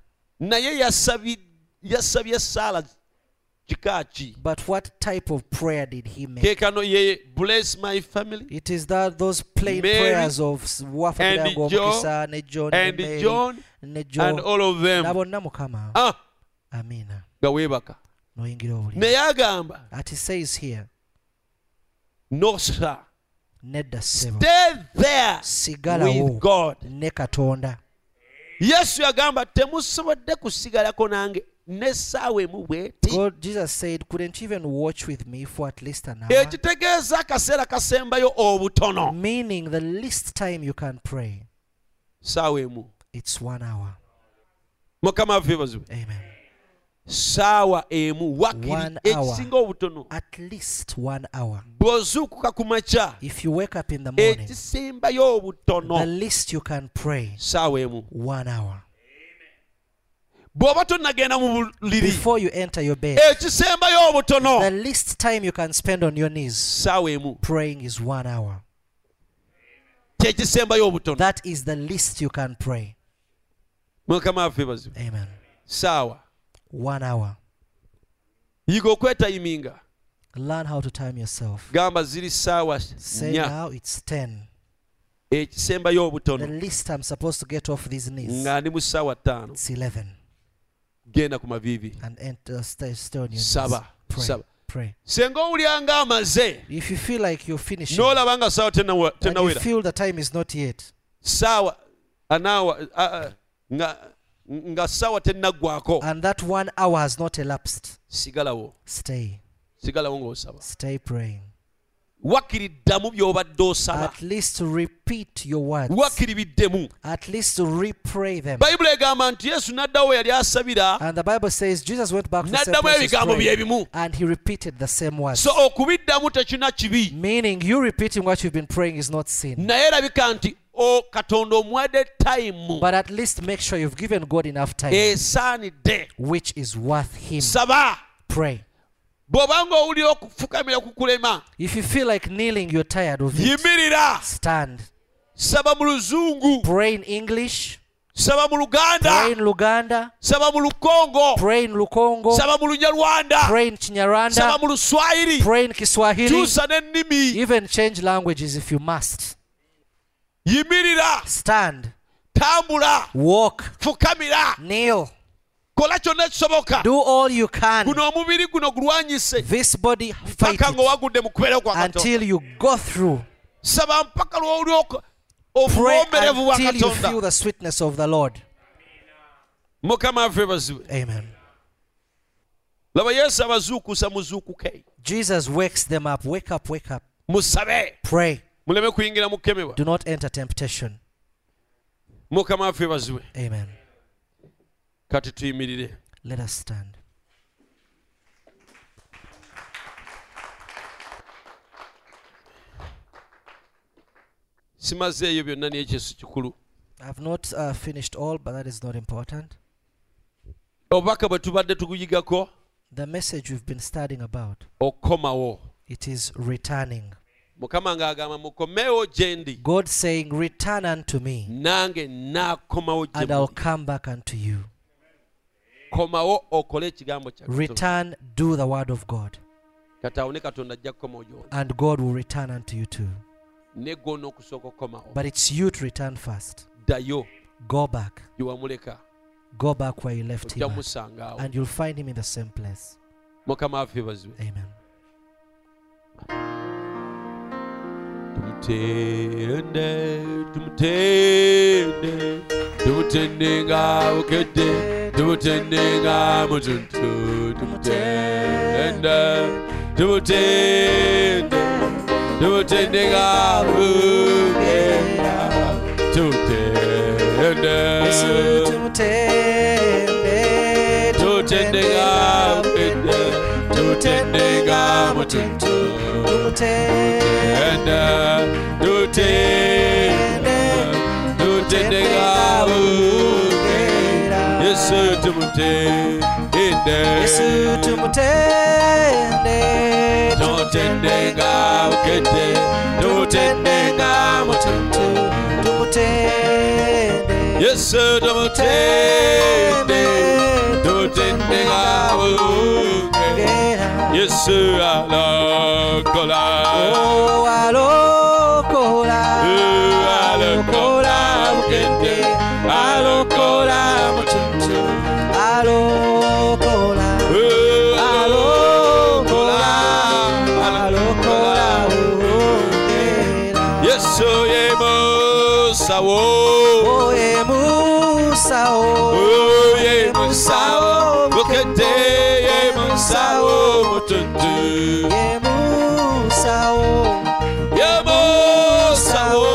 [SPEAKER 1] naye yasabi- yasabye saala kikaaki
[SPEAKER 2] But what type of prayer did he make?
[SPEAKER 1] keekano ye bless my family
[SPEAKER 2] It is that those plain
[SPEAKER 1] Mary
[SPEAKER 2] prayers of s- wa familia
[SPEAKER 1] and
[SPEAKER 2] yange
[SPEAKER 1] Joe
[SPEAKER 2] omukisa, ne John, ne
[SPEAKER 1] and
[SPEAKER 2] Mary,
[SPEAKER 1] john
[SPEAKER 2] ne Joe,
[SPEAKER 1] and all of
[SPEAKER 2] na
[SPEAKER 1] them
[SPEAKER 2] bonna mukama
[SPEAKER 1] Ah,
[SPEAKER 2] amina
[SPEAKER 1] nga weebaka
[SPEAKER 2] noyingira obuli
[SPEAKER 1] naye agamba
[SPEAKER 2] at he says here
[SPEAKER 1] no sir
[SPEAKER 2] nedda ssebo
[SPEAKER 1] stay there with
[SPEAKER 2] sigalawo
[SPEAKER 1] god
[SPEAKER 2] ne katonda
[SPEAKER 1] yesu yagamba temusobodde kusigalako nange n'essaawa emu bweti
[SPEAKER 2] god jesus said couldn't you even watch with me for at least an hour
[SPEAKER 1] ekitegeeza akaseera kasembayo obutono
[SPEAKER 2] meaning the least time you can pray
[SPEAKER 1] saawa emu
[SPEAKER 2] it's one hour
[SPEAKER 1] mukama affe bazibu
[SPEAKER 2] amen
[SPEAKER 1] saawa emu wakiri
[SPEAKER 2] One hour.
[SPEAKER 1] ekisinga obutono
[SPEAKER 2] at least one hour
[SPEAKER 1] bw'ozuukuka ku makya
[SPEAKER 2] if you wake up in the morning
[SPEAKER 1] ekisembayo
[SPEAKER 2] the
[SPEAKER 1] obutono
[SPEAKER 2] least you can pray
[SPEAKER 1] saawa emu
[SPEAKER 2] one hour
[SPEAKER 1] bw'oba tonnagenda mu buliri
[SPEAKER 2] before you enter your bed
[SPEAKER 1] ekisembayo
[SPEAKER 2] the
[SPEAKER 1] obutono
[SPEAKER 2] least time you can spend on your knees
[SPEAKER 1] saawa emu
[SPEAKER 2] praying is one hour
[SPEAKER 1] kyekisembayo obutono
[SPEAKER 2] that is the least you can pray
[SPEAKER 1] mukama affe bazibu
[SPEAKER 2] amen
[SPEAKER 1] saawa
[SPEAKER 2] one hour
[SPEAKER 1] yiga okwetayiminga
[SPEAKER 2] learn how to time yourself
[SPEAKER 1] gamba ziri saawa
[SPEAKER 2] say
[SPEAKER 1] nnya
[SPEAKER 2] now it's 10
[SPEAKER 1] ekisembayo
[SPEAKER 2] the
[SPEAKER 1] obutono
[SPEAKER 2] least i'm supposed to get off these knees
[SPEAKER 1] nga ndi mu ssaawa ttaano
[SPEAKER 2] it's 11
[SPEAKER 1] genda ku maviivi
[SPEAKER 2] and enter stay, stay on your knees
[SPEAKER 1] Saba,
[SPEAKER 2] pray
[SPEAKER 1] saba.
[SPEAKER 2] pray
[SPEAKER 1] senga owulyanga amaze
[SPEAKER 2] if you feel like you're finishing
[SPEAKER 1] n'olaba nga saawa tenawa-
[SPEAKER 2] and you
[SPEAKER 1] tenawera
[SPEAKER 2] feel the time is not yet
[SPEAKER 1] saawa anaawa a- a- nga nga saawa tennaggwako
[SPEAKER 2] and that one hour has not elapsed,
[SPEAKER 1] sigalawo
[SPEAKER 2] stay.
[SPEAKER 1] sigalawo ng'osaba
[SPEAKER 2] Stay praying.
[SPEAKER 1] wakiri ddamu by'obadde osaba
[SPEAKER 2] At least repeat your words.
[SPEAKER 1] wakiri biddemu
[SPEAKER 2] At least re-pray them.
[SPEAKER 1] bayibuli egamba nti yesu n'addawo we yali asabira
[SPEAKER 2] And the Bible says Jesus went back to the same
[SPEAKER 1] n'addamu
[SPEAKER 2] place to
[SPEAKER 1] ebigambo bye
[SPEAKER 2] pray,
[SPEAKER 1] bimu
[SPEAKER 2] and he repeated the same words.
[SPEAKER 1] so okubiddamu tekirina kibi
[SPEAKER 2] Meaning, you repeating what you've been praying is not sin.
[SPEAKER 1] naye erabika nti o katonda omuwadde tayimu
[SPEAKER 2] But at least make sure you've given God enough time,
[SPEAKER 1] esaanidde
[SPEAKER 2] which is worth Him.
[SPEAKER 1] saba
[SPEAKER 2] Pray.
[SPEAKER 1] bw'obanga owulira okufukamira kukulema
[SPEAKER 2] If you feel like kneeling, you're tired of it,
[SPEAKER 1] yimirira
[SPEAKER 2] stand.
[SPEAKER 1] saba mu luzungu
[SPEAKER 2] pray in english
[SPEAKER 1] saba mu
[SPEAKER 2] pray in
[SPEAKER 1] luganda
[SPEAKER 2] luganda
[SPEAKER 1] saba mu lukongo
[SPEAKER 2] pray in lukongo
[SPEAKER 1] saba mu lunyarwanda
[SPEAKER 2] pray in
[SPEAKER 1] saba
[SPEAKER 2] kinyarwanda
[SPEAKER 1] mu luswayiri
[SPEAKER 2] pray in kiswahili
[SPEAKER 1] kyusa n'ennimi
[SPEAKER 2] even change languages if you must
[SPEAKER 1] yimirira
[SPEAKER 2] stand
[SPEAKER 1] tambula
[SPEAKER 2] walk
[SPEAKER 1] fukamira
[SPEAKER 2] kneel
[SPEAKER 1] kola kyonna kisoboka
[SPEAKER 2] do all you can
[SPEAKER 1] guno omubiri guno gulwanyise
[SPEAKER 2] this body fight
[SPEAKER 1] paka
[SPEAKER 2] it
[SPEAKER 1] ng'owagudde mu kubeera kwa katonda
[SPEAKER 2] until you go through
[SPEAKER 1] saba mpaka lw'oli ok-
[SPEAKER 2] pray
[SPEAKER 1] obuwomerevu bwa
[SPEAKER 2] until you feel
[SPEAKER 1] katonda
[SPEAKER 2] the sweetness of the lord
[SPEAKER 1] mukama affe bazibe
[SPEAKER 2] amen
[SPEAKER 1] laba yesu abazuukusa muzuukuke
[SPEAKER 2] jesus wakes them up wake up wake up
[SPEAKER 1] musabe
[SPEAKER 2] pray
[SPEAKER 1] muleme kuyingira mukemebwa
[SPEAKER 2] do not enter temptation
[SPEAKER 1] mukama affe bazibe
[SPEAKER 2] amen
[SPEAKER 1] kati tuyimirire
[SPEAKER 2] let us stand
[SPEAKER 1] simazeeyo byonna n'ekyeso kikulu
[SPEAKER 2] i've not uh, finished all but that is not important
[SPEAKER 1] obubaka bwe tubadde tuguyigako
[SPEAKER 2] the message we've been studying about
[SPEAKER 1] okomawo
[SPEAKER 2] it is returning
[SPEAKER 1] mukama ng'agamba mukomewo gye ndi
[SPEAKER 2] god saying return unto me
[SPEAKER 1] nange naakomawo gye
[SPEAKER 2] and i'll
[SPEAKER 1] muli."
[SPEAKER 2] come back unto you
[SPEAKER 1] komawo okole ekigambo kya Katonda.
[SPEAKER 2] return do the word of god
[SPEAKER 1] kati awo ne katonda ajja kukomawo gyoli
[SPEAKER 2] and god will return unto you too
[SPEAKER 1] ne gona okusooka okukomawo
[SPEAKER 2] but it's you to return first
[SPEAKER 1] ddayo
[SPEAKER 2] go back
[SPEAKER 1] gye wamuleka
[SPEAKER 2] go back where you left
[SPEAKER 1] ojja
[SPEAKER 2] him at,
[SPEAKER 1] mumusangaawo
[SPEAKER 2] and you'll find him in the same place
[SPEAKER 1] mukama affe bazibe
[SPEAKER 2] amen
[SPEAKER 1] tumutende tumutende tumutende nga bukedde tumutende nga mutuntu tumutende tumutende tumutende nga bugenda tumutende tumutende nga bukedde tumutende nga mutuntu Tenda, uh, do tenda, do tenda gabuke. Yesu tumutende,
[SPEAKER 2] yesu
[SPEAKER 1] Yesu
[SPEAKER 2] tumutende
[SPEAKER 1] tumutende gabukete, tumutende gamutuntu.
[SPEAKER 2] tumutende
[SPEAKER 1] Yesu tumutende, tumutende gabuke. Yesu alakola.
[SPEAKER 2] Oh, alokola
[SPEAKER 1] alokola bukete alokola mutuntu
[SPEAKER 2] alokola
[SPEAKER 1] alokola alokola
[SPEAKER 2] alokola
[SPEAKER 1] yesu ye musawo
[SPEAKER 2] oye musawo
[SPEAKER 1] oye musawo bukete ye musawo mutuntu
[SPEAKER 2] ye musawo
[SPEAKER 1] ye musawo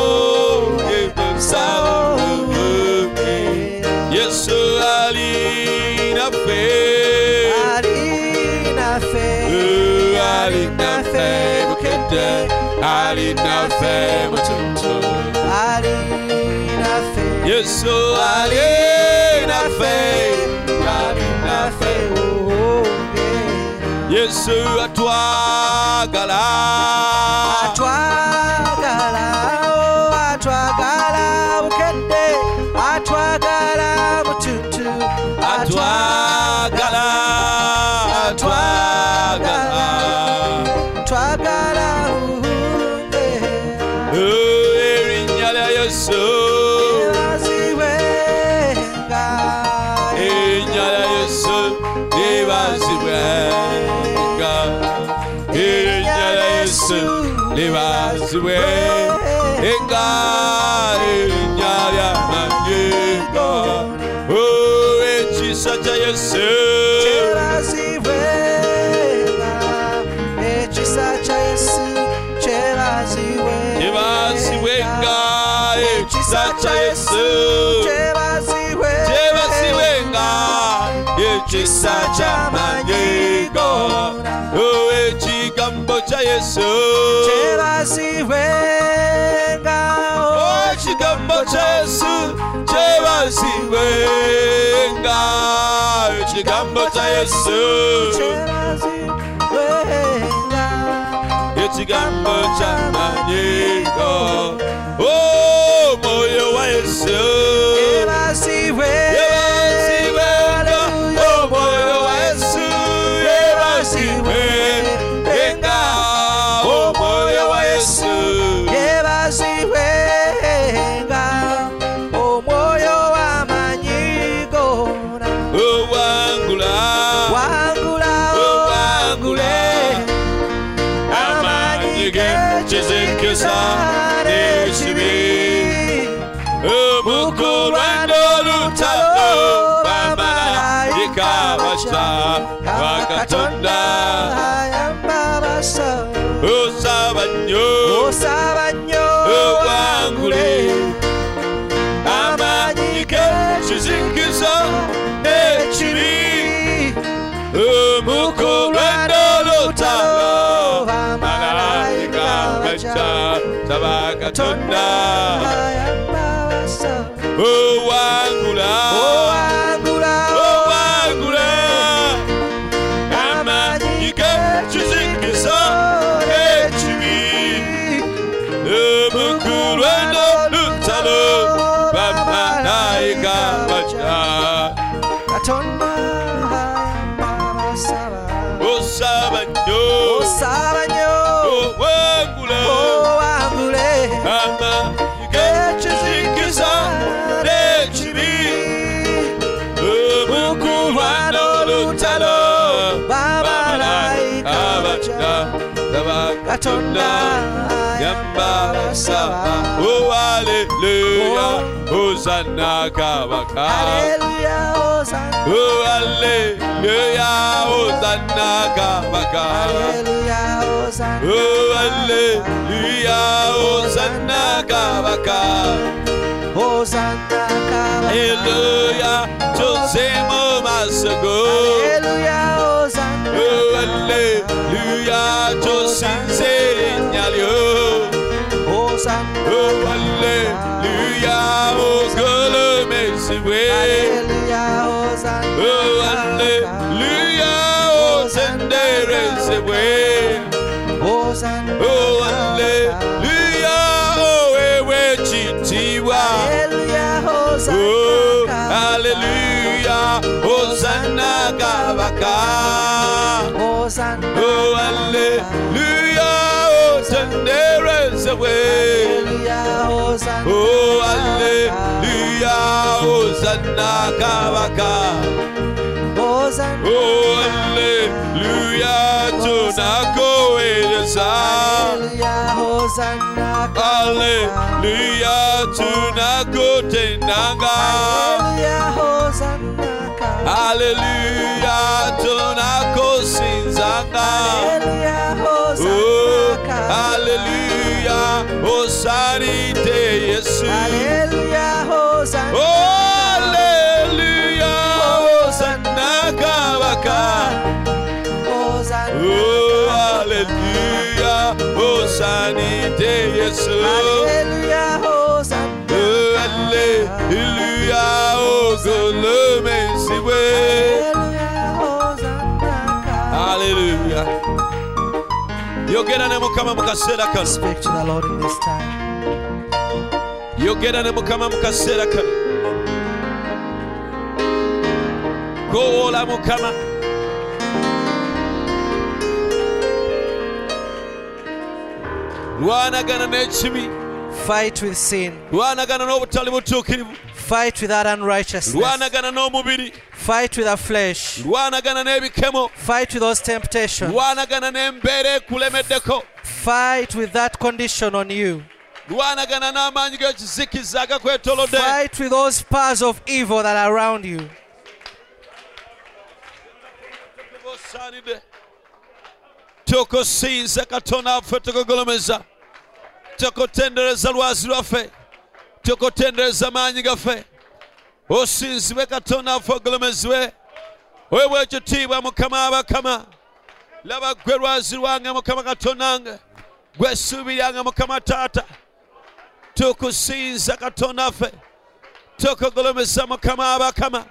[SPEAKER 1] ye musawo bukete Yesu ali nafe
[SPEAKER 2] ali nafe
[SPEAKER 1] Uh, ali nafe bukete ali nafe mutuntu
[SPEAKER 2] ali nafe
[SPEAKER 1] Yesu ali nafe ali nafe
[SPEAKER 2] ogera
[SPEAKER 1] Yesu atwagala
[SPEAKER 2] atwagala o atwagala bukedde atwagala butuntu
[SPEAKER 1] atwagala atwagala
[SPEAKER 2] atwagala ogera
[SPEAKER 1] Uh, erinnya lya Yesu
[SPEAKER 2] eraziwenga
[SPEAKER 1] Inyala Yesu libazibwe nga Inyala Yesu libazibwe nga Inyala manyenga Oh ekisa kya Yesu
[SPEAKER 2] Chelaziwenga, ekisa kya Yesu chelaziwenga.
[SPEAKER 1] libazibwe nga ekisa kya Yesu
[SPEAKER 2] Chelaziwenga,
[SPEAKER 1] Jebasiwe nga ekisa kya manyenga Oh ekigambo kya Yesu
[SPEAKER 2] chelaziwenga, oh,
[SPEAKER 1] ekigambo kyesu kyebasiwenga ekigambo kya yesu
[SPEAKER 2] chelaziwenga.
[SPEAKER 1] ekigambo kyamanyigo
[SPEAKER 2] katonda ayamba abasawo
[SPEAKER 1] osaba nnyo
[SPEAKER 2] osaba nnyo
[SPEAKER 1] owangule amaanyi ge kizingizo ekibi omukolwa n'olutalo amalayika bakya saba katonda
[SPEAKER 2] ayamba abasawo
[SPEAKER 1] owangula
[SPEAKER 2] owangula
[SPEAKER 1] owangula amaanyi ge kizingizo ekibi omukolwa n'olutalo bamalayika bakya
[SPEAKER 2] katonda ayamba abasaba
[SPEAKER 1] osaba nnyo
[SPEAKER 2] osaba nnyo
[SPEAKER 1] owangula
[SPEAKER 2] owangule
[SPEAKER 1] amaanyi gekizingiza n'ekibi omukulwana olutalo bamalayika bakira laba katonda yamba Oh, abasaba owaleluya ozanna kabaka Oh,
[SPEAKER 2] aleluya
[SPEAKER 1] owaleluya
[SPEAKER 2] ozana
[SPEAKER 1] ozanna kabaka
[SPEAKER 2] aleluya ozana
[SPEAKER 1] Oh, owaleluya ozanna kabaka
[SPEAKER 2] ozana kabaka
[SPEAKER 1] aleluya tuzemu masogo
[SPEAKER 2] aleluya ozana
[SPEAKER 1] Oh, owaleluya tusinze erinnya lyo
[SPEAKER 2] ozana
[SPEAKER 1] Oh, owaleluya ogolomesibwe
[SPEAKER 2] aleluya ozana
[SPEAKER 1] Oh, hallelujah, oh, tenderezebwe.
[SPEAKER 2] ozana
[SPEAKER 1] Oh, hallelujah, oh, wewe chitiwa.
[SPEAKER 2] aleluya ozana
[SPEAKER 1] Oh,
[SPEAKER 2] hallelujah
[SPEAKER 1] hallelujah, Hosanna Kabaka.
[SPEAKER 2] ozana
[SPEAKER 1] Oh, hallelujah, oh, tenderezebwe.
[SPEAKER 2] hallelujah ozana
[SPEAKER 1] Oh, hallelujah, Hosanna Kabaka.
[SPEAKER 2] ozana
[SPEAKER 1] Oh, hallelujah, tunakueleza.
[SPEAKER 2] Hallelujah, Hosanna.
[SPEAKER 1] Hallelujah, tunakutendanga.
[SPEAKER 2] Hallelujah, Hosanna.
[SPEAKER 1] Hallelujah, tunakusinzanga.
[SPEAKER 2] Hallelujah,
[SPEAKER 1] Oh,
[SPEAKER 2] Hosanna.
[SPEAKER 1] hallelujah, usanite Yesu.
[SPEAKER 2] Hallelujah, Hosanna.
[SPEAKER 1] Oh, hallelujah, Hosanna Kabaka.
[SPEAKER 2] Hosanna.
[SPEAKER 1] Oh, hallelujah, Hosanite Yesu.
[SPEAKER 2] Hallelujah, Hosanna.
[SPEAKER 1] Oh, hallelujah, ogolomesiwe.
[SPEAKER 2] Hallelujah, Hosanna.
[SPEAKER 1] Hallelujah. yogera ne mukama mu kaseera kano
[SPEAKER 2] Speak to the Lord in this time.
[SPEAKER 1] yogera ne mukama mu kaseera kano koowoola mukama lwanagana n'ekibi
[SPEAKER 2] Fight with sin.
[SPEAKER 1] lwanagana n'obutali butuukirivu
[SPEAKER 2] Fight with that unrighteousness.
[SPEAKER 1] lwanagana n'omubiri
[SPEAKER 2] Fight with the flesh.
[SPEAKER 1] lwanagana n'ebikemo
[SPEAKER 2] Fight with those temptations.
[SPEAKER 1] lwanagana n'embeera ekulemeddeko
[SPEAKER 2] Fight with that condition on you.
[SPEAKER 1] lwanagana n'amaanyi g'ekizikiza agakwetolodde
[SPEAKER 2] Fight with those powers of evil that are around you.
[SPEAKER 1] osaanidde kyokka osinza katonda waffe tukugolomeza kyokka otendereza lwazi lwaffe kyokka otendereza maanyi gaffe osinzibwe katonda waffe ogolomezibwe weebwa ekitiibwa mukama abakama laba gwe lwazi lwange mukama katondange gwe essuubi lyange mukama taata tukusinza katonda waffe tukugolomeza mukama abakama